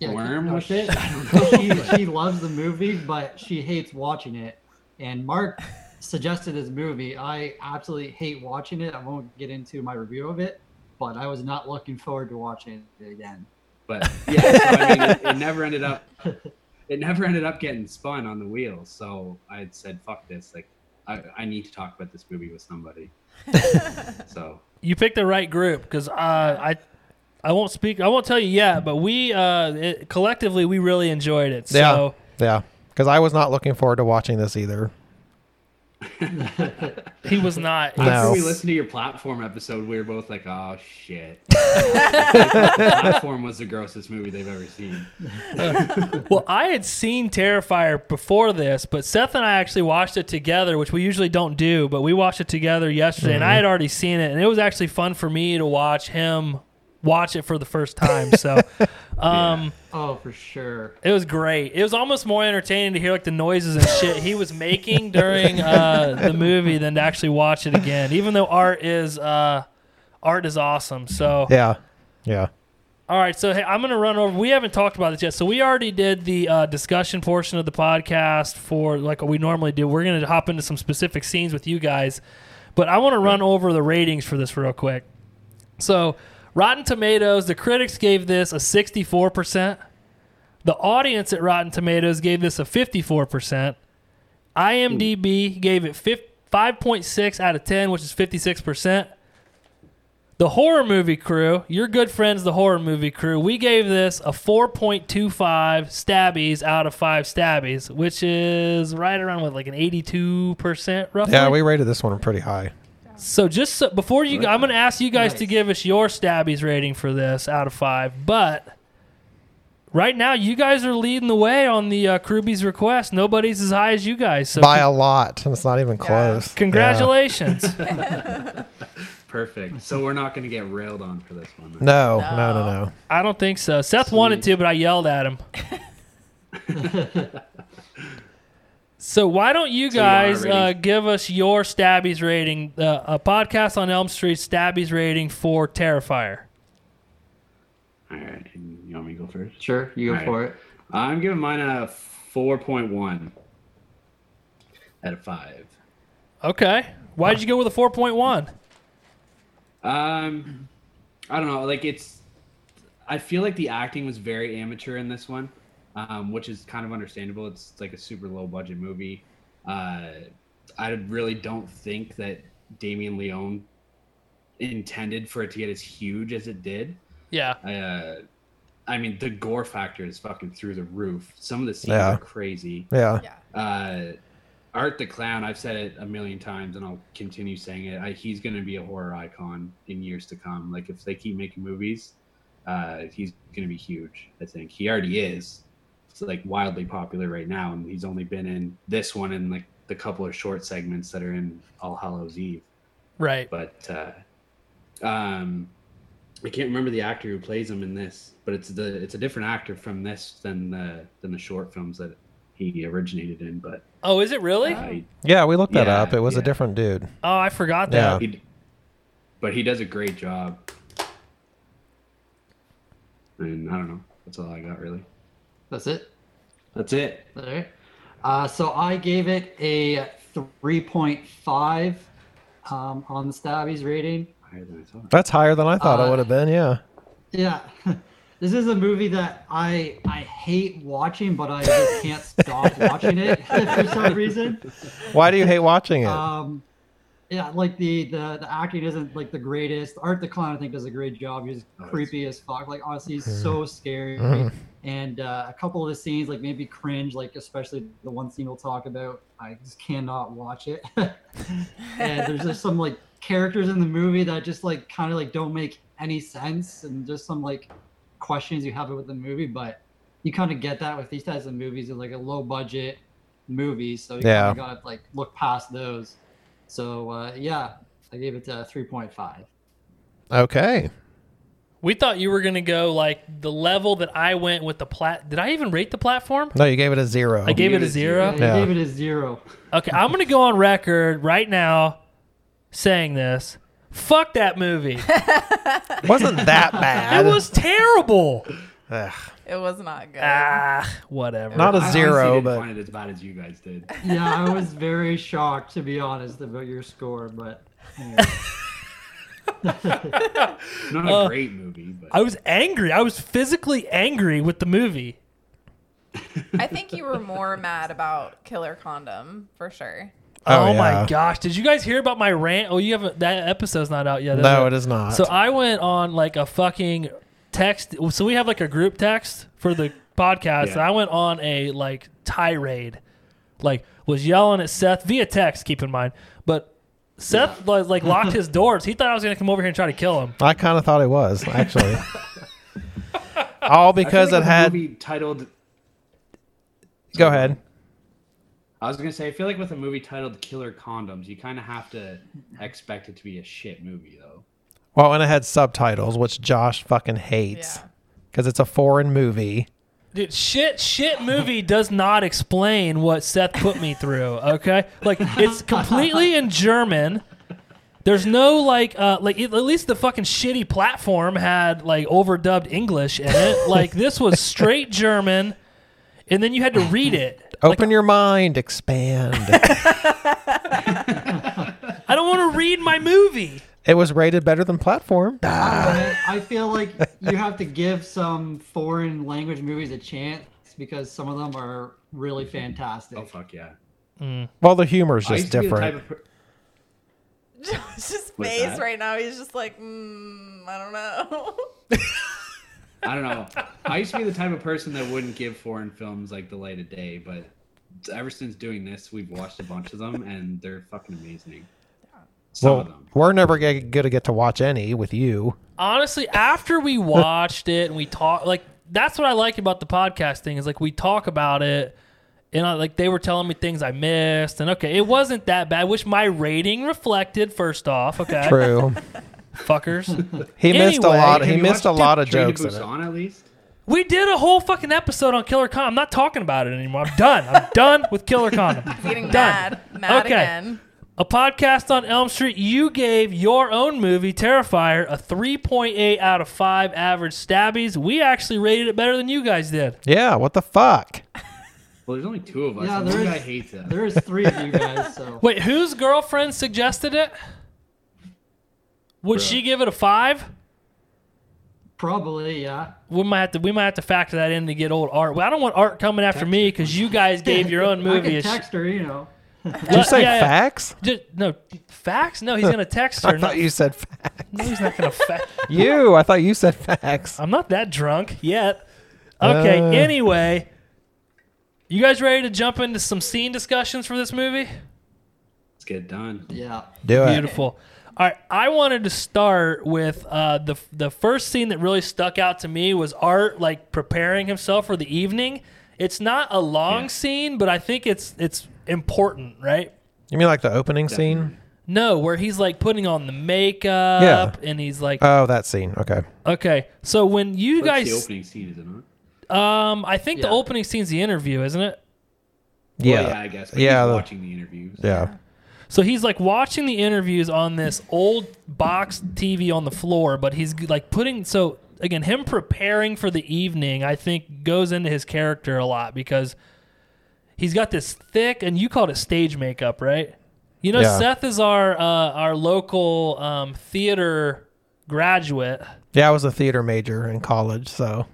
[SPEAKER 5] Yeah,
[SPEAKER 4] worm
[SPEAKER 5] no,
[SPEAKER 4] with it. I don't know.
[SPEAKER 5] she, she loves the movie, but she hates watching it. And Mark suggested this movie. I absolutely hate watching it. I won't get into my review of it, but I was not looking forward to watching it again.
[SPEAKER 4] but yeah, so, I mean, it, it never ended up. It never ended up getting spun on the wheel, so I had said, "Fuck this! Like, I, I need to talk about this movie with somebody." so
[SPEAKER 1] You picked the right group because uh, I, I won't speak. I won't tell you yet. But we uh, it, collectively we really enjoyed it. So.
[SPEAKER 2] Yeah. Yeah. Because I was not looking forward to watching this either.
[SPEAKER 1] He was not.
[SPEAKER 2] No.
[SPEAKER 4] after we listened to your platform episode, we were both like, "Oh shit!" platform was the grossest movie they've ever seen.
[SPEAKER 1] Well, I had seen Terrifier before this, but Seth and I actually watched it together, which we usually don't do, but we watched it together yesterday, and I had already seen it, and it was actually fun for me to watch him watch it for the first time. So um,
[SPEAKER 5] Oh, for sure.
[SPEAKER 1] it was great. It was almost more entertaining to hear like the noises and shit he was making during uh, the movie than to actually watch it again. Even though art is uh, art is awesome, so
[SPEAKER 2] Yeah. Yeah.
[SPEAKER 1] all right, so hey, I'm going to run over. We haven't talked about this yet, so we already did the uh, discussion portion of the podcast for like what we normally do. We're going to hop into some specific scenes with you guys, but I want to run over the ratings for this real quick. So, Rotten Tomatoes, the critics gave this a 64%. The audience at Rotten Tomatoes gave this a 54%. IMDb gave it fif- 5.6 out of 10, which is 56%. The horror movie crew, your good friends, the horror movie crew, we gave this a 4.25 stabbies out of 5 stabbies, which is right around with like an 82% roughly.
[SPEAKER 2] Yeah. We rated this one pretty high.
[SPEAKER 1] So just so, before you, I'm going to ask you guys to
[SPEAKER 5] Nice.
[SPEAKER 1] give us your stabbies rating for this out of five. But right now, you guys are leading the way on the uh, Kruby's request. Nobody's as high as you guys. So
[SPEAKER 2] By a lot. It's not even close. Yeah.
[SPEAKER 1] congratulations.
[SPEAKER 4] Perfect. So we're not going to get railed on for this one. then.
[SPEAKER 2] No, no, no, no.
[SPEAKER 1] I don't think so. Seth wanted to, but I yelled at him. so why don't you
[SPEAKER 4] So you want our
[SPEAKER 1] guys uh,
[SPEAKER 4] ratings?
[SPEAKER 1] give us your stabbies rating? Uh, a podcast on Elm Street stabbies rating for Terrifier.
[SPEAKER 4] All right, and you want me to go first?
[SPEAKER 5] Sure, you go
[SPEAKER 4] Alright.
[SPEAKER 5] for it.
[SPEAKER 4] I'm giving mine a 4.1 out of five.
[SPEAKER 1] Okay, why did you go with a 4.1?
[SPEAKER 4] Um, I don't know. Like it's, I feel like the acting was very amateur in this one, um, which is kind of understandable. It's like a super low budget movie. Uh, I really don't think that Damien Leone intended for it to get as huge as it did.
[SPEAKER 1] Yeah.
[SPEAKER 4] Uh, I mean, the gore factor is fucking through the roof. Some of the scenes
[SPEAKER 2] Yeah.
[SPEAKER 4] are crazy
[SPEAKER 2] Yeah.
[SPEAKER 3] Yeah.
[SPEAKER 4] uh, Art the Clown, I've said it a million times and I'll continue saying it. I, he's going to be a horror icon in years to come. Like, if they keep making movies, uh, he's going to be huge, I think. He already is. It's like wildly popular right now. And he's only been in this one and like the couple of short segments that are in All Hallows Eve.
[SPEAKER 1] Right.
[SPEAKER 4] But uh, um, I can't remember the actor who plays him in this, but it's the it's a different actor from this than the than the short films that he originated in. But
[SPEAKER 1] Oh, is it really?
[SPEAKER 4] uh, he-
[SPEAKER 2] we looked that
[SPEAKER 4] Yeah,
[SPEAKER 2] up. It was a
[SPEAKER 4] yeah.
[SPEAKER 2] different dude.
[SPEAKER 1] Oh, I forgot
[SPEAKER 2] Yeah.
[SPEAKER 1] that.
[SPEAKER 4] he, but he does a great job. And I don't know. That's all I got really.
[SPEAKER 5] That's it.
[SPEAKER 4] That's it.
[SPEAKER 5] All right. Uh, so I gave it a 3.5 um, on the Stabbies rating.
[SPEAKER 4] Higher than I thought.
[SPEAKER 2] That's higher than I thought it
[SPEAKER 5] Uh,
[SPEAKER 2] would have been. Yeah.
[SPEAKER 5] Yeah. This is a movie that I I hate watching, but I just can't stop watching it for some reason.
[SPEAKER 2] Why do you hate watching it?
[SPEAKER 5] Um, yeah, like the, the the acting isn't like the greatest. Art the Clown I think does a great job. He's
[SPEAKER 4] Nice.
[SPEAKER 5] creepy as fuck. Like honestly, he's
[SPEAKER 2] Mhm.
[SPEAKER 5] so scary.
[SPEAKER 2] Mhm.
[SPEAKER 5] And uh, a couple of the scenes like maybe cringe. Like especially the one scene we'll talk about. I just cannot watch it. and there's just some like characters in the movie that just like kind of like don't make any sense, and just some like questions you have with the movie. But you kind of get that with these types of movies. They're like a low budget movie, so you
[SPEAKER 2] Yeah.
[SPEAKER 5] kind of gotta like look past those. So uh, yeah, I gave it a three point five.
[SPEAKER 2] okay.
[SPEAKER 1] We thought you were gonna go like the level that I went with the plat. Did I even rate the platform?
[SPEAKER 2] No, you gave it a zero.
[SPEAKER 1] I gave
[SPEAKER 4] gave
[SPEAKER 1] it a
[SPEAKER 4] it
[SPEAKER 1] zero.
[SPEAKER 5] I
[SPEAKER 2] Yeah.
[SPEAKER 5] gave it a zero.
[SPEAKER 1] Okay, I'm gonna go on record right now saying this. Fuck that movie.
[SPEAKER 2] Wasn't that
[SPEAKER 1] It
[SPEAKER 2] bad?
[SPEAKER 1] was terrible.
[SPEAKER 2] Ugh.
[SPEAKER 3] It was not good.
[SPEAKER 1] ah, whatever.
[SPEAKER 2] Not a
[SPEAKER 4] I honestly
[SPEAKER 2] zero,
[SPEAKER 4] didn't
[SPEAKER 2] but-
[SPEAKER 4] find it as bad as you guys did.
[SPEAKER 5] Yeah, I was very shocked to be honest about your score, but. anyway.
[SPEAKER 4] Not a great movie, but
[SPEAKER 1] I was angry. I was physically angry with the movie.
[SPEAKER 3] I think you were more mad about Killer Condom for sure.
[SPEAKER 1] Oh,
[SPEAKER 2] Oh,
[SPEAKER 1] my
[SPEAKER 2] yeah.
[SPEAKER 1] gosh! Did you guys hear about my rant? Oh, you haven't. That episode's not out yet.
[SPEAKER 2] No,
[SPEAKER 1] it
[SPEAKER 2] it is not.
[SPEAKER 1] So I went on like a fucking text. So we have like a group text for the podcast.
[SPEAKER 4] Yeah.
[SPEAKER 1] And I went on a like tirade, like was yelling at Seth via text. Keep in mind, but Seth like, like locked his doors. He thought I was gonna come over here and try to kill him.
[SPEAKER 2] I kind of thought it was actually. All
[SPEAKER 4] I feel
[SPEAKER 2] because it
[SPEAKER 4] like with a
[SPEAKER 2] had.
[SPEAKER 4] movie titled.
[SPEAKER 2] Go ahead.
[SPEAKER 4] I was gonna say, I feel like with a movie titled "Killer Condoms," you kind of have to expect it to be a shit movie, though.
[SPEAKER 2] Well, and it had subtitles, which Josh fucking hates
[SPEAKER 3] Yeah.
[SPEAKER 2] because it's a foreign movie.
[SPEAKER 1] Dude, shit, shit movie does not explain what Seth put me through. Okay, like it's completely in German. There's no like, uh, like at least the fucking shitty platform had like overdubbed English in it. Like this was straight German, and then you had to read it.
[SPEAKER 2] Open your mind, expand.
[SPEAKER 1] I don't want to read my movie.
[SPEAKER 2] it was rated better than Platform.
[SPEAKER 5] I I feel like you have to give some foreign language movies a chance because some of them are really fantastic.
[SPEAKER 4] Oh fuck yeah!
[SPEAKER 2] Well, the humor's
[SPEAKER 4] I
[SPEAKER 2] just
[SPEAKER 4] used to be the type
[SPEAKER 2] different.
[SPEAKER 4] of per-
[SPEAKER 3] Josh's
[SPEAKER 4] What's
[SPEAKER 3] face
[SPEAKER 4] that?
[SPEAKER 3] right now, he's just like, mm, I don't know.
[SPEAKER 4] I don't know. I used to be the type of person that wouldn't give foreign films like the light of day, but ever since doing this, we've watched a bunch of them, and they're fucking amazing. Some of
[SPEAKER 2] Well,
[SPEAKER 4] them.
[SPEAKER 2] we're never going to get to watch any with you.
[SPEAKER 1] honestly, after we watched it and we talked, like that's what I like about the podcast thing is like we talk about it, and I, like they were telling me things I missed, and okay, it wasn't that bad. Which my rating reflected first off, okay,
[SPEAKER 2] True.
[SPEAKER 1] fuckers.
[SPEAKER 2] He missed a
[SPEAKER 1] Anyway,
[SPEAKER 2] lot.
[SPEAKER 4] Have
[SPEAKER 2] He
[SPEAKER 4] you
[SPEAKER 2] missed a
[SPEAKER 4] watched
[SPEAKER 2] lot of
[SPEAKER 4] Train to
[SPEAKER 2] jokes in it.
[SPEAKER 4] Busan, at least.
[SPEAKER 1] We did a whole fucking episode on Killer Con. I'm not talking about it anymore. I'm done. I'm done with Killer Condom.
[SPEAKER 3] Getting
[SPEAKER 1] Done.
[SPEAKER 3] mad, mad
[SPEAKER 1] Okay.
[SPEAKER 3] again.
[SPEAKER 1] A podcast on Elm Street. You gave your own movie, Terrifier, a 3.8 out of 5 average stabbies. We actually rated it better than you guys did.
[SPEAKER 2] Yeah. What the fuck?
[SPEAKER 4] Well, there's only two of us.
[SPEAKER 5] Yeah,
[SPEAKER 4] and
[SPEAKER 5] there
[SPEAKER 4] this
[SPEAKER 5] is-
[SPEAKER 4] guy hates them.
[SPEAKER 5] There is three of you guys, so
[SPEAKER 1] Wait, whose girlfriend suggested it? Would
[SPEAKER 4] Bruh.
[SPEAKER 1] she give it a five?
[SPEAKER 5] probably yeah.
[SPEAKER 1] We might have to. We might have to factor that in to get old Art. Well, I don't want Art coming after me because you guys gave your own
[SPEAKER 5] I
[SPEAKER 1] movie.
[SPEAKER 5] could
[SPEAKER 1] a sh-
[SPEAKER 5] text her, you know.
[SPEAKER 2] Did you
[SPEAKER 1] Well,
[SPEAKER 2] say
[SPEAKER 1] yeah, yeah.
[SPEAKER 2] facts?
[SPEAKER 1] Ju- no facts. No, he's gonna text her.
[SPEAKER 2] I
[SPEAKER 1] No,
[SPEAKER 2] thought you said facts.
[SPEAKER 1] no, he's not gonna. Fa-
[SPEAKER 2] You. I thought you said facts.
[SPEAKER 1] I'm not that drunk yet. Okay.
[SPEAKER 2] Uh.
[SPEAKER 1] anyway, you guys ready to jump into some scene discussions for this movie?
[SPEAKER 4] Let's get done.
[SPEAKER 5] Yeah.
[SPEAKER 2] Do it.
[SPEAKER 1] Beautiful. All right, I wanted to start with uh, the the first scene that really stuck out to me was Art like preparing himself for the evening. It's not a long
[SPEAKER 4] Yeah.
[SPEAKER 1] scene, but I think it's it's important, right?
[SPEAKER 2] You mean like the opening scene?
[SPEAKER 1] No, where he's like putting on the makeup and he's like,
[SPEAKER 2] Oh, that scene. Okay.
[SPEAKER 1] okay. So when you
[SPEAKER 4] That's the
[SPEAKER 1] guys,
[SPEAKER 4] opening scene, is it not?
[SPEAKER 1] um, I think the
[SPEAKER 5] Yeah.
[SPEAKER 1] opening scene's the interview, isn't it?
[SPEAKER 2] Yeah.
[SPEAKER 4] Well, yeah, I guess. But
[SPEAKER 2] Yeah,
[SPEAKER 4] yeah,
[SPEAKER 2] the-
[SPEAKER 4] watching the interviews.
[SPEAKER 2] Yeah.
[SPEAKER 1] So he's like watching the interviews on this old box TV on the floor, but he's like putting so again him preparing for the evening i think goes into his character a lot because he's got this thick and you called it stage makeup right you know
[SPEAKER 2] Yeah.
[SPEAKER 1] seth is our uh, our local um, theater graduate
[SPEAKER 2] Yeah, I was a theater major in college, so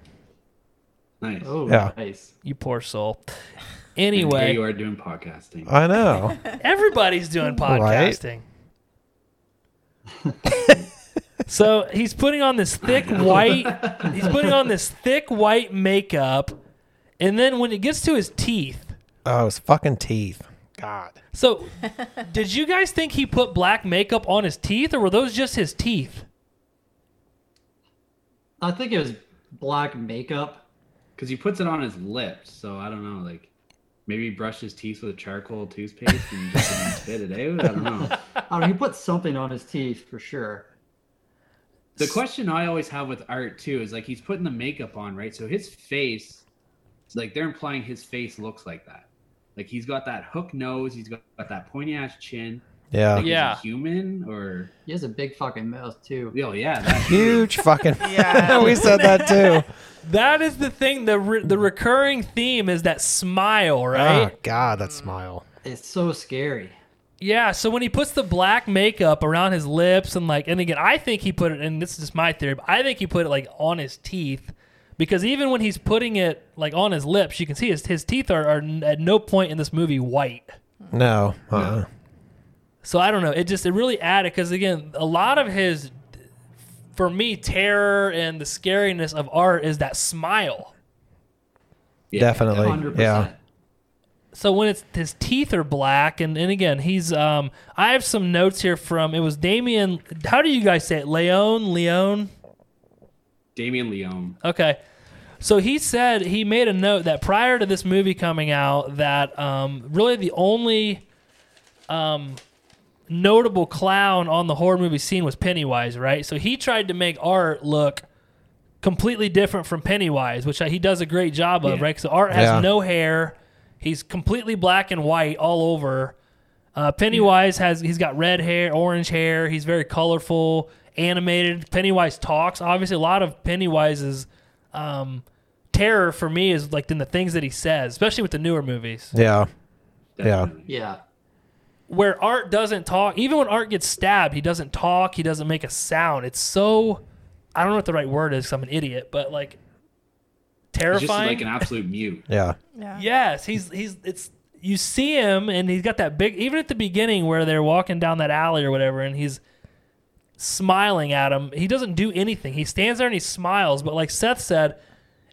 [SPEAKER 4] Nice.
[SPEAKER 5] Oh,
[SPEAKER 2] Yeah.
[SPEAKER 5] nice.
[SPEAKER 1] you poor soul
[SPEAKER 4] And here you
[SPEAKER 1] anyway
[SPEAKER 4] are doing podcasting.
[SPEAKER 2] I know.
[SPEAKER 1] everybody's doing
[SPEAKER 2] Right.
[SPEAKER 1] podcasting so he's putting on this thick white he's putting on this thick white makeup and then when it gets to his teeth
[SPEAKER 2] oh, his fucking teeth. God.
[SPEAKER 1] So, did you guys think he put black makeup on his teeth, or were those just his teeth?
[SPEAKER 5] I think it was black makeup.
[SPEAKER 4] Because he puts it on his lips, so I don't know. Like maybe he brushed his teeth with a charcoal toothpaste and just didn't spit it out. I don't know.
[SPEAKER 5] I mean, he put something on his teeth for sure.
[SPEAKER 4] The question I always have with art too is like he's putting the makeup on, right? So his face, like they're implying his face looks like that. Like he's got that hook nose, he's got, got that pointy ass chin.
[SPEAKER 2] Yeah.
[SPEAKER 4] Like, is he
[SPEAKER 1] Yeah.
[SPEAKER 4] human or
[SPEAKER 5] He has a big fucking mouth too.
[SPEAKER 4] oh yeah, that,
[SPEAKER 2] Huge fucking.
[SPEAKER 3] Yeah.
[SPEAKER 2] we said that too.
[SPEAKER 1] That is the thing. the re- The recurring theme is that smile, right?
[SPEAKER 2] Oh God, that smile.
[SPEAKER 5] It's so scary.
[SPEAKER 1] Yeah. So when he puts the black makeup around his lips and like, and again, I think he put it. And this is just my theory. But I think he put it like on his teeth, because even when he's putting it like on his lips, you can see his his teeth are, are n- at no point in this movie white.
[SPEAKER 2] No. Uh-uh.
[SPEAKER 1] So I don't know. It just it really added because again, a lot of his, for me, terror and the scariness of art is that smile.
[SPEAKER 4] yeah.
[SPEAKER 2] Definitely.
[SPEAKER 5] Hundred
[SPEAKER 2] Yeah.
[SPEAKER 5] percent.
[SPEAKER 1] So when it's his teeth are black, and, and again he's um I have some notes here from it was Damien. How do you guys say it? Leon, Leon.
[SPEAKER 4] Damien Leone.
[SPEAKER 1] Okay. So he said he made a note that prior to this movie coming out, that um, really the only um, notable clown on the horror movie scene was Pennywise, right? So he tried to make art look completely different from Pennywise, which he does a great job of, right? So art has
[SPEAKER 2] Yeah.
[SPEAKER 1] no hair, he's completely black and white all over. Uh, Pennywise has he's got red hair, orange hair. He's very colorful, animated. Pennywise talks. Obviously, a lot of Pennywise's um, terror for me is like in the things that he says, especially with the newer movies
[SPEAKER 2] Yeah.
[SPEAKER 4] Definitely.
[SPEAKER 5] Yeah.
[SPEAKER 1] where Art doesn't talk. Even when Art gets stabbed, he doesn't talk. He doesn't make a sound. It's so I don't know what the right word is. 'cause I'm an idiot, but like
[SPEAKER 4] He's just
[SPEAKER 1] terrifying.
[SPEAKER 4] like an absolute mute.
[SPEAKER 2] Yeah.
[SPEAKER 3] Yeah.
[SPEAKER 1] Yes, he's he's it's you see him and he's got that big even at the beginning where they're walking down that alley or whatever and he's smiling at him. He doesn't do anything. He stands there and he smiles, but like Seth said,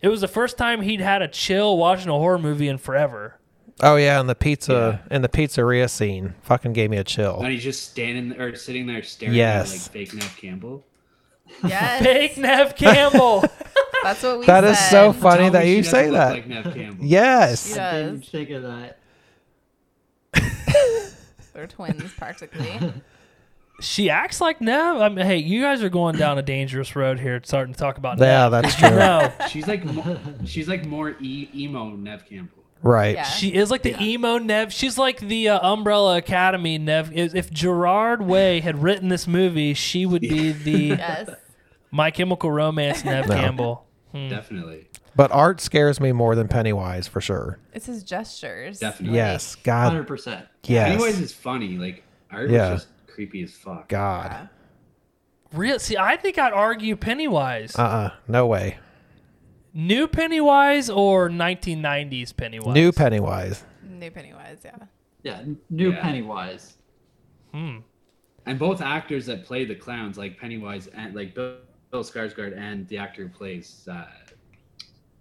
[SPEAKER 1] it was the first time he'd had a chill watching a horror movie in forever.
[SPEAKER 2] Oh yeah, and the pizza and the pizzeria scene fucking gave me a chill.
[SPEAKER 4] And he's just standing or sitting there staring
[SPEAKER 2] Yes.
[SPEAKER 4] at like fake Neff Campbell.
[SPEAKER 3] Yes.
[SPEAKER 1] Big Nev Campbell.
[SPEAKER 3] That's what we
[SPEAKER 2] That
[SPEAKER 3] said.
[SPEAKER 2] is so funny
[SPEAKER 4] Tell
[SPEAKER 2] that
[SPEAKER 4] me she
[SPEAKER 2] you
[SPEAKER 4] doesn't
[SPEAKER 2] say
[SPEAKER 4] look
[SPEAKER 2] that.
[SPEAKER 4] Like Neff Campbell.
[SPEAKER 2] yes.
[SPEAKER 3] Yeah.
[SPEAKER 5] I
[SPEAKER 3] Does.
[SPEAKER 5] didn't think of that.
[SPEAKER 3] They're twins practically.
[SPEAKER 1] she acts like Nev. I mean, hey, you guys are going down a dangerous road here starting to talk about
[SPEAKER 2] Yeah,
[SPEAKER 1] Nev.
[SPEAKER 2] that's true.
[SPEAKER 1] No,
[SPEAKER 4] She's like mo- she's like more e- emo Neff Campbell.
[SPEAKER 2] Right.
[SPEAKER 3] Yeah.
[SPEAKER 1] She is like the emo Nev. She's like the uh, Umbrella Academy Nev. If if Gerard Way had written this movie, she would be the
[SPEAKER 3] yes.
[SPEAKER 1] My Chemical Romance Nev
[SPEAKER 2] No.
[SPEAKER 1] Campbell.
[SPEAKER 4] Definitely.
[SPEAKER 2] But art scares me more than Pennywise for sure.
[SPEAKER 3] It's his gestures.
[SPEAKER 4] Definitely.
[SPEAKER 2] Yes. God.
[SPEAKER 5] Hundred percent.
[SPEAKER 4] Pennywise
[SPEAKER 2] Yes.
[SPEAKER 4] is funny. Like art
[SPEAKER 2] Yeah.
[SPEAKER 4] was just creepy as fuck.
[SPEAKER 2] God.
[SPEAKER 1] Real. See, I think I'd argue Pennywise.
[SPEAKER 2] Uh. uh No way.
[SPEAKER 1] New Pennywise or 1990s Pennywise.
[SPEAKER 2] New Pennywise.
[SPEAKER 3] New Pennywise, yeah.
[SPEAKER 5] Yeah. New
[SPEAKER 4] Yeah.
[SPEAKER 5] Pennywise.
[SPEAKER 4] And both actors that play the clowns, like Pennywise and like Bill, Bill Skarsgård and the actor who plays uh,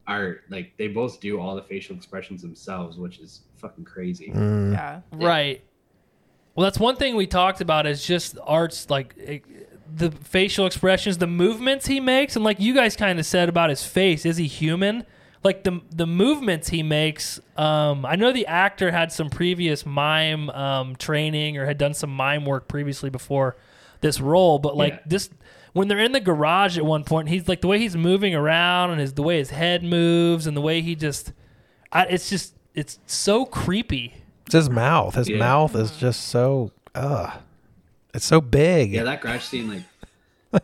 [SPEAKER 4] Art, like they both do all the facial expressions themselves, which is fucking crazy.
[SPEAKER 2] Mm.
[SPEAKER 3] Yeah.
[SPEAKER 1] Right. Well, that's one thing we talked about is just arts, like it, the facial expressions, the movements he makes, and like you guys kind of said about his face, is he human? Like the the movements he makes. Um, I know the actor had some previous mime um, training or had done some mime work previously before this role, but like
[SPEAKER 4] Yeah.
[SPEAKER 1] this. When they're in the garage at one point, he's like the way he's moving around and his the way his head moves and the way he just, I, it's just it's so creepy.
[SPEAKER 2] It's his mouth. His
[SPEAKER 4] Yeah.
[SPEAKER 2] mouth is just so. Ugh. It's so big.
[SPEAKER 4] Yeah, that garage scene, like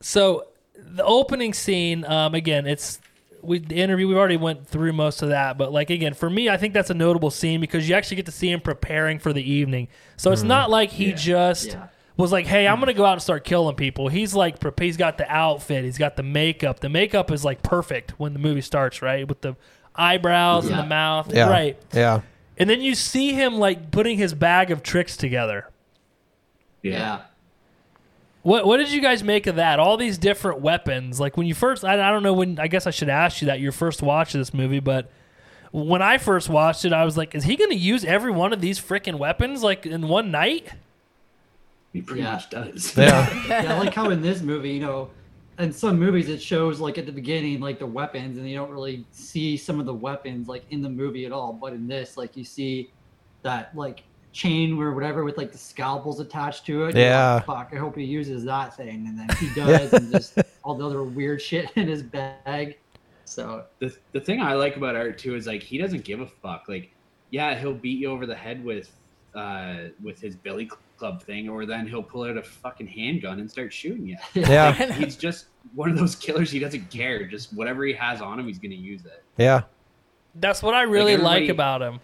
[SPEAKER 1] So the opening scene, um, again, it's we the interview. We've already went through most of that, but like again, for me, I think that's a notable scene because you actually get to see him preparing for the evening. So it's not like he
[SPEAKER 4] Yeah.
[SPEAKER 1] just
[SPEAKER 5] Yeah.
[SPEAKER 1] was like, "Hey, I'm gonna go out and start killing people." He's like, prep- he's got the outfit, he's got the makeup. The makeup is like perfect when the movie starts, right? With the eyebrows and
[SPEAKER 5] Yeah.
[SPEAKER 1] the mouth,
[SPEAKER 2] Yeah.
[SPEAKER 1] right?
[SPEAKER 2] Yeah.
[SPEAKER 1] And then you see him like putting his bag of tricks together.
[SPEAKER 5] Yeah.
[SPEAKER 1] What what did you guys make of that? All these different weapons. Like when you first, I, I don't know when. I guess I should ask you that your first watch of this movie, but when I first watched it, I was like, is he going to use every one of these freaking weapons like in one night?
[SPEAKER 4] He pretty
[SPEAKER 5] Yeah.
[SPEAKER 4] much does.
[SPEAKER 2] Yeah.
[SPEAKER 5] yeah, I like how in this movie, you know, in some movies it shows like at the beginning like the weapons, and you don't really see some of the weapons like in the movie at all. But in this, like you see that like chain or whatever with like the scalpels attached to it. You're
[SPEAKER 2] Yeah.
[SPEAKER 5] like, Fuck. I hope he uses that thing, and then he does, and just all the other weird shit in his bag. So
[SPEAKER 4] the the thing I like about Art too is like he doesn't give a fuck. Like, yeah, he'll beat you over the head with uh with his billy club thing, or then he'll pull out a fucking handgun and start shooting you.
[SPEAKER 2] Yeah.
[SPEAKER 4] Like, he's just one of those killers. He doesn't care. Just whatever he has on him, he's gonna use it.
[SPEAKER 2] Yeah.
[SPEAKER 1] That's what I really
[SPEAKER 4] Like,
[SPEAKER 1] like
[SPEAKER 4] everybody-
[SPEAKER 1] about him.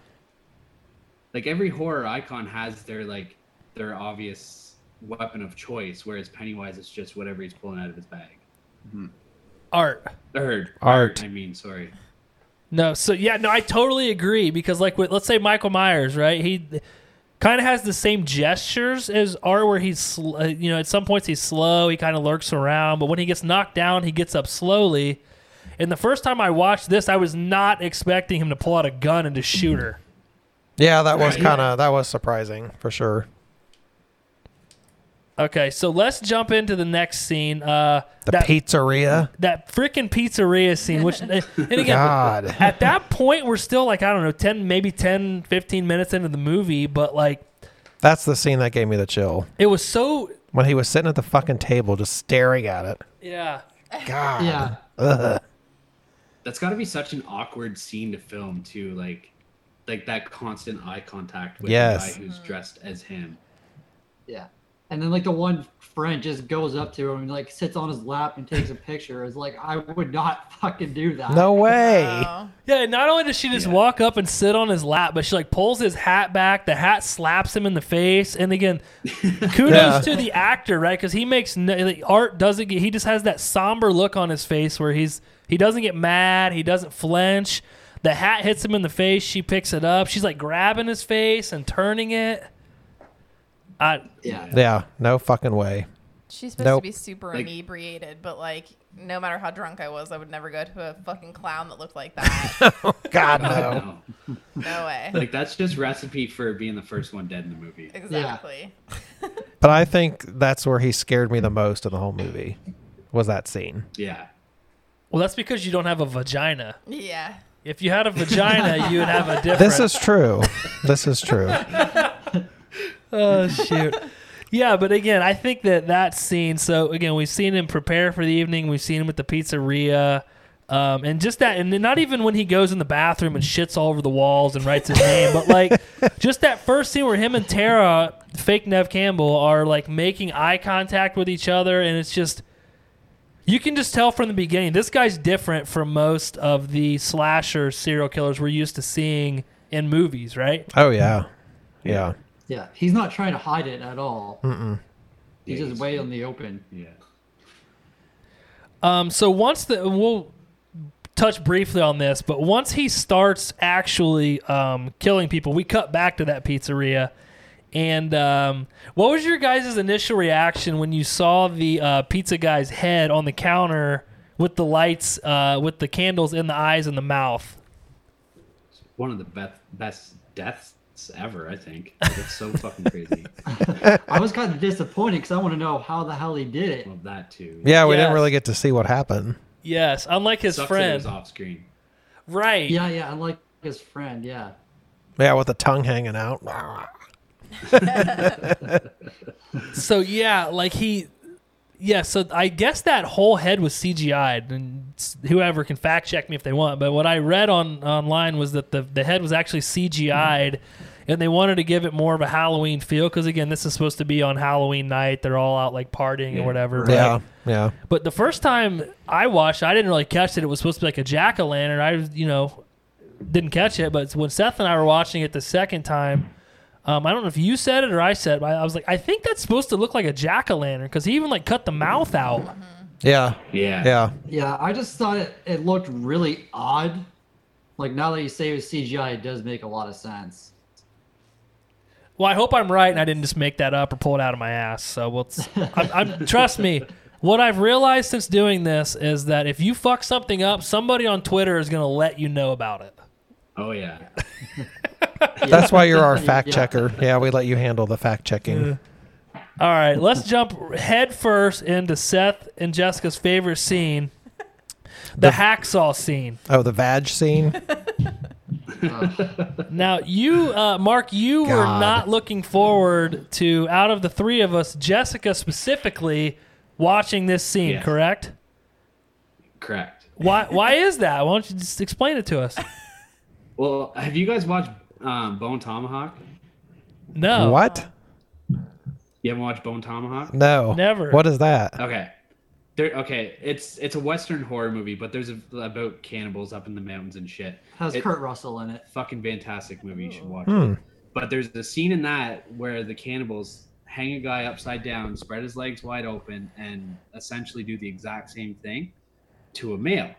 [SPEAKER 4] Like every horror icon has their like their obvious weapon of choice, whereas Pennywise is just whatever he's pulling out of his bag.
[SPEAKER 1] Art.
[SPEAKER 4] Third
[SPEAKER 2] Art.
[SPEAKER 4] I mean, sorry.
[SPEAKER 1] No, so yeah, no, I totally agree because like with let's say Michael Myers, right? He kind of has the same gestures as Art, where he's sl- uh, you know at some points he's slow, he kind of lurks around, but when he gets knocked down, he gets up slowly. And the first time I watched this, I was not expecting him to pull out a gun and to shoot her.
[SPEAKER 2] Yeah. That was
[SPEAKER 4] Right.
[SPEAKER 2] kind of that was surprising for sure.
[SPEAKER 1] Okay, so let's jump into the next scene. Uh,
[SPEAKER 2] The
[SPEAKER 1] that
[SPEAKER 2] pizzeria.
[SPEAKER 1] that freaking pizzeria scene, which and again,
[SPEAKER 2] God.
[SPEAKER 1] at that point we're still like I don't know, ten maybe 10, 15 minutes into the movie, but like
[SPEAKER 2] That's the scene that gave me the chill
[SPEAKER 1] it was so
[SPEAKER 2] when he was sitting at the fucking table just staring at it.
[SPEAKER 1] Yeah.
[SPEAKER 2] God.
[SPEAKER 5] yeah,
[SPEAKER 2] Ugh.
[SPEAKER 4] That's got to be such an awkward scene to film too. Like, like that constant eye contact with
[SPEAKER 2] Yes.
[SPEAKER 4] the guy who's dressed as him.
[SPEAKER 5] yeah. And then like the one friend just goes up to him and like sits on his lap and takes a picture. It's like I would not fucking do that.
[SPEAKER 2] No way.
[SPEAKER 3] Wow.
[SPEAKER 1] Yeah, and not only does she just
[SPEAKER 4] Yeah.
[SPEAKER 1] walk up and sit on his lap, but she like pulls his hat back. The hat slaps him in the face. And again, kudos
[SPEAKER 2] Yeah.
[SPEAKER 1] to the actor, right? Because he makes no, like, art doesn't get. He just has that somber look on his face where he's he doesn't get mad. He doesn't flinch. The hat hits him in the face. She picks it up. She's like grabbing his face and turning it. I
[SPEAKER 5] Yeah.
[SPEAKER 2] Yeah. No fucking way.
[SPEAKER 3] She's supposed
[SPEAKER 2] Nope.
[SPEAKER 3] to be super
[SPEAKER 4] Like-
[SPEAKER 3] inebriated, but like, no matter how drunk I was, I would never go to a fucking clown that looked like that.
[SPEAKER 2] God
[SPEAKER 4] I
[SPEAKER 2] no.
[SPEAKER 4] know.
[SPEAKER 3] no way.
[SPEAKER 4] Like that's just recipe for being the first one dead in the movie.
[SPEAKER 3] Exactly.
[SPEAKER 2] But I think that's where he scared me the most in the whole movie. Was that scene?
[SPEAKER 4] Yeah.
[SPEAKER 1] well, that's because you don't have a vagina.
[SPEAKER 3] Yeah.
[SPEAKER 1] If you had a vagina, you would have a different.
[SPEAKER 2] This is true. This is true.
[SPEAKER 1] oh shoot yeah but again i think that that scene so again we've seen him prepare for the evening we've seen him at the pizzeria um, and just that and then not even when he goes in the bathroom and shits all over the walls and writes his name but like just that first scene where him and tara fake nev campbell are like making eye contact with each other and it's just you can just tell from the beginning this guy's different from most of the slasher serial killers we're used to seeing in movies right
[SPEAKER 2] Oh yeah. Yeah.
[SPEAKER 5] Yeah, he's not trying to hide it at all. He's
[SPEAKER 4] Yeah,
[SPEAKER 5] just way in the open.
[SPEAKER 4] Yeah.
[SPEAKER 1] Um, so once the we'll touch briefly on this, but once he starts actually um, killing people, we cut back to that pizzeria. And um, what was your guys' initial reaction when you saw the uh, pizza guy's head on the counter with the lights, uh, with the candles in the eyes and the mouth?
[SPEAKER 4] One of the best best deaths ever, I think. It's so fucking crazy.
[SPEAKER 5] I was kind of disappointed because I want to know how the hell he did it.
[SPEAKER 4] Love that too.
[SPEAKER 2] Yeah, we didn't
[SPEAKER 1] Yes.
[SPEAKER 2] really get to see what happened.
[SPEAKER 1] Yes, unlike his
[SPEAKER 4] Sucks that it
[SPEAKER 1] friend,
[SPEAKER 4] was off screen.
[SPEAKER 1] right?
[SPEAKER 5] Yeah, yeah, I like his friend. Yeah,
[SPEAKER 2] Yeah, with the tongue hanging out.
[SPEAKER 1] So yeah, like he, yeah. So I guess that whole head was CGI'd, and s- whoever can fact check me if they want. But what I read on online was that the the head was actually CGI'd, and they wanted to give it more of a Halloween feel because again, this is supposed to be on Halloween night. They're all out like partying
[SPEAKER 4] Yeah.
[SPEAKER 1] or whatever. but-
[SPEAKER 2] Yeah, yeah.
[SPEAKER 1] But the first time I watched, I didn't really catch it. It was supposed to be like a jack o' lantern. I, was, you know, didn't catch it. But when Seth and I were watching it the second time, um, I don't know if you said it or I said it. But I was like, I think that's supposed to look like a jack o' lantern because he even like cut the mouth out.
[SPEAKER 2] Yeah,
[SPEAKER 4] Yeah.
[SPEAKER 2] yeah.
[SPEAKER 5] Yeah, I just thought it, it looked really odd. Like now that you say it was CGI, it does make a lot of sense.
[SPEAKER 1] Well, I hope I'm right and I didn't just make that up or pull it out of my ass. So we'll. I'm, I'm, trust me. What I've realized since doing this is that if you fuck something up, somebody on Twitter is going to let you know about it.
[SPEAKER 4] Oh yeah.
[SPEAKER 2] That's why you're our fact
[SPEAKER 5] Yeah.
[SPEAKER 2] checker. Yeah, we let you handle the fact checking.
[SPEAKER 1] All right, let's jump head first into Seth and Jessica's favorite scene, the, hacksaw scene.
[SPEAKER 2] Oh, the vag scene.
[SPEAKER 1] Now, you, uh, Mark, you were
[SPEAKER 2] God.
[SPEAKER 1] not looking forward to, out of the three of us, Jessica specifically, watching this scene,
[SPEAKER 4] Yes.
[SPEAKER 1] correct?
[SPEAKER 4] Correct.
[SPEAKER 1] Why, why is that? Why don't you just explain it to us?
[SPEAKER 4] Well, have you guys watched um, Bone Tomahawk?
[SPEAKER 1] No.
[SPEAKER 2] What?
[SPEAKER 4] You haven't watched Bone Tomahawk?
[SPEAKER 2] No.
[SPEAKER 1] Never.
[SPEAKER 2] What is that?
[SPEAKER 4] Okay. There. Okay. It's it's a Western horror movie, but there's a, about cannibals up in the mountains and shit.
[SPEAKER 5] Has
[SPEAKER 4] It-
[SPEAKER 5] Kurt Russell in it.
[SPEAKER 4] fucking fantastic movie. You should watch
[SPEAKER 2] Hmm.
[SPEAKER 4] it. But there's a scene in that where the cannibals hang a guy upside down, spread his legs wide open, and essentially do the exact same thing to a male.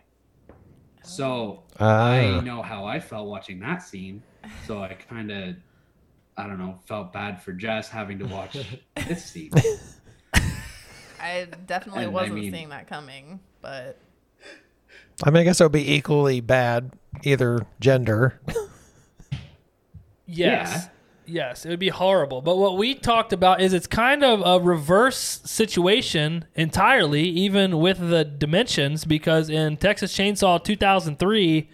[SPEAKER 4] So I
[SPEAKER 2] Ah.
[SPEAKER 4] know how I felt watching that scene. So I kind of, I don't know, felt bad for Jess having to watch this scene.
[SPEAKER 3] I definitely
[SPEAKER 4] And I
[SPEAKER 3] wasn't
[SPEAKER 4] mean-
[SPEAKER 3] seeing that coming, but
[SPEAKER 2] I mean, I guess it would be equally bad either gender.
[SPEAKER 1] Yes. Yes, it would be horrible. But what we talked about is it's kind of a reverse situation entirely, even with the dimensions, because in Texas Chainsaw 2003,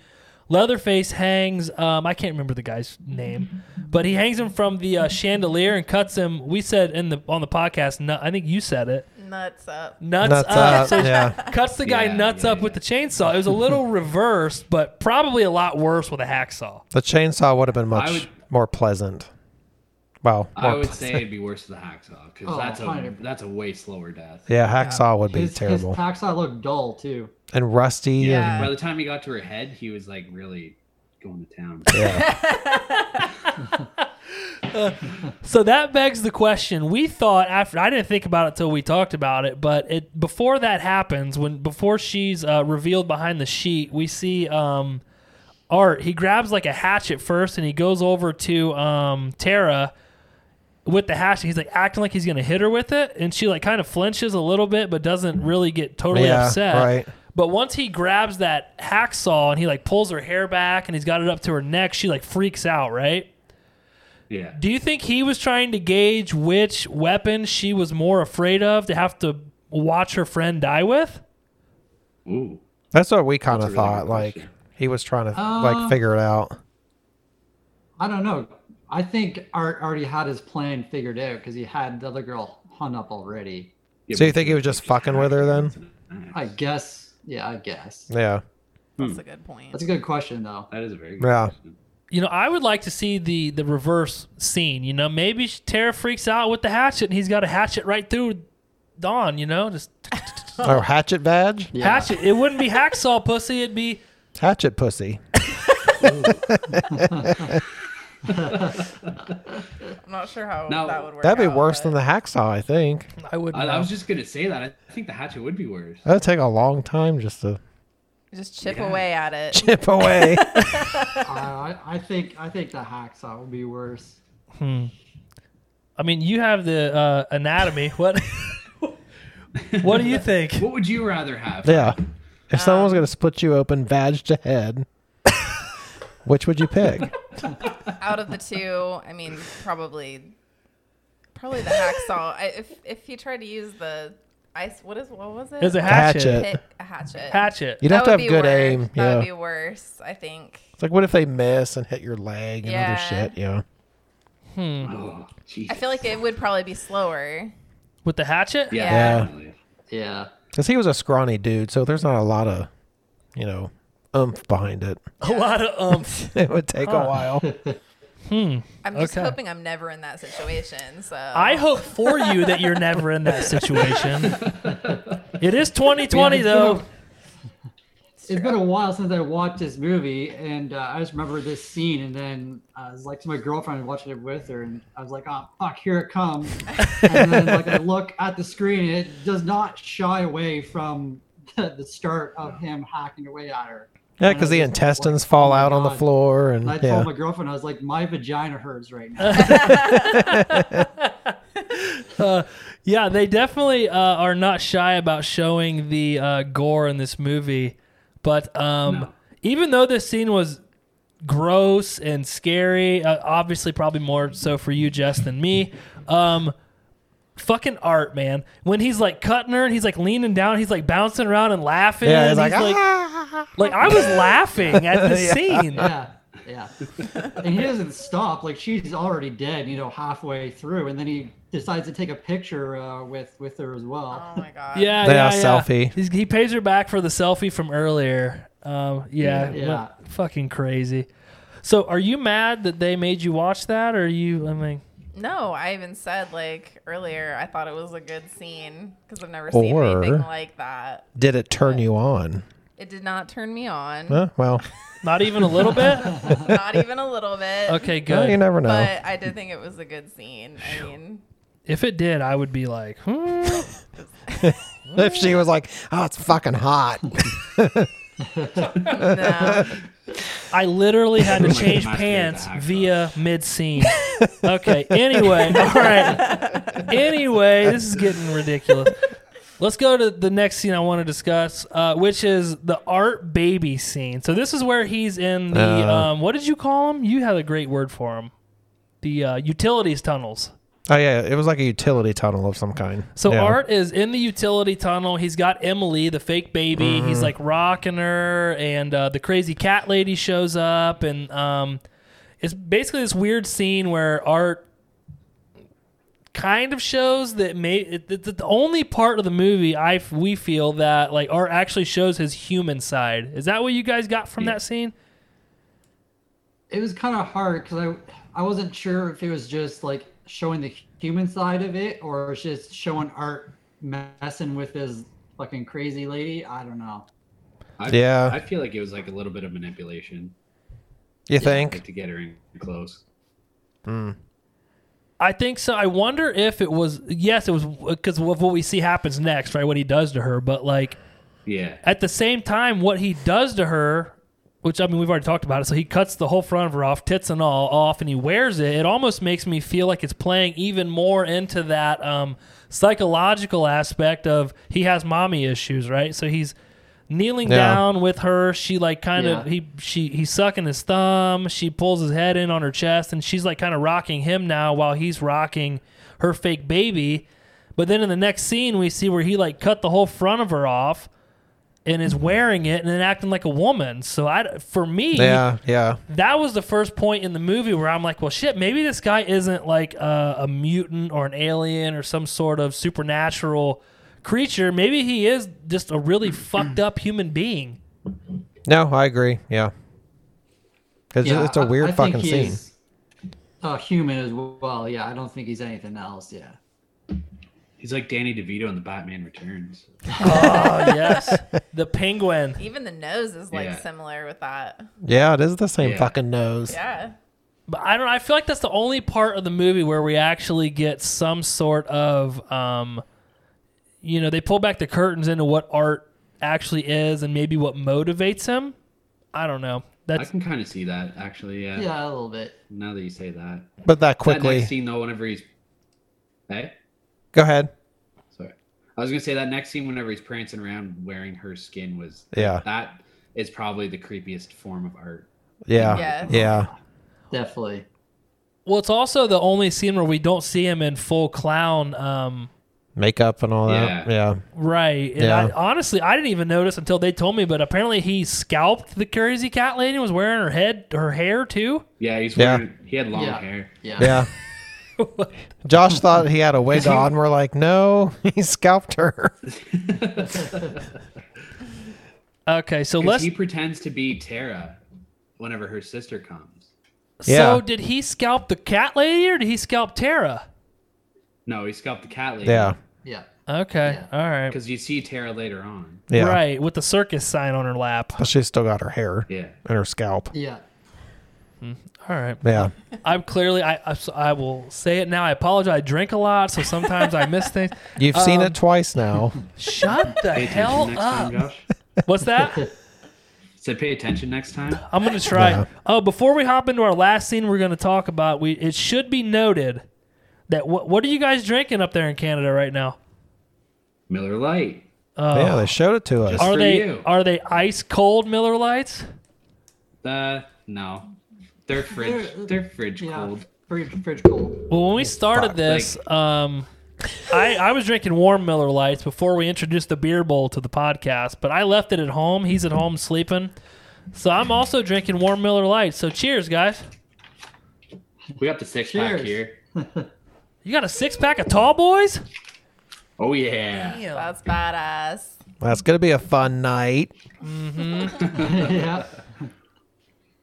[SPEAKER 1] Leatherface hangs, um, I can't remember the guy's name, but he hangs him from the uh, chandelier and cuts him. We said in the on the podcast, nu- I think you said it,
[SPEAKER 3] nuts up.
[SPEAKER 4] Hmm.
[SPEAKER 1] nuts,
[SPEAKER 2] Nuts
[SPEAKER 1] up.
[SPEAKER 2] up.
[SPEAKER 1] oh, So
[SPEAKER 2] uh, yeah.
[SPEAKER 1] cuts the guy
[SPEAKER 4] Yeah,
[SPEAKER 1] nuts
[SPEAKER 4] yeah,
[SPEAKER 1] up with
[SPEAKER 4] yeah.
[SPEAKER 1] the chainsaw. It was a little reversed, but probably a lot worse with a hacksaw.
[SPEAKER 2] The chainsaw would have been much
[SPEAKER 4] would-
[SPEAKER 2] more pleasant. Well,
[SPEAKER 4] I
[SPEAKER 2] more
[SPEAKER 4] would
[SPEAKER 2] pleasant.
[SPEAKER 4] say it'd be worse than the hacksaw because
[SPEAKER 5] Oh,
[SPEAKER 4] that's a
[SPEAKER 5] 100.
[SPEAKER 4] that's a way slower death.
[SPEAKER 2] yeah, hacksaw would be
[SPEAKER 5] his,
[SPEAKER 2] terrible
[SPEAKER 5] His hacksaw looked dull too.
[SPEAKER 2] and rusty.
[SPEAKER 3] Yeah.
[SPEAKER 4] By the time he got to her head, he was like really going to town.
[SPEAKER 2] And, yeah.
[SPEAKER 1] So that begs the question. We thought after I didn't think about it till we talked about it, but it before that happens, when before she's uh, revealed behind the sheet, we see um, Art. He grabs like a hatchet first, and he goes over to um, Tara with the hatchet. He's like acting like he's gonna hit her with it, and she like kind of flinches a little bit, but doesn't really get totally
[SPEAKER 2] Yeah,
[SPEAKER 1] upset.
[SPEAKER 2] right.
[SPEAKER 1] But once he grabs that hacksaw and he like pulls her hair back and he's got it up to her neck, she like freaks out, right?
[SPEAKER 4] Yeah.
[SPEAKER 1] Do you think he was trying to gauge which weapon she was more afraid of to have to watch her friend die with?
[SPEAKER 4] Ooh.
[SPEAKER 2] That's what we kind of
[SPEAKER 4] really good
[SPEAKER 2] thought. Like
[SPEAKER 4] question.
[SPEAKER 2] he was trying to
[SPEAKER 5] Uh,
[SPEAKER 2] like figure it out.
[SPEAKER 5] I don't know. I think Art already had his plan figured out because he had the other girl hung up already.
[SPEAKER 4] Yeah,
[SPEAKER 2] So you
[SPEAKER 4] but-
[SPEAKER 2] think he was just fucking with her then?
[SPEAKER 5] I guess. Yeah, I guess.
[SPEAKER 2] Yeah.
[SPEAKER 3] That's a good point.
[SPEAKER 5] That's a good question though.
[SPEAKER 4] That is a very good
[SPEAKER 2] Yeah.
[SPEAKER 4] question.
[SPEAKER 1] You know, I would like to see the the reverse scene. You know, maybe she- Tara freaks out with the hatchet and he's got a hatchet right through Dawn. You know, just
[SPEAKER 2] Oh, hatchet badge?
[SPEAKER 5] Yeah.
[SPEAKER 1] hatchet. It wouldn't be hacksaw pussy. It'd be
[SPEAKER 2] Hatchet pussy.
[SPEAKER 3] I'm not sure how
[SPEAKER 4] No,
[SPEAKER 3] that would work.
[SPEAKER 2] That'd be
[SPEAKER 3] out,
[SPEAKER 2] worse
[SPEAKER 3] but-
[SPEAKER 2] than the hacksaw, I think.
[SPEAKER 1] I would.
[SPEAKER 4] I,
[SPEAKER 1] not
[SPEAKER 4] I was just gonna say that. I think the hatchet would be worse.
[SPEAKER 2] That'd take a long time just to
[SPEAKER 3] Just chip
[SPEAKER 4] Yeah.
[SPEAKER 3] away at it.
[SPEAKER 2] chip away.
[SPEAKER 5] I, I think I think the hacksaw would be worse.
[SPEAKER 1] I mean, you have the uh, anatomy. What? what do you think?
[SPEAKER 4] What would you rather have?
[SPEAKER 2] yeah. If someone was gonna split you open vag to head, which would you pick?
[SPEAKER 3] Out of the two, I mean, probably, probably the hacksaw. I, if if he tried to use the ice, what is what was it?
[SPEAKER 1] Is a
[SPEAKER 2] Hatchet.
[SPEAKER 1] hatchet?
[SPEAKER 3] Pit, a hatchet.
[SPEAKER 1] Hatchet.
[SPEAKER 2] You'd have to
[SPEAKER 3] would
[SPEAKER 2] have
[SPEAKER 3] be
[SPEAKER 2] good
[SPEAKER 3] worse.
[SPEAKER 2] aim.
[SPEAKER 3] That
[SPEAKER 2] Yeah.
[SPEAKER 3] would be worse, I think.
[SPEAKER 2] It's like what if they miss and hit your leg and
[SPEAKER 3] Yeah.
[SPEAKER 2] other shit? Yeah.
[SPEAKER 4] Oh,
[SPEAKER 3] I feel like it would probably be slower.
[SPEAKER 1] With the hatchet?
[SPEAKER 4] Yeah.
[SPEAKER 3] Yeah.
[SPEAKER 4] definitely.
[SPEAKER 5] Yeah.
[SPEAKER 2] Because he was a scrawny dude, so there's not a lot of, you know, oomph behind it.
[SPEAKER 1] A lot of um, umph.
[SPEAKER 2] It would take a while.
[SPEAKER 1] Hmm.
[SPEAKER 3] I'm just
[SPEAKER 1] Okay.
[SPEAKER 3] hoping I'm never in that situation. So
[SPEAKER 1] I hope for you that you're never in that situation. It is 2020
[SPEAKER 5] Yeah, it's
[SPEAKER 1] though.
[SPEAKER 5] been a- it's been a while since I watched this movie, and uh, I just remember this scene. And then uh, I was like to my girlfriend, I was watching it with her, and I was like, "Oh fuck, here it comes!" and then like I look at the screen, and it does not shy away from the, the start of him hacking away at her.
[SPEAKER 2] Yeah,
[SPEAKER 5] And I
[SPEAKER 2] because the
[SPEAKER 5] was just like,
[SPEAKER 2] intestines
[SPEAKER 5] "Oh
[SPEAKER 2] fall
[SPEAKER 5] my
[SPEAKER 2] out on the
[SPEAKER 5] God."
[SPEAKER 2] floor, and
[SPEAKER 5] And I
[SPEAKER 2] yeah.
[SPEAKER 5] told my girlfriend, I was like, "My vagina hurts right now."
[SPEAKER 1] Yeah, they definitely uh, are not shy about showing the uh, gore in this movie. But um,
[SPEAKER 4] No.
[SPEAKER 1] even though this scene was gross and scary, uh, obviously probably more so for you, Jess, than me. Um, fucking art, man. When he's like cutting her and he's like leaning down, he's like bouncing around and laughing.
[SPEAKER 2] yeah,
[SPEAKER 1] and
[SPEAKER 2] it's like, "Ah."
[SPEAKER 1] like I was laughing at this scene.
[SPEAKER 5] yeah, yeah. And he doesn't stop. Like she's already dead, you know, halfway through, and then he decides to take a picture uh, with with her as well.
[SPEAKER 3] Oh my god.
[SPEAKER 1] Yeah,
[SPEAKER 2] They
[SPEAKER 1] yeah,
[SPEAKER 2] are
[SPEAKER 1] yeah.
[SPEAKER 2] selfie.
[SPEAKER 1] He's, he pays her back for the selfie from earlier. Um, yeah,
[SPEAKER 5] Yeah.
[SPEAKER 1] what- fucking crazy. So, are you mad that they made you watch that, or you? I mean,
[SPEAKER 3] No, I even said like earlier, I thought it was a good scene because I've never seen
[SPEAKER 2] Or-
[SPEAKER 3] anything like that.
[SPEAKER 2] did it turn you on?
[SPEAKER 3] It did not turn me on,
[SPEAKER 2] Huh? Well,
[SPEAKER 1] not even a little bit.
[SPEAKER 3] not even a little bit.
[SPEAKER 1] Okay,
[SPEAKER 2] well,
[SPEAKER 1] good.
[SPEAKER 2] you never know.
[SPEAKER 3] But I did think it was a good scene. I mean,
[SPEAKER 1] if it did, I would be like, hmm.
[SPEAKER 2] if she was like, "Oh, it's fucking hot,"
[SPEAKER 3] no.
[SPEAKER 1] I literally had to
[SPEAKER 4] Like,
[SPEAKER 1] change
[SPEAKER 4] masturbate
[SPEAKER 1] pants
[SPEAKER 4] the hack
[SPEAKER 1] via mid scene. okay. Anyway, all right. Anyway, this is getting ridiculous. Let's go to the next scene I want to discuss, uh, which is the art baby scene. So this is where he's in the
[SPEAKER 2] Uh.
[SPEAKER 1] um, what did you call him? You had a great word for him. The uh, utilities tunnels.
[SPEAKER 2] oh yeah, it was like a utility tunnel of some kind.
[SPEAKER 1] So
[SPEAKER 2] yeah.
[SPEAKER 1] Art is in the utility tunnel. He's got Emily, the fake baby. He's like rocking her, and uh, the crazy cat lady shows up, and um, it's basically this weird scene where Art kind of shows that may it, it, the only part of the movie I f- we feel that like Art actually shows his human side. Is that what you guys got from that scene?
[SPEAKER 5] It was kind of hard because I I wasn't sure if it was just like showing the human side of it or it's just showing Art messing with his fucking crazy lady. I don't know.
[SPEAKER 4] I,
[SPEAKER 2] Yeah.
[SPEAKER 4] I feel like it was like a little bit of manipulation
[SPEAKER 2] you think?
[SPEAKER 4] like, to get her in close.
[SPEAKER 1] I think so. I wonder if it was yes, it was because of what we see happens next, right? What he does to her, but like.
[SPEAKER 4] Yeah.
[SPEAKER 2] Uh,
[SPEAKER 1] at the same time, what he does to her, which I mean, we've already talked about it. So he cuts the whole front of her off, tits and all off, and he wears it. It almost makes me feel like it's playing even more into that um, psychological aspect of he has mommy issues, right? So he's kneeling
[SPEAKER 2] Yeah.
[SPEAKER 1] down with her. She like kind of
[SPEAKER 5] Yeah.
[SPEAKER 1] he she he's sucking his thumb. She pulls his head in on her chest, and she's like kind of rocking him now while he's rocking her fake baby. But then in the next scene, we see where he like cut the whole front of her off and is wearing it and then acting like a woman. So I, for me,
[SPEAKER 2] Yeah, yeah.
[SPEAKER 1] that was the first point in the movie where I'm like, well, shit, maybe this guy isn't like a, a mutant or an alien or some sort of supernatural creature. Maybe he is just a really fucked up human being.
[SPEAKER 2] No, I agree. Yeah, because
[SPEAKER 5] Yeah,
[SPEAKER 2] it's a
[SPEAKER 5] I-
[SPEAKER 2] weird
[SPEAKER 5] I think
[SPEAKER 2] fucking scene.
[SPEAKER 5] he's A human as well. Yeah, I don't think he's anything else. Yeah.
[SPEAKER 4] He's like Danny DeVito in the Batman Returns.
[SPEAKER 2] uh,
[SPEAKER 1] Oh yes, the penguin.
[SPEAKER 3] Even the nose is like
[SPEAKER 4] Yeah.
[SPEAKER 3] similar with that.
[SPEAKER 2] Yeah, it is the same
[SPEAKER 4] Yeah.
[SPEAKER 2] fucking nose.
[SPEAKER 3] Yeah.
[SPEAKER 1] But I don't. I feel like that's the only part of the movie where we actually get some sort of, um, you know, they pull back the curtains into what art actually is and maybe what motivates him. I don't know.
[SPEAKER 4] I
[SPEAKER 1] That's
[SPEAKER 4] can kind of see that actually. Yeah.
[SPEAKER 5] Yeah, a little bit.
[SPEAKER 4] Now that you say that.
[SPEAKER 2] But that
[SPEAKER 4] That
[SPEAKER 2] quickly.
[SPEAKER 4] next scene though, whenever he's, hey,
[SPEAKER 2] Go ahead.
[SPEAKER 4] sorry, I was gonna say that next scene whenever he's prancing around wearing her skin was
[SPEAKER 2] Yeah.
[SPEAKER 4] that is probably the creepiest form of art.
[SPEAKER 2] Yeah.
[SPEAKER 3] Yes.
[SPEAKER 2] Yeah.
[SPEAKER 5] Definitely.
[SPEAKER 1] well. It's also the only scene where we don't see him in full clown. Um,
[SPEAKER 2] Makeup and all that.
[SPEAKER 4] Yeah.
[SPEAKER 2] Yeah.
[SPEAKER 1] right. And
[SPEAKER 2] Yeah.
[SPEAKER 1] I, honestly, I didn't even notice until they told me. But apparently, he scalped the crazy cat lady and was wearing her head, her hair too.
[SPEAKER 4] Yeah, he's
[SPEAKER 2] Yeah.
[SPEAKER 4] wearing, he had long
[SPEAKER 5] Yeah.
[SPEAKER 4] hair.
[SPEAKER 5] Yeah.
[SPEAKER 2] Yeah. Josh thought he had a wig on. We're like, no, he scalped her.
[SPEAKER 1] Okay, so
[SPEAKER 4] 'Cause
[SPEAKER 1] let's.
[SPEAKER 4] he pretends to be Tara whenever her sister comes.
[SPEAKER 2] Yeah.
[SPEAKER 1] So did he scalp the cat lady or did he scalp Tara?
[SPEAKER 4] No, he scalped the cat lady.
[SPEAKER 2] Yeah.
[SPEAKER 5] Yeah.
[SPEAKER 1] Okay. All right.
[SPEAKER 4] Because you see Tara later on.
[SPEAKER 2] Yeah.
[SPEAKER 1] Right, with the circus sign on her lap.
[SPEAKER 2] But she's still got her hair
[SPEAKER 4] Yeah.
[SPEAKER 2] and her scalp.
[SPEAKER 5] Yeah.
[SPEAKER 1] All right.
[SPEAKER 2] Yeah.
[SPEAKER 1] I'm clearly I, I I will say it now. I apologize. I drink a lot, so sometimes I miss things.
[SPEAKER 2] You've seen it twice now.
[SPEAKER 1] Shut the
[SPEAKER 4] Pay attention
[SPEAKER 1] hell
[SPEAKER 4] next
[SPEAKER 1] up.
[SPEAKER 4] time, Josh.
[SPEAKER 1] What's that?
[SPEAKER 4] Said pay attention next time.
[SPEAKER 1] I'm gonna try.
[SPEAKER 2] Yeah.
[SPEAKER 1] Oh, before we hop into our last scene, we're gonna talk about. We it should be noted that what what are you guys drinking up there in Canada right now?
[SPEAKER 4] Miller Light.
[SPEAKER 1] Oh,
[SPEAKER 2] yeah, they showed it to us.
[SPEAKER 4] Just-
[SPEAKER 1] are
[SPEAKER 4] for
[SPEAKER 1] they
[SPEAKER 4] you.
[SPEAKER 1] are they ice cold Miller Lights?
[SPEAKER 4] Uh, no. They're fridge.
[SPEAKER 5] They're-
[SPEAKER 4] They're fridge
[SPEAKER 5] Yeah.
[SPEAKER 4] cold.
[SPEAKER 5] Fridge, fridge cold.
[SPEAKER 1] Well, when we started
[SPEAKER 2] fuck,
[SPEAKER 1] this, um, I, I was drinking warm Miller Lights before we introduced the beer bowl to the podcast, but I left it at home. He's at home sleeping. So I'm also drinking warm Miller Lights. So cheers, guys.
[SPEAKER 4] We got the six
[SPEAKER 5] Cheers.
[SPEAKER 4] pack here.
[SPEAKER 1] You got a six pack of tall boys?
[SPEAKER 4] Oh yeah.
[SPEAKER 3] That's badass.
[SPEAKER 2] That's going to be a fun night.
[SPEAKER 5] yeah.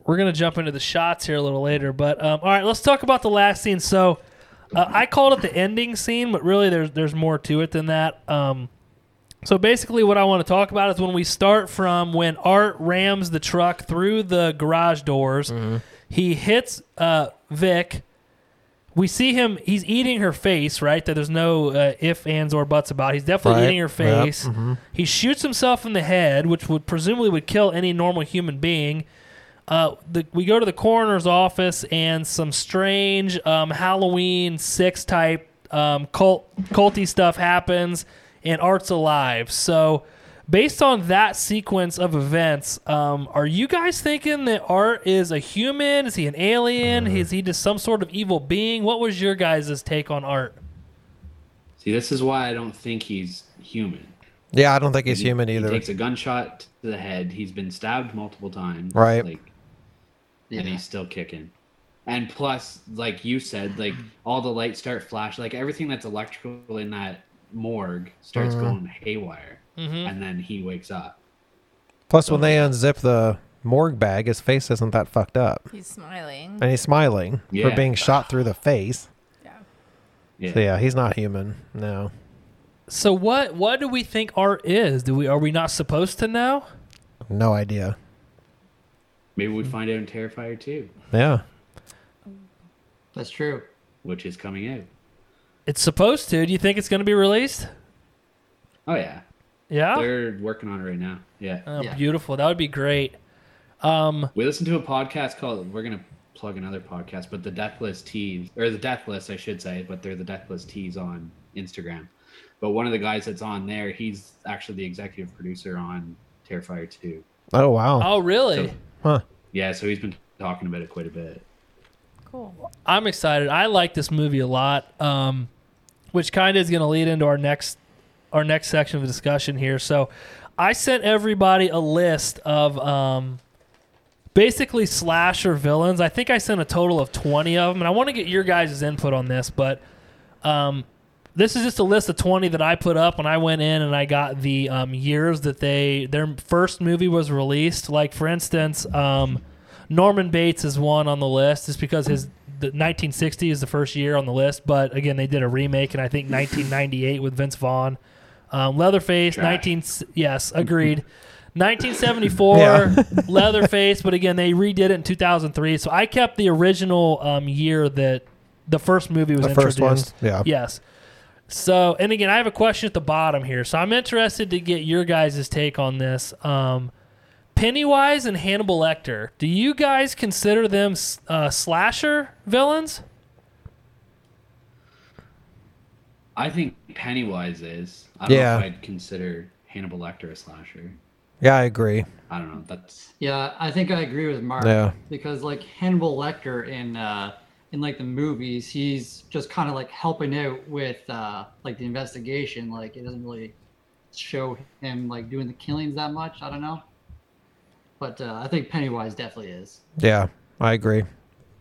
[SPEAKER 1] We're going to jump into the shots here a little later. But um, all right, let's talk about the last scene. So uh, I called it the ending scene, but really there's, there's more to it than that. Um, So basically, what I want to talk about is when we start from when Art rams the truck through the garage doors.
[SPEAKER 2] Mm-hmm.
[SPEAKER 1] He hits uh, Vic. We see him. He's eating her face, right? That there's no uh, if, ands, or buts about. He's definitely
[SPEAKER 2] Right.
[SPEAKER 1] eating her
[SPEAKER 2] Yep. Mm-hmm.
[SPEAKER 1] face. He shoots himself in the head, which would presumably would kill any normal human being. Uh, the, we go to the coroner's office, and some strange um, Halloween six type um, cult culty stuff happens, and Art's alive. So, based on that sequence of events, um, are you guys thinking that Art is a human? Is he an alien? Is he just some sort of evil being? What was your guys' take on Art?
[SPEAKER 4] See, this is why I don't think he's human.
[SPEAKER 2] Yeah, I don't think he's
[SPEAKER 4] He-
[SPEAKER 2] human
[SPEAKER 4] He
[SPEAKER 2] either.
[SPEAKER 4] takes a gunshot to the head. He's been stabbed multiple times.
[SPEAKER 2] Right.
[SPEAKER 4] Like, and
[SPEAKER 5] Yeah.
[SPEAKER 4] he's still kicking. And plus, like you said, like all the lights start flash, like everything that's electrical in that morgue starts going haywire, and then he wakes up.
[SPEAKER 2] Plus, when they unzip the morgue bag, his face isn't that fucked up.
[SPEAKER 3] He's smiling.
[SPEAKER 2] And he's smiling for
[SPEAKER 4] Yeah.
[SPEAKER 2] being shot through the face.
[SPEAKER 3] Yeah.
[SPEAKER 4] Yeah.
[SPEAKER 2] So, yeah, he's not human. No.
[SPEAKER 1] So, what what do we think Art is? Do we are we not supposed to know?
[SPEAKER 2] No idea.
[SPEAKER 4] Maybe we find out in Terrifier 2,
[SPEAKER 2] Yeah.
[SPEAKER 5] That's true.
[SPEAKER 4] which is coming out.
[SPEAKER 1] It's supposed to. Do you think it's going to be released?
[SPEAKER 4] Oh yeah,
[SPEAKER 1] Yeah.
[SPEAKER 4] they're working on it right now. Yeah,
[SPEAKER 1] Oh,
[SPEAKER 5] Yeah.
[SPEAKER 1] beautiful. That would be great.
[SPEAKER 4] we listened to a podcast called. We're gonna plug another podcast, but the Death List Tees or the Death List, I should say, but they're the Death List Tees on Instagram. But one of the guys that's on there, he's actually the executive producer on Terrifier 2.
[SPEAKER 2] Oh, wow.
[SPEAKER 1] Oh, really?
[SPEAKER 4] So-
[SPEAKER 2] Huh.
[SPEAKER 4] Yeah, so he's been talking about it quite a bit.
[SPEAKER 3] Cool.
[SPEAKER 1] I'm excited. I like this movie a lot, um, which kind of is going to lead into our next our next section of the discussion here. So, I sent everybody a list of um, basically slasher villains. I think I sent a total of 20 of them, and I want to get your guys' input on this, but. Um, this is just a list of 20 that I put up when I went in and I got the um, years that they their first movie was released. Like for instance, um, Norman Bates is one on the list just because his the 1960 is the first year on the list, but again they did a remake in I think 1998 with Vince Vaughn. Um, Leatherface,
[SPEAKER 4] Trash.
[SPEAKER 1] 19 s- yes, agreed. 1974
[SPEAKER 2] Yeah.
[SPEAKER 1] Leatherface, but again they redid it in 2003. So I kept the original um, year that the first movie was
[SPEAKER 2] The first
[SPEAKER 1] introduced.
[SPEAKER 2] ones? Yeah.
[SPEAKER 1] Yes. So, and again, I have a question at the bottom here. So, I'm interested to get your guys' take on this. Um, Pennywise and Hannibal Lecter, do you guys consider them uh, slasher villains?
[SPEAKER 4] I think Pennywise is. I don't
[SPEAKER 2] Yeah.
[SPEAKER 4] know if I'd consider Hannibal Lecter a slasher.
[SPEAKER 2] Yeah, I agree.
[SPEAKER 4] I don't know. That's
[SPEAKER 5] Yeah, I think I agree with Mark.
[SPEAKER 2] Yeah.
[SPEAKER 5] Because like Hannibal Lecter in uh in like the movies, he's just kind of like helping out with uh like the investigation. Like it doesn't really show him like doing the killings that much. I don't know. But uh, I think Pennywise definitely is.
[SPEAKER 2] Yeah, I agree. Oh,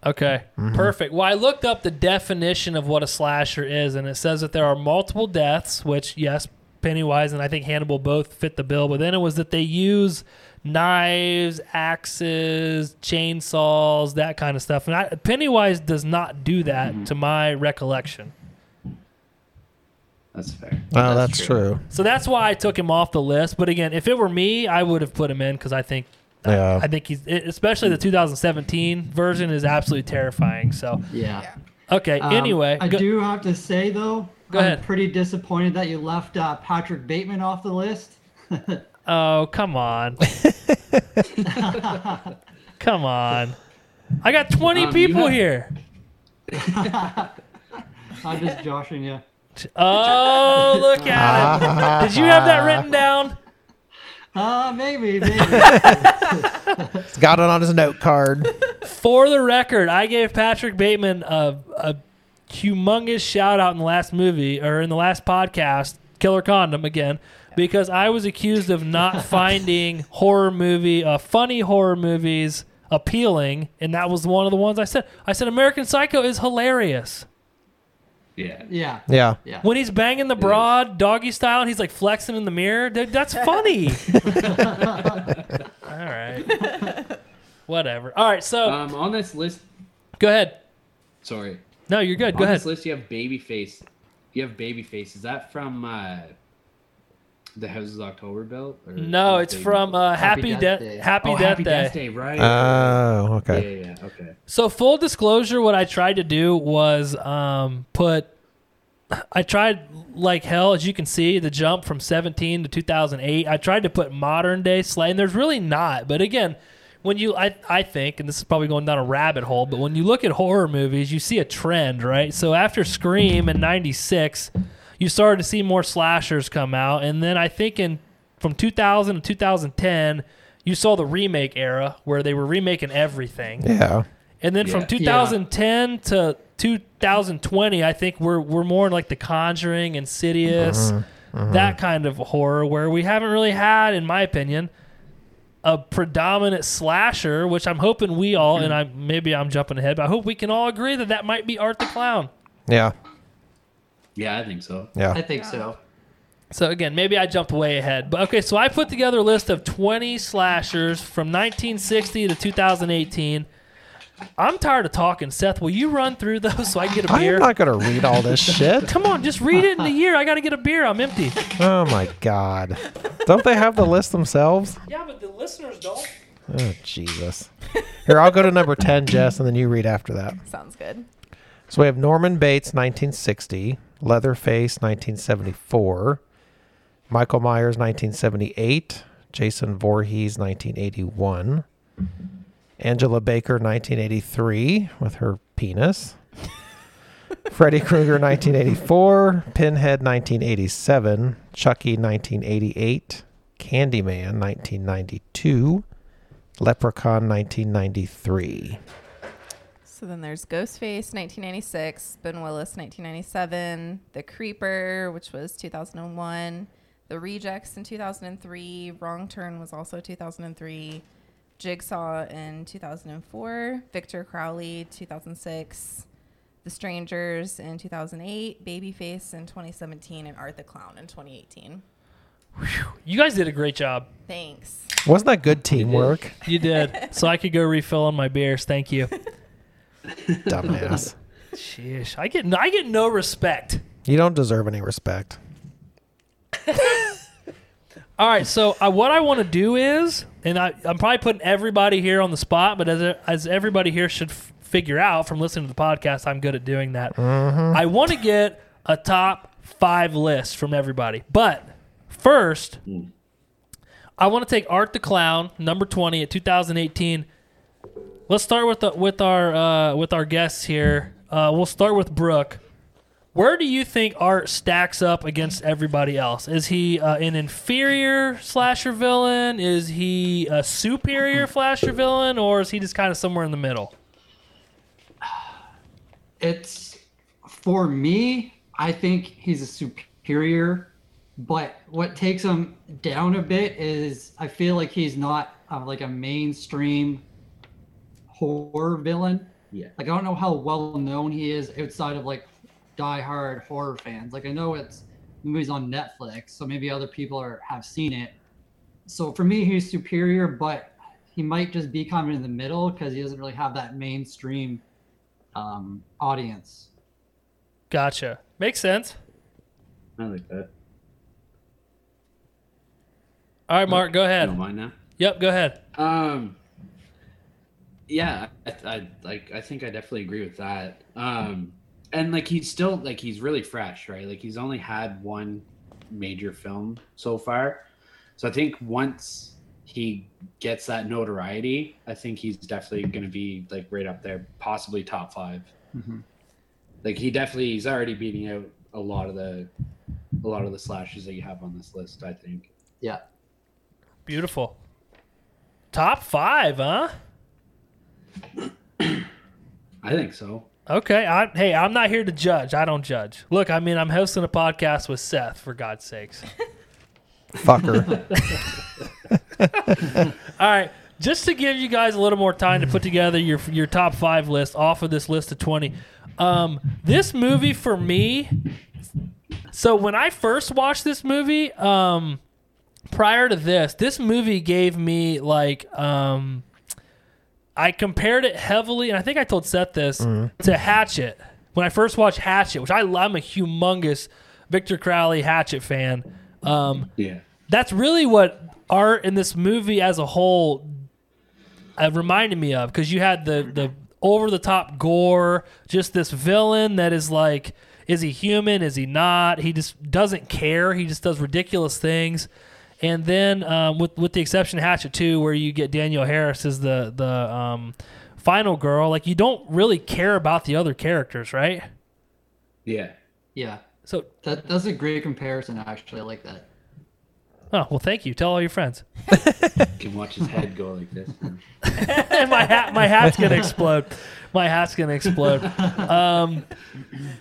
[SPEAKER 1] Okay, perfect. Well, I looked up the definition of what a slasher is, and it says that there are multiple deaths, which, yes, Pennywise and I think Hannibal both fit the bill, but then it was that they use knives, axes, chainsaws, that kind of stuff. And I, Pennywise does not do that, to my recollection.
[SPEAKER 4] That's fair.
[SPEAKER 2] Oh, that's, true.
[SPEAKER 1] So that's why I took him off the list. But again, if it were me, I would have put him in because I think, I-
[SPEAKER 2] Yeah.
[SPEAKER 1] I, think he's e, especially the 2017 version is absolutely terrifying. So
[SPEAKER 5] Yeah.
[SPEAKER 1] okay,
[SPEAKER 5] Um,
[SPEAKER 1] anyway,
[SPEAKER 5] I
[SPEAKER 1] go-
[SPEAKER 5] do have to say though,
[SPEAKER 1] Go
[SPEAKER 5] I'm
[SPEAKER 1] ahead.
[SPEAKER 5] pretty disappointed that you left uh, Patrick Bateman off the list.
[SPEAKER 1] oh come on, come on, I got 20
[SPEAKER 4] Um, you
[SPEAKER 1] people
[SPEAKER 4] have-
[SPEAKER 1] here.
[SPEAKER 5] I'm just joshing you.
[SPEAKER 1] Oh look at it! Did you have that written down?
[SPEAKER 5] Uh, maybe, maybe.
[SPEAKER 2] He's got it on his note card.
[SPEAKER 1] For the record, I gave Patrick Bateman a, a humongous shout out in the last movie or in the last podcast, Killer Condom again, because I was accused of not finding horror movie, uh, funny horror movies appealing, and that was one of the ones I said. I said American Psycho is hilarious.
[SPEAKER 4] Yeah.
[SPEAKER 5] yeah.
[SPEAKER 2] yeah.
[SPEAKER 5] Yeah.
[SPEAKER 1] When he's banging the broad doggy style and he's like flexing in the mirror, th- that's funny. All right. Whatever. All right, so
[SPEAKER 5] Uh,
[SPEAKER 4] Um, on this list,
[SPEAKER 1] go ahead.
[SPEAKER 4] sorry.
[SPEAKER 1] No, you're good. Go
[SPEAKER 4] on
[SPEAKER 1] ahead.
[SPEAKER 4] this list, you have Babyface. You have Babyface. Is that from uh, the Houses October Belt? Or
[SPEAKER 1] No, it's
[SPEAKER 4] Babyface?
[SPEAKER 1] from uh, Happy,
[SPEAKER 5] Happy Death
[SPEAKER 1] Death
[SPEAKER 5] Day.
[SPEAKER 1] Happy,
[SPEAKER 4] oh,
[SPEAKER 1] Death,
[SPEAKER 4] Happy
[SPEAKER 1] Day.
[SPEAKER 4] Death Day, right?
[SPEAKER 2] Oh,
[SPEAKER 4] yeah,
[SPEAKER 2] okay.
[SPEAKER 4] yeah, yeah, okay.
[SPEAKER 1] So full disclosure, what I tried to do was um, put. I tried like hell, as you can see, the jump from 17 to 2008. I tried to put modern day slay, and there's really not. But again, when you, I, I think, and this is probably going down a rabbit hole, but when you look at horror movies, you see a trend, right? So after Scream in 96, you started to see more slashers come out. And then I think in from 2000 to 2010, you saw the remake era where they were remaking everything.
[SPEAKER 2] Yeah.
[SPEAKER 1] And then from
[SPEAKER 4] Yeah.
[SPEAKER 1] 2010 to 2020, I think we're we're more in like The Conjuring, Insidious,
[SPEAKER 2] Mm-hmm.
[SPEAKER 1] that kind of horror, where we haven't really had, in my opinion, a predominant slasher. Which I'm hoping we all, and I maybe I'm jumping ahead, but I hope we can all agree that that might be Art the Clown.
[SPEAKER 2] Yeah.
[SPEAKER 4] Yeah, I think so.
[SPEAKER 2] Yeah.
[SPEAKER 5] I think so.
[SPEAKER 1] So again, maybe I jumped way ahead, but okay. So I put together a list of 20 slashers from 1960 to 2018. I'm tired of talking, Seth. Will you run through those so I can get a
[SPEAKER 2] I
[SPEAKER 1] beer?
[SPEAKER 2] am not going to read all this shit.
[SPEAKER 1] Come on, just read it in a year. I got to get a beer. I'm empty.
[SPEAKER 2] Oh, my God. Don't they have the list themselves?
[SPEAKER 1] yeah, but the listeners don't.
[SPEAKER 2] Oh, Jesus. Here, I'll go to number 10, Jess, and then you read after that.
[SPEAKER 3] Sounds good.
[SPEAKER 2] So we have Norman Bates, 1960, Leatherface, 1974, Michael Myers, 1978, Jason Voorhees, 1981, Angela Baker, 1983, with her penis, Freddy Krueger, 1984, Pinhead, 1987, Chucky, 1988, Candyman, 1992, Leprechaun, 1993.
[SPEAKER 3] So then there's Ghostface, 1996, Ben Willis, 1997, The Creeper, which was 2001, The Rejects in 2003, Wrong Turn was also 2003, Jigsaw in 2004, Victor Crowley 2006, The Strangers in 2008, Babyface in 2017, and Art the Clown in 2018.
[SPEAKER 1] You guys did a great job.
[SPEAKER 3] Thanks.
[SPEAKER 2] Wasn't that good teamwork?
[SPEAKER 1] You did. so I could go refill on my beers. Thank you.
[SPEAKER 2] Dumbass.
[SPEAKER 1] Sheesh. I get no, I get no respect.
[SPEAKER 2] You don't deserve any respect.
[SPEAKER 1] All right, so I, what I want to do is, and I, I'm probably putting everybody here on the spot, but as, as everybody here should f- figure out from listening to the podcast, I'm good at doing that. I want to get a top five list from everybody. But first, I want to take Art the Clown, number 20 at 2018. Let's start with, the, with, our, uh, with our guests here. Uh, we'll start with Brooke. Where do you think Art stacks up against everybody else? Is he uh, an inferior slasher villain? Is he a superior slasher villain, or is he just kind of somewhere in the middle?
[SPEAKER 5] It's for me, I think he's a superior, but what takes him down a bit is I feel like he's not uh, like a mainstream horror villain.
[SPEAKER 4] Yeah.
[SPEAKER 5] Like I don't know how well known he is outside of like die-hard horror fans. Like I know it's movies on Netflix, so maybe other people are have seen it, So for me, he's superior, but he might just be kind of in the middle because he doesn't really have that mainstream um, audience.
[SPEAKER 1] Gotcha. Makes sense.
[SPEAKER 4] I like that.
[SPEAKER 1] All right, Mark, go
[SPEAKER 4] You
[SPEAKER 1] ahead.
[SPEAKER 4] don't mind now.
[SPEAKER 1] Yep, go ahead.
[SPEAKER 4] Um, yeah, I, I like. I think I definitely agree with that. Um, and like he's still like he's really fresh, right? Like he's only had one major film so far, so I think once he gets that notoriety, I think he's definitely going to be like right up there, possibly top five. Like he definitely he's already beating out a lot of the a lot of the slashes that you have on this list. I think.
[SPEAKER 5] Yeah.
[SPEAKER 1] Beautiful. Top five, huh?
[SPEAKER 4] I think so.
[SPEAKER 1] Okay. I, hey, I'm not here to judge. I don't judge. Look, I mean, I'm hosting a podcast with Seth, for God's sakes.
[SPEAKER 2] Fucker.
[SPEAKER 1] All right. Just to give you guys a little more time to put together your your top five list off of this list of twenty, um, this movie for me. So when I first watched this movie, um, prior to this, this movie gave me like um, I compared it heavily, and I think I told Seth this to Hatchet when I first watched Hatchet, which I, I'm a humongous Victor Crowley Hatchet fan. Um,
[SPEAKER 4] Yeah.
[SPEAKER 1] that's really what art in this movie as a whole uh, reminded me of because you had the the over the top gore, just this villain that is like, is he human? Is he not? He just doesn't care. He just does ridiculous things. And then um, with with the exception of Hatchet Two, where you get Daniel Harris as the the um, final girl, like you don't really care about the other characters, right?
[SPEAKER 4] Yeah.
[SPEAKER 5] Yeah.
[SPEAKER 1] So,
[SPEAKER 5] That, that's a great comparison, actually. I like that.
[SPEAKER 1] oh well, thank you. Tell all your friends.
[SPEAKER 4] can watch his head go like this.
[SPEAKER 1] and my hat my hat's gonna explode. My hat's gonna explode. Um,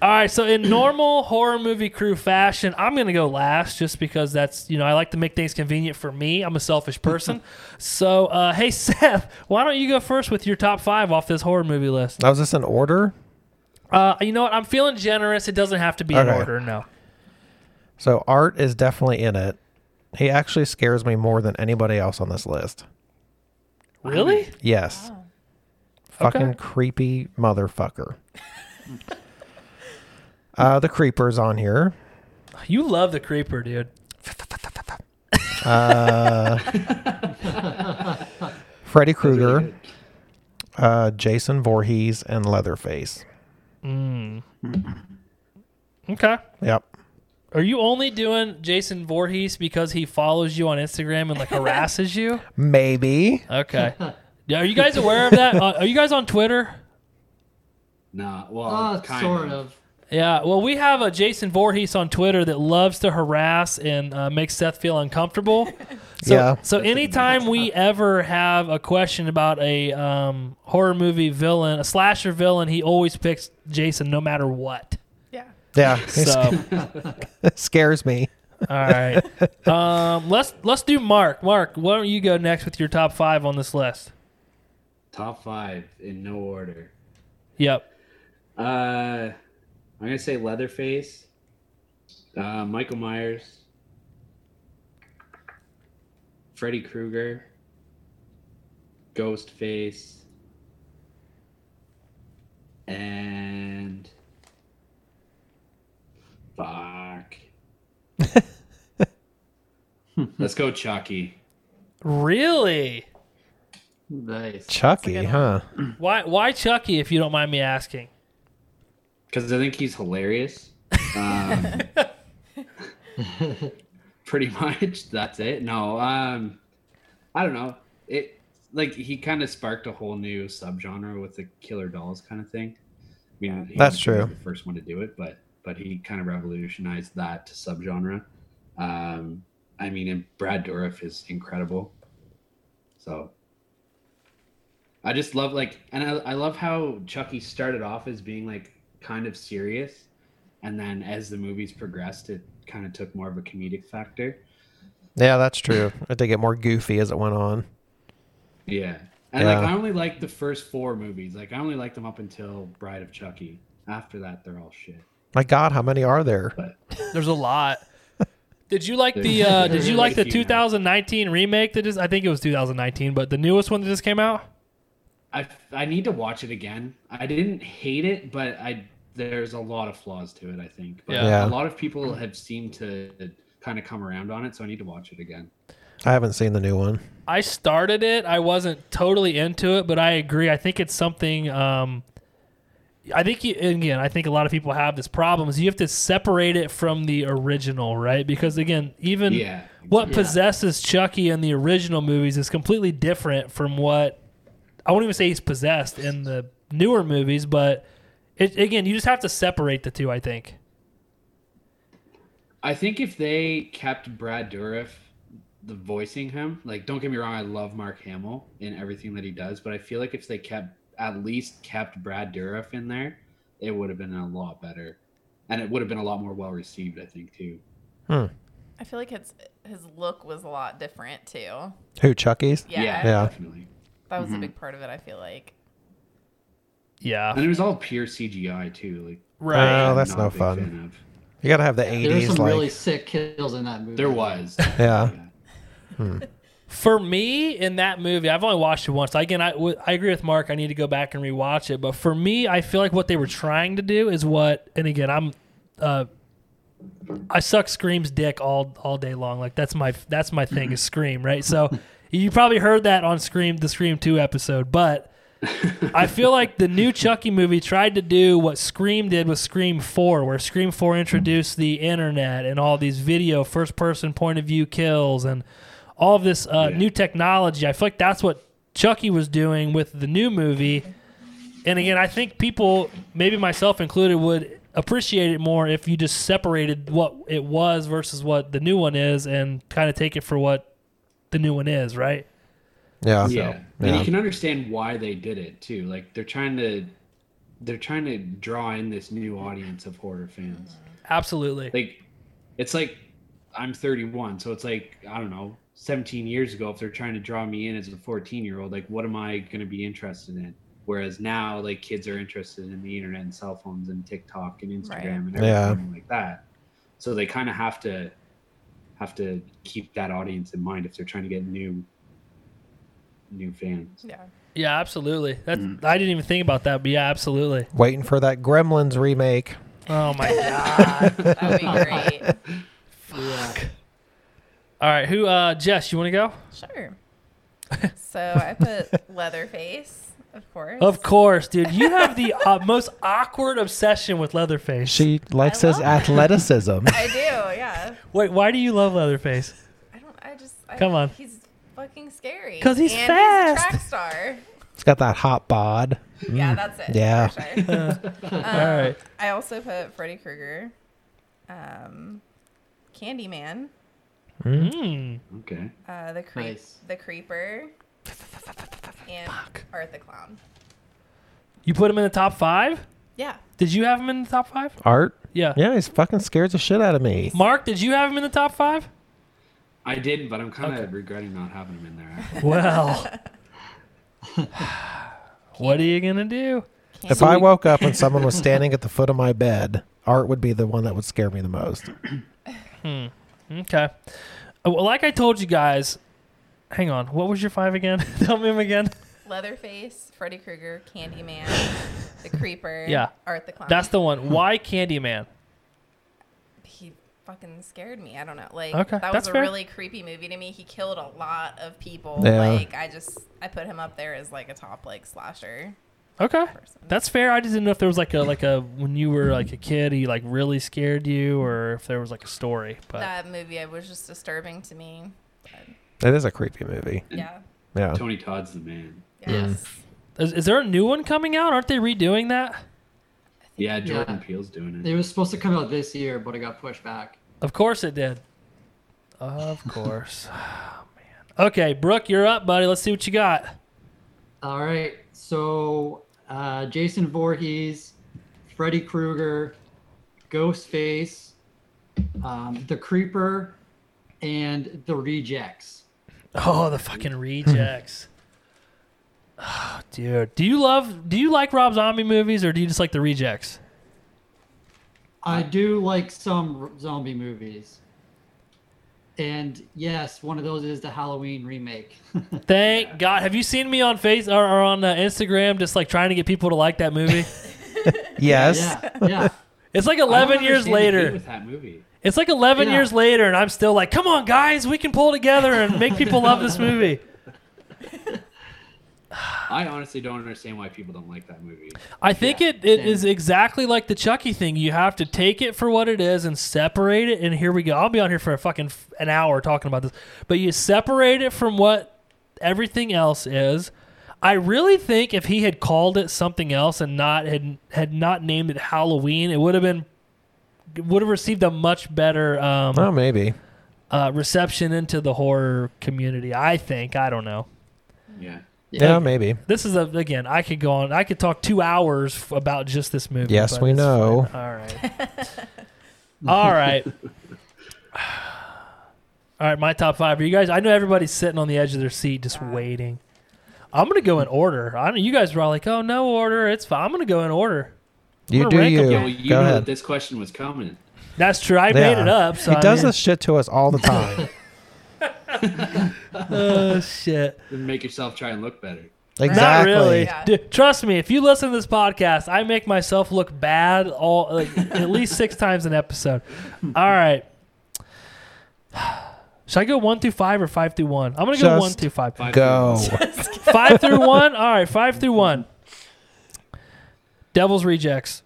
[SPEAKER 1] all right, so in normal horror movie crew fashion, I'm gonna go last just because that's you know I like to make things convenient for me. I'm a selfish person. so uh, hey Seth, why don't you go first with your top five off this horror movie list?
[SPEAKER 2] now, is this an order?
[SPEAKER 1] Uh, you know what? I'm feeling generous. It doesn't have to be in
[SPEAKER 2] Okay.
[SPEAKER 1] order. No.
[SPEAKER 2] So Art is definitely in it. He actually scares me more than anybody else on this list.
[SPEAKER 1] Really?
[SPEAKER 2] Yes.
[SPEAKER 3] Wow.
[SPEAKER 2] Fucking
[SPEAKER 1] Okay.
[SPEAKER 2] creepy motherfucker. uh, the creeper's on here.
[SPEAKER 1] You love the creeper, dude.
[SPEAKER 2] Freddy
[SPEAKER 4] That's really
[SPEAKER 2] Krueger,
[SPEAKER 4] good.
[SPEAKER 2] uh, Jason Voorhees, and Leatherface.
[SPEAKER 1] Okay.
[SPEAKER 2] Yep.
[SPEAKER 1] Are you only doing Jason Voorhees because he follows you on Instagram and like harasses you?
[SPEAKER 2] Maybe.
[SPEAKER 1] Okay. Yeah, are you guys aware of that? Uh, are you guys on Twitter?
[SPEAKER 4] Nah, well,
[SPEAKER 5] Uh,
[SPEAKER 4] kind
[SPEAKER 5] sort of.
[SPEAKER 1] Yeah. Well, we have a Jason Voorhees on Twitter that loves to harass and uh, make Seth feel uncomfortable. So,
[SPEAKER 2] Yeah.
[SPEAKER 1] So anytime we ever have a question about a um, horror movie villain, a slasher villain, he always picks Jason no matter what.
[SPEAKER 3] Yeah.
[SPEAKER 2] Yeah. He
[SPEAKER 1] So
[SPEAKER 2] scares me.
[SPEAKER 1] all right. Um, let's let's do Mark. Mark, why don't you go next with your top five on this list?
[SPEAKER 4] Top five in no order.
[SPEAKER 1] Yep.
[SPEAKER 4] Uh, I'm gonna say Leatherface, uh, Michael Myers, Freddy Krueger, Ghostface, and fuck. Let's go, Chucky.
[SPEAKER 1] Really?
[SPEAKER 5] Nice.
[SPEAKER 2] Chucky,
[SPEAKER 3] good
[SPEAKER 2] huh?
[SPEAKER 1] Why why Chucky? If you don't mind me asking.
[SPEAKER 4] because I think he's hilarious. Um, pretty much, that's it. No, um, I don't know. It like he kind of sparked a whole new subgenre with the Killer Dolls kind of thing. I mean, he
[SPEAKER 2] That's
[SPEAKER 4] wasn't
[SPEAKER 2] true.
[SPEAKER 4] The first one to do it, but but he kind of revolutionized that subgenre. Um, I mean, and Brad Dourif is incredible. So I just love like, and I, I love how Chucky started off as being like kind of serious, and then as the movies progressed, it kind of took more of a comedic factor.
[SPEAKER 2] Yeah, that's true. I did get more goofy as it went on.
[SPEAKER 4] Yeah, and like
[SPEAKER 2] Yeah.
[SPEAKER 4] I only like the first four movies. Like I only like them up until Bride of Chucky. After that, they're all shit.
[SPEAKER 2] My God, how many are there?
[SPEAKER 1] There's a lot. Did you like the uh, Did you like the 2019 remake that just? I think it was 2019, but the newest one that just came out.
[SPEAKER 4] I I need to watch it again. I didn't hate it, but I there's a lot of flaws to it. I think. But
[SPEAKER 1] Yeah.
[SPEAKER 2] Yeah.
[SPEAKER 4] A lot of people have seemed to kind of come around on it, so I need to watch it again.
[SPEAKER 2] I haven't seen the new one.
[SPEAKER 1] I started it. I wasn't totally into it, but I agree. I think it's something. Um, I think you, and again, I think a lot of people have this problem is you have to separate it from the original, right? Because again, even
[SPEAKER 4] Yeah.
[SPEAKER 1] what possesses Chucky in the original movies is completely different from what I won't even say he's possessed in the newer movies, but it, again, you just have to separate the two. I think.
[SPEAKER 4] I think if they kept Brad Dourif the voicing him, like don't get me wrong, I love Mark Hamill in everything that he does, but I feel like if they kept at least kept Brad Dourif in there, it would have been a lot better, and it would have been a lot more well received, I think too.
[SPEAKER 3] I feel like his his look was a lot different too. Yeah,
[SPEAKER 2] Who Chucky's? Yeah.
[SPEAKER 4] definitely.
[SPEAKER 3] that was a big part of it. I feel like.
[SPEAKER 1] Yeah.
[SPEAKER 4] And it was all pure CGI too. Like
[SPEAKER 1] Right.
[SPEAKER 2] Oh,
[SPEAKER 4] I'm
[SPEAKER 2] that's
[SPEAKER 4] not
[SPEAKER 2] no
[SPEAKER 4] a big
[SPEAKER 2] fun.
[SPEAKER 4] fan of.
[SPEAKER 2] You gotta have the
[SPEAKER 5] There were
[SPEAKER 2] 80s,
[SPEAKER 5] some
[SPEAKER 2] like
[SPEAKER 5] really sick kills in that movie.
[SPEAKER 4] There was.
[SPEAKER 2] yeah.
[SPEAKER 1] For me, in that movie, I've only watched it once. Again, I, w- I agree with Mark. I need to go back and rewatch it. But for me, I feel like what they were trying to do is what, and again, I'm, uh, I suck Scream's dick all all day long. Like that's my that's my thing is Scream, right? So you probably heard that on Scream, the Scream Two episode. But I feel like the new Chucky movie tried to do what Scream did with Scream Four, where Scream Four introduced the internet and all these video first person point of view kills and all of this uh,
[SPEAKER 4] Yeah.
[SPEAKER 1] new technology. I feel like that's what Chucky was doing with the new movie. And again, I think people, maybe myself included, would appreciate it more if you just separated what it was versus what the new one is and kind of take it for what the new one is, right?
[SPEAKER 2] Yeah.
[SPEAKER 4] yeah.
[SPEAKER 2] Yeah.
[SPEAKER 4] And you can understand why they did it too. Like they're trying to they're trying to draw in this new audience of horror fans.
[SPEAKER 1] Absolutely.
[SPEAKER 4] Like it's like I'm 31, so it's like I don't know, 17 years ago if they're trying to draw me in as a 14-year-old, like what am I going to be interested in? Whereas now like kids are interested in the internet and cell phones and TikTok and Instagram
[SPEAKER 3] Right.
[SPEAKER 4] and everything
[SPEAKER 2] Yeah.
[SPEAKER 4] like that. So they kind of have to have to keep that audience in mind if they're trying to get new new fans.
[SPEAKER 3] Yeah.
[SPEAKER 1] Yeah, absolutely. That's, I didn't even think about that, but yeah, absolutely.
[SPEAKER 2] Waiting for that Gremlins remake.
[SPEAKER 1] Oh, my God.
[SPEAKER 3] That would be great.
[SPEAKER 5] Yeah.
[SPEAKER 1] All right. Who, uh, Jess, you want to go?
[SPEAKER 3] Sure. So I put Leatherface, of course.
[SPEAKER 1] Of course, dude. You have the uh, most awkward obsession with Leatherface.
[SPEAKER 2] She likes
[SPEAKER 3] I
[SPEAKER 2] his
[SPEAKER 3] love-
[SPEAKER 2] athleticism.
[SPEAKER 3] I do, yeah.
[SPEAKER 1] Wait, why do you love Leatherface?
[SPEAKER 3] I don't. I just. I,
[SPEAKER 1] Come on.
[SPEAKER 3] He's fucking scary.
[SPEAKER 1] 'Cause he's
[SPEAKER 3] and
[SPEAKER 1] fast. Mm.
[SPEAKER 3] He's a track star.
[SPEAKER 2] It's got that hot bod.
[SPEAKER 3] Yeah, that's it.
[SPEAKER 2] Yeah.
[SPEAKER 3] for sure. Um,
[SPEAKER 1] All right.
[SPEAKER 3] I also put Freddy Krueger, um, Candyman,
[SPEAKER 1] Mm.
[SPEAKER 4] Okay.
[SPEAKER 3] uh, the creep,
[SPEAKER 5] Nice.
[SPEAKER 3] the creeper, and Art the clown.
[SPEAKER 1] You put him in the top five?
[SPEAKER 3] Yeah.
[SPEAKER 1] Did you have him in the top five?
[SPEAKER 2] Art.
[SPEAKER 1] Yeah.
[SPEAKER 2] Yeah, he's fucking scares the shit out of me.
[SPEAKER 1] Mark, did you have him in the top five?
[SPEAKER 4] I did, but I'm kind of regretting not having him in there. actually.
[SPEAKER 1] Well, what are you gonna do?
[SPEAKER 2] If I woke up and someone was standing at the foot of my bed, Art would be the one that would scare me the most.
[SPEAKER 1] Okay. Uh, Well, like I told you guys, hang on. What was your five again? Tell me him again.
[SPEAKER 3] Leatherface, Freddy Krueger, Candyman, the creeper.
[SPEAKER 1] Yeah.
[SPEAKER 3] Art the clown.
[SPEAKER 1] That's the one. Why Candyman?
[SPEAKER 3] he fucking scared me. I don't know. Like
[SPEAKER 1] Okay,
[SPEAKER 3] that
[SPEAKER 1] that's
[SPEAKER 3] was a
[SPEAKER 1] fair.
[SPEAKER 3] really creepy movie to me. He killed a lot of people.
[SPEAKER 2] Yeah.
[SPEAKER 3] Like I just I put him up there as like a top like slasher.
[SPEAKER 1] Okay, that's fair. I just didn't know if there was like a like a when you were like a kid, he like really scared you, or if there was like a story. But
[SPEAKER 3] That movie I was just disturbing to me.
[SPEAKER 2] It is a creepy movie.
[SPEAKER 3] Yeah.
[SPEAKER 2] Yeah.
[SPEAKER 4] Tony Todd's the man.
[SPEAKER 3] Yes.
[SPEAKER 1] is, is there a new one coming out? Aren't they redoing that?
[SPEAKER 4] Yeah, Jordan
[SPEAKER 5] Yeah.
[SPEAKER 4] Peele's doing
[SPEAKER 5] It
[SPEAKER 4] it.
[SPEAKER 5] was supposed to come out this year, but it got pushed back.
[SPEAKER 1] Of course it did. Of course. oh, man. Okay, Brooke, you're up, buddy. Let's see what you got.
[SPEAKER 5] All right. So uh, Jason Voorhees, Freddy Krueger, Ghostface, um, The Creeper, and The Rejects.
[SPEAKER 1] Oh, the fucking rejects. oh, dude. Do you love do you like Rob Zombie movies or do you just like the rejects?
[SPEAKER 5] I do like some r- zombie movies. And yes, one of those is the Halloween remake.
[SPEAKER 1] Thank God. Have you seen me on face or, or on uh, Instagram just like trying to get people to like that movie?
[SPEAKER 2] Yes.
[SPEAKER 5] yeah, yeah.
[SPEAKER 1] It's like
[SPEAKER 4] I don't
[SPEAKER 1] 11 years
[SPEAKER 4] understand the hate
[SPEAKER 1] later.
[SPEAKER 4] with that movie.
[SPEAKER 1] It's like 11
[SPEAKER 5] Yeah.
[SPEAKER 1] years later, and I'm still like, come on, guys, we can pull together and make people love this movie.
[SPEAKER 4] I honestly don't understand why people don't like that movie.
[SPEAKER 1] I think
[SPEAKER 5] Yeah,
[SPEAKER 1] it, it
[SPEAKER 5] same.
[SPEAKER 1] is exactly like the Chucky thing. You have to take it for what it is and separate it. And here we go. I'll be on here for a fucking f- an hour talking about this, but you separate it from what everything else is. I really think if he had called it something else and not had had not named it Halloween, it would have been would have received a much better um,
[SPEAKER 2] Oh, maybe.
[SPEAKER 1] uh, reception into the horror community. I think. I don't know.
[SPEAKER 4] Yeah.
[SPEAKER 2] Yeah, maybe.
[SPEAKER 1] This is a again. I could go on. I could talk two hours f- about just this movie.
[SPEAKER 2] Yes,
[SPEAKER 1] but
[SPEAKER 2] we
[SPEAKER 1] it's
[SPEAKER 2] know.
[SPEAKER 1] fine. All right. All right. All right. My top five. Are you guys? I know everybody's sitting on the edge of their seat, just waiting. I'm gonna go in order. I know you guys were all like, "Oh, no order. It's fine." I'm gonna go in order.
[SPEAKER 2] You
[SPEAKER 1] gonna
[SPEAKER 2] do
[SPEAKER 1] rank 'em.
[SPEAKER 2] you.
[SPEAKER 4] Yeah, well, you
[SPEAKER 2] Go
[SPEAKER 4] know
[SPEAKER 2] ahead.
[SPEAKER 4] that this question was coming.
[SPEAKER 1] That's true. I made
[SPEAKER 2] Yeah.
[SPEAKER 1] it up. So
[SPEAKER 2] he
[SPEAKER 1] I
[SPEAKER 2] does
[SPEAKER 1] mean-
[SPEAKER 2] this shit to us all the time.
[SPEAKER 1] Oh shit.
[SPEAKER 4] Then make yourself try and look better.
[SPEAKER 2] exactly.
[SPEAKER 1] Not really.
[SPEAKER 3] Yeah.
[SPEAKER 1] Dude, trust me, if you listen to this podcast, I make myself look bad all like, at least six times an episode. All right. Should I go one through five or five through one? I'm gonna go
[SPEAKER 2] Just
[SPEAKER 1] one through five.
[SPEAKER 4] Five
[SPEAKER 2] Go.
[SPEAKER 1] Five through one. All right, five through one. Devil's Rejects.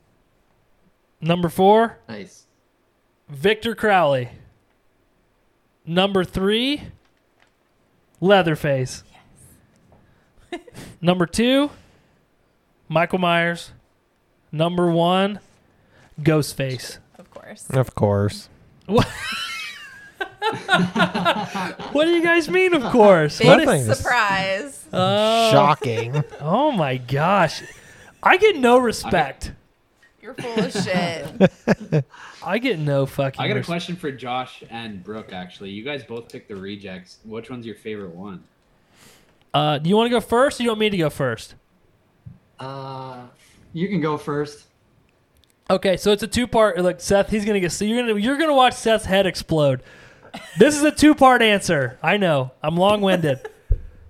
[SPEAKER 1] Number four,
[SPEAKER 5] Nice.
[SPEAKER 1] Victor Crowley. Number three, Leatherface. Number two, Michael Myers. Number one, Ghostface.
[SPEAKER 3] Of course.
[SPEAKER 2] of course.
[SPEAKER 1] What? what do you guys mean? Of course.
[SPEAKER 3] Big
[SPEAKER 1] What
[SPEAKER 2] Nothing.
[SPEAKER 1] is-
[SPEAKER 3] surprise.
[SPEAKER 1] oh,
[SPEAKER 2] Shocking.
[SPEAKER 1] oh my gosh, I get no respect.
[SPEAKER 3] You're full of shit.
[SPEAKER 1] I get no fucking.
[SPEAKER 4] I got a
[SPEAKER 1] respect.
[SPEAKER 4] question for Josh and Brooke. Actually, you guys both picked the rejects. Which one's your favorite one?
[SPEAKER 1] Uh, do you want to go first? Or you want me to go first?
[SPEAKER 5] Uh, you can go first.
[SPEAKER 1] Okay, so it's a two part. Look, Seth, he's gonna get. So you're gonna you're gonna watch Seth's head explode. This is a two part answer. I know. I'm long winded.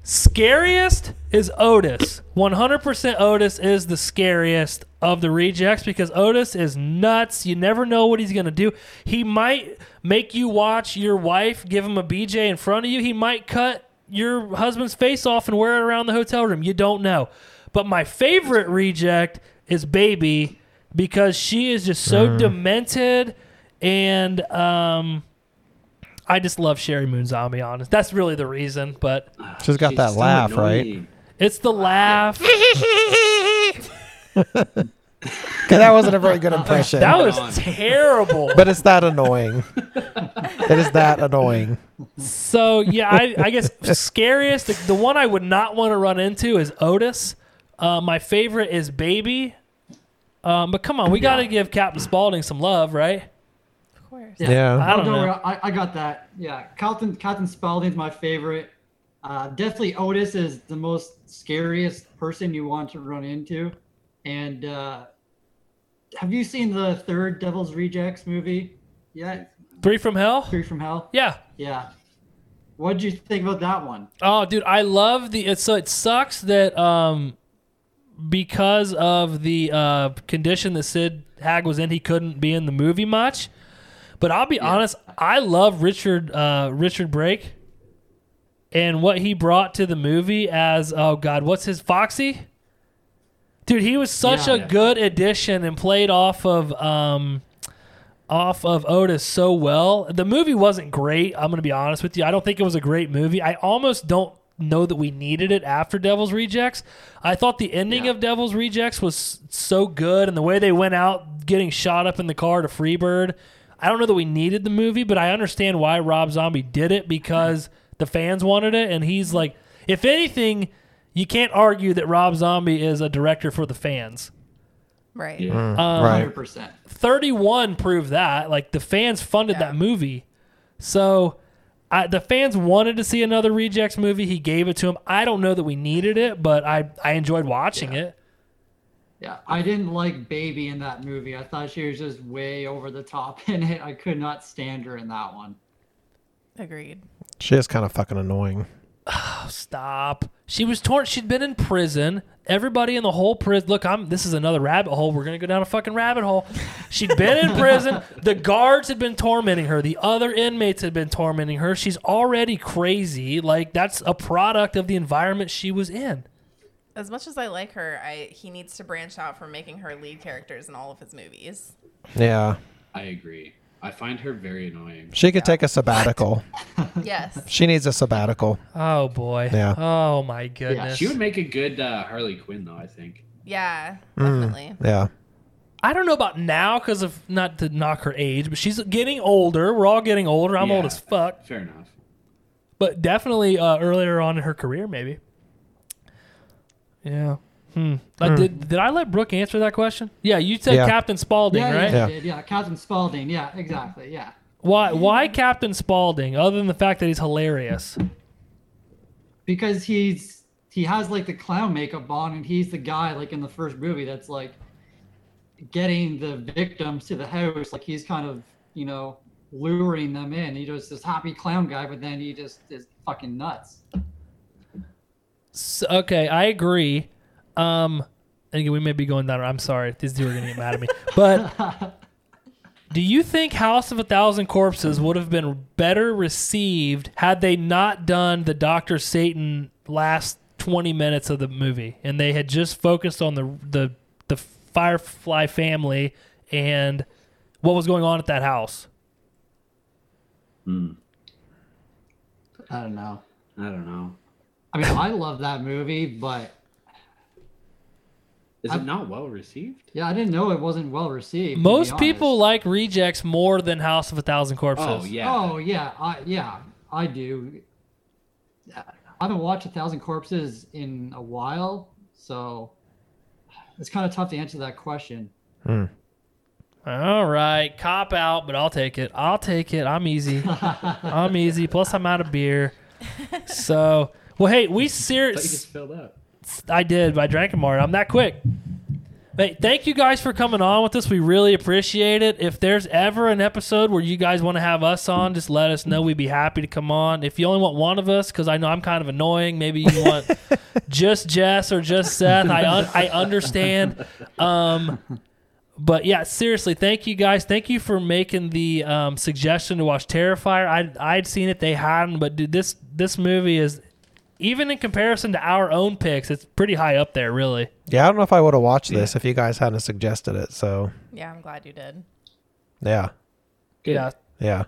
[SPEAKER 1] scariest is Otis. 100% Otis is the scariest of the rejects because Otis is nuts. You never know what he's going to do. He might make you watch your wife give him a BJ in front of you. He might cut your husband's face off and wear it around the hotel room. You don't know. But my favorite reject is Baby because she is just so demented and um I just love Sherry Moon Zombie honest. That's really the reason, but
[SPEAKER 2] She's got
[SPEAKER 4] She's
[SPEAKER 2] that
[SPEAKER 4] so
[SPEAKER 2] laugh, right?
[SPEAKER 4] annoying.
[SPEAKER 1] it's the laugh.
[SPEAKER 2] that wasn't a very good impression.
[SPEAKER 1] That
[SPEAKER 4] Right
[SPEAKER 1] was
[SPEAKER 4] on.
[SPEAKER 1] terrible.
[SPEAKER 2] but it's that annoying. it is that annoying.
[SPEAKER 1] so yeah, I, I guess scariest the, the one I would not want to run into is Otis. Uh, my favorite is Baby. Um, but come on, we got to give Captain Spaulding some love, right?
[SPEAKER 3] Of course.
[SPEAKER 2] Yeah.
[SPEAKER 1] I don't
[SPEAKER 5] worry,
[SPEAKER 1] know.
[SPEAKER 5] I, I got that. Yeah, Captain Captain Spaulding's my favorite. Uh, definitely Otis is the most scariest person you want to run into. And uh, have you seen the third Devil's Rejects movie yet?
[SPEAKER 1] Three from Hell.
[SPEAKER 5] Three from Hell.
[SPEAKER 1] Yeah.
[SPEAKER 5] Yeah. What'd you think about that one?
[SPEAKER 1] Oh, dude, I love the. It's, so it sucks that um, because of the uh, condition that Sid Hag was in, he couldn't be in the movie much. But I'll be honest, I love Richard uh, Richard Brake and what he brought to the movie as oh god, what's his Foxy? Dude, he was such
[SPEAKER 5] Yeah.
[SPEAKER 1] a good addition and played off of um, off of Otis so well. The movie wasn't great. I'm going to be honest with you. I don't think it was a great movie. I almost don't know that we needed it after Devil's Rejects. I thought the ending
[SPEAKER 5] Yeah.
[SPEAKER 1] of Devil's Rejects was so good and the way they went out getting shot up in the car to Freebird. I don't know that we needed the movie, but I understand why Rob Zombie did it because the fans wanted it and he's like if anything you can't argue that Rob Zombie is a director for the fans.
[SPEAKER 3] Right.
[SPEAKER 4] Yeah.
[SPEAKER 2] right.
[SPEAKER 5] 100%.
[SPEAKER 1] 31 proved that. Like the fans funded that movie. So I, the fans wanted to see another Rejects movie. He gave it to him. I don't know that we needed it, but I, I enjoyed watching it.
[SPEAKER 5] Yeah, I didn't like Baby in that movie. I thought she was just way over the top in it. I could not stand her in that one.
[SPEAKER 3] Agreed.
[SPEAKER 2] She is kind of fucking annoying.
[SPEAKER 1] Oh, stop. She was torn. She'd been in prison. Everybody in the whole prison. Look, I'm. This is another rabbit hole. We're gonna go down a fucking rabbit hole. She'd been in prison. The guards had been tormenting her. The other inmates had been tormenting her. She's already crazy. Like that's a product of the environment she was in.
[SPEAKER 3] As much as I like her, I he needs to branch out from making her lead characters in all of his movies.
[SPEAKER 2] Yeah.
[SPEAKER 4] I agree. I find her very annoying.
[SPEAKER 2] She could take a sabbatical.
[SPEAKER 3] yes.
[SPEAKER 2] She needs a sabbatical.
[SPEAKER 1] Oh boy.
[SPEAKER 2] Yeah.
[SPEAKER 1] Oh my
[SPEAKER 4] Yeah,
[SPEAKER 1] goodness.
[SPEAKER 4] she would make a good uh, Harley Quinn, though. I think.
[SPEAKER 3] Yeah,
[SPEAKER 1] Hmm.
[SPEAKER 3] definitely.
[SPEAKER 2] Yeah.
[SPEAKER 1] I don't know about now because of not to knock her age, but she's getting older. We're all getting older. I'm old
[SPEAKER 4] Yeah.
[SPEAKER 1] as fuck.
[SPEAKER 4] Fair enough.
[SPEAKER 1] but definitely uh, earlier on in her career, maybe. Yeah. Hmm. Uh, did did I let Brooke answer that question? Yeah, you said
[SPEAKER 2] Yeah.
[SPEAKER 1] Captain Spaulding,
[SPEAKER 5] yeah,
[SPEAKER 1] right?
[SPEAKER 5] yeah,
[SPEAKER 2] right?
[SPEAKER 5] yeah, yeah. Captain Spaulding. Yeah, exactly. Yeah.
[SPEAKER 1] Why why Captain Spaulding? Other than the fact that he's hilarious.
[SPEAKER 5] because he's he has like the clown makeup on and he's the guy like in the first movie that's like getting the victims to the house like he's kind of you know luring them in he just this happy clown guy but then he just is fucking nuts
[SPEAKER 1] S okay, I agree. Um, and again, we may be going down. I'm sorry, these two are gonna get mad at me. But do you think House of a Thousand Corpses would have been better received had they not done the Doctor Satan last 20 minutes of the movie and they had just focused on the the the Firefly family and what was going on at that house?
[SPEAKER 5] i don't know
[SPEAKER 4] I don't know.
[SPEAKER 5] i mean i love that movie but
[SPEAKER 4] Is it
[SPEAKER 5] I'm-
[SPEAKER 4] not well received?
[SPEAKER 5] yeah i didn't know it wasn't well received to be
[SPEAKER 1] Most
[SPEAKER 5] honest.
[SPEAKER 1] people like rejects more than House of a Thousand Corpses.
[SPEAKER 4] Oh yeah.
[SPEAKER 5] Oh yeah, I yeah, I do. I haven't watched A Thousand Corpses in a while, so it's kind of tough to answer that question.
[SPEAKER 1] All right, cop out, but I'll take it. I'll take it. I'm easy. I'm easy. Plus, I'm out of beer. So, well, hey, we
[SPEAKER 4] I thought you
[SPEAKER 1] serious.
[SPEAKER 4] just filled up.
[SPEAKER 1] I did, but I drank them more. I'm that quick. Hey, thank you guys for coming on with us. We really appreciate it. If there's ever an episode where you guys want to have us on, just let us know. We'd be happy to come on. If you only want one of us, because I know I'm kind of annoying, maybe you want just Jess or just Seth. I un- I understand. Um, but yeah, seriously, thank you guys. Thank you for making the um, suggestion to watch Terrifier. I I'd seen it, they hadn't, but dude, this this movie is even in comparison to our own picks, it's pretty high up there, really.
[SPEAKER 2] Yeah, I don't know if I would have watched this if you guys hadn't suggested it. So,
[SPEAKER 3] Yeah, I'm glad you did.
[SPEAKER 2] yeah.
[SPEAKER 1] Yeah.
[SPEAKER 2] Yeah.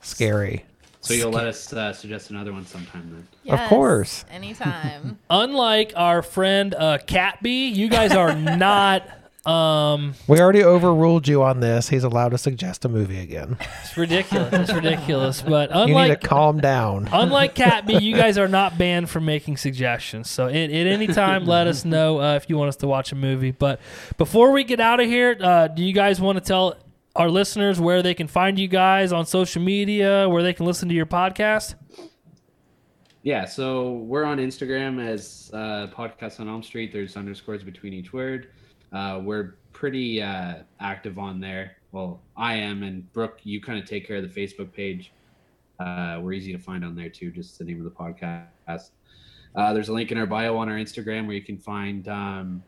[SPEAKER 2] Scary.
[SPEAKER 4] So you'll let us uh, suggest another one sometime then.
[SPEAKER 2] Of course.
[SPEAKER 3] Anytime.
[SPEAKER 1] Unlike our friend uh, Cat B, you guys are not. Um,
[SPEAKER 2] We already overruled you on this. He's allowed to suggest a movie again.
[SPEAKER 1] it's ridiculous. It's ridiculous. But
[SPEAKER 2] You need
[SPEAKER 1] unlike
[SPEAKER 2] to calm down.
[SPEAKER 1] Unlike Cat B, you guys are not banned from making suggestions. So at, at any time, let us know uh, if you want us to watch a movie. But before we get out of here, uh, do you guys want to tell our listeners where they can find you guys on social media, where they can listen to your podcast?
[SPEAKER 4] Yeah, so we're on Instagram as uh, Podcast on Elm Street. There's underscores between each word. Uh, we're pretty uh, active on there. Well, I am, and Brooke, you kind of take care of the Facebook page. Uh, we're easy to find on there too, just the name of the podcast. Uh, there's a link in our bio on our Instagram where you can find um,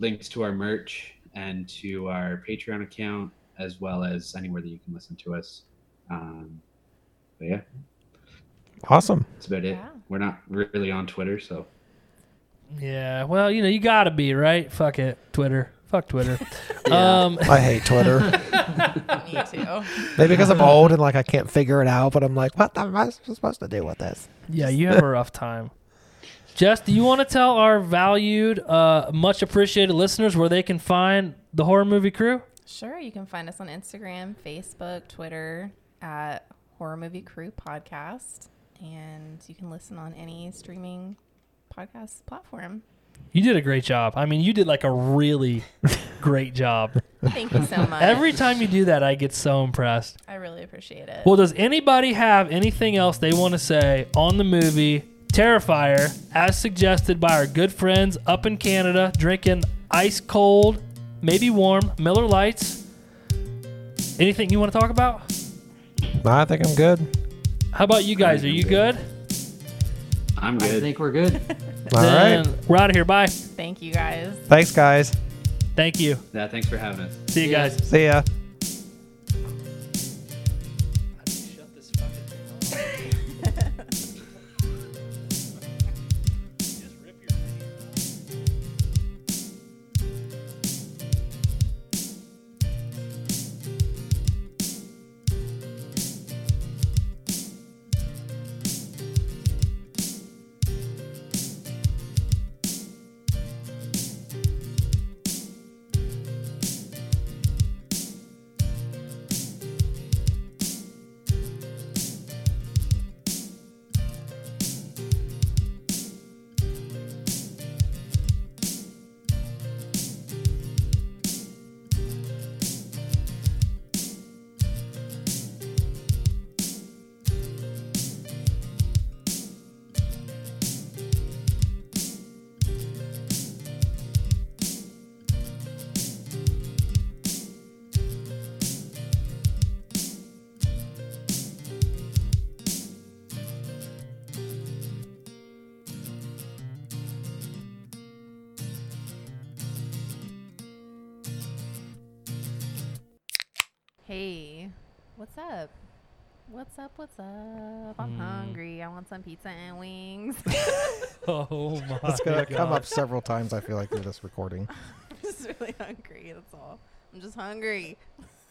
[SPEAKER 4] links to our merch and to our Patreon account, as well as anywhere that you can listen to us. Um, but yeah.
[SPEAKER 2] Awesome.
[SPEAKER 4] That's about it.
[SPEAKER 3] Yeah.
[SPEAKER 4] We're not really on Twitter, so
[SPEAKER 1] Yeah, well, you know, you gotta be right. Fuck it, Twitter. Fuck Twitter. Um,
[SPEAKER 2] I hate Twitter.
[SPEAKER 3] Me too.
[SPEAKER 2] Maybe because I'm old and like I can't figure it out, but I'm like, what am I supposed to do with this?
[SPEAKER 1] yeah, you have a rough time. Jess, do you want to tell our valued, uh, much appreciated listeners where they can find the horror movie crew?
[SPEAKER 3] Sure, you can find us on Instagram, Facebook, Twitter at Horror Movie Crew Podcast, and you can listen on any streaming podcast platform.
[SPEAKER 1] You did a great job. I mean, you did like a really great job.
[SPEAKER 3] Thank you so much.
[SPEAKER 1] Every time you do that, I get so impressed.
[SPEAKER 3] I really appreciate it.
[SPEAKER 1] Well, does anybody have anything else they want to say on the movie Terrifier, as suggested by our good friends up in Canada, drinking ice cold, maybe warm Miller Lights? Anything you want to talk about?
[SPEAKER 2] I think I'm good.
[SPEAKER 1] How about you guys? Are you good?
[SPEAKER 4] I'm
[SPEAKER 5] I
[SPEAKER 4] good.
[SPEAKER 5] think we're good.
[SPEAKER 2] All
[SPEAKER 1] then
[SPEAKER 2] right.
[SPEAKER 1] we're out of here. Bye.
[SPEAKER 3] Thank you guys.
[SPEAKER 2] Thanks, guys.
[SPEAKER 1] Thank you.
[SPEAKER 4] yeah, thanks for having us.
[SPEAKER 1] See you
[SPEAKER 5] See ya.
[SPEAKER 1] guys.
[SPEAKER 2] See ya.
[SPEAKER 3] Hey, what's up? What's up? What's up? I'm
[SPEAKER 1] Hmm.
[SPEAKER 3] hungry. I want some pizza and wings.
[SPEAKER 1] Oh my.
[SPEAKER 2] It's gonna come
[SPEAKER 1] God.
[SPEAKER 2] up several times. I feel like through this recording.
[SPEAKER 3] I'm just really hungry. That's all. I'm just hungry.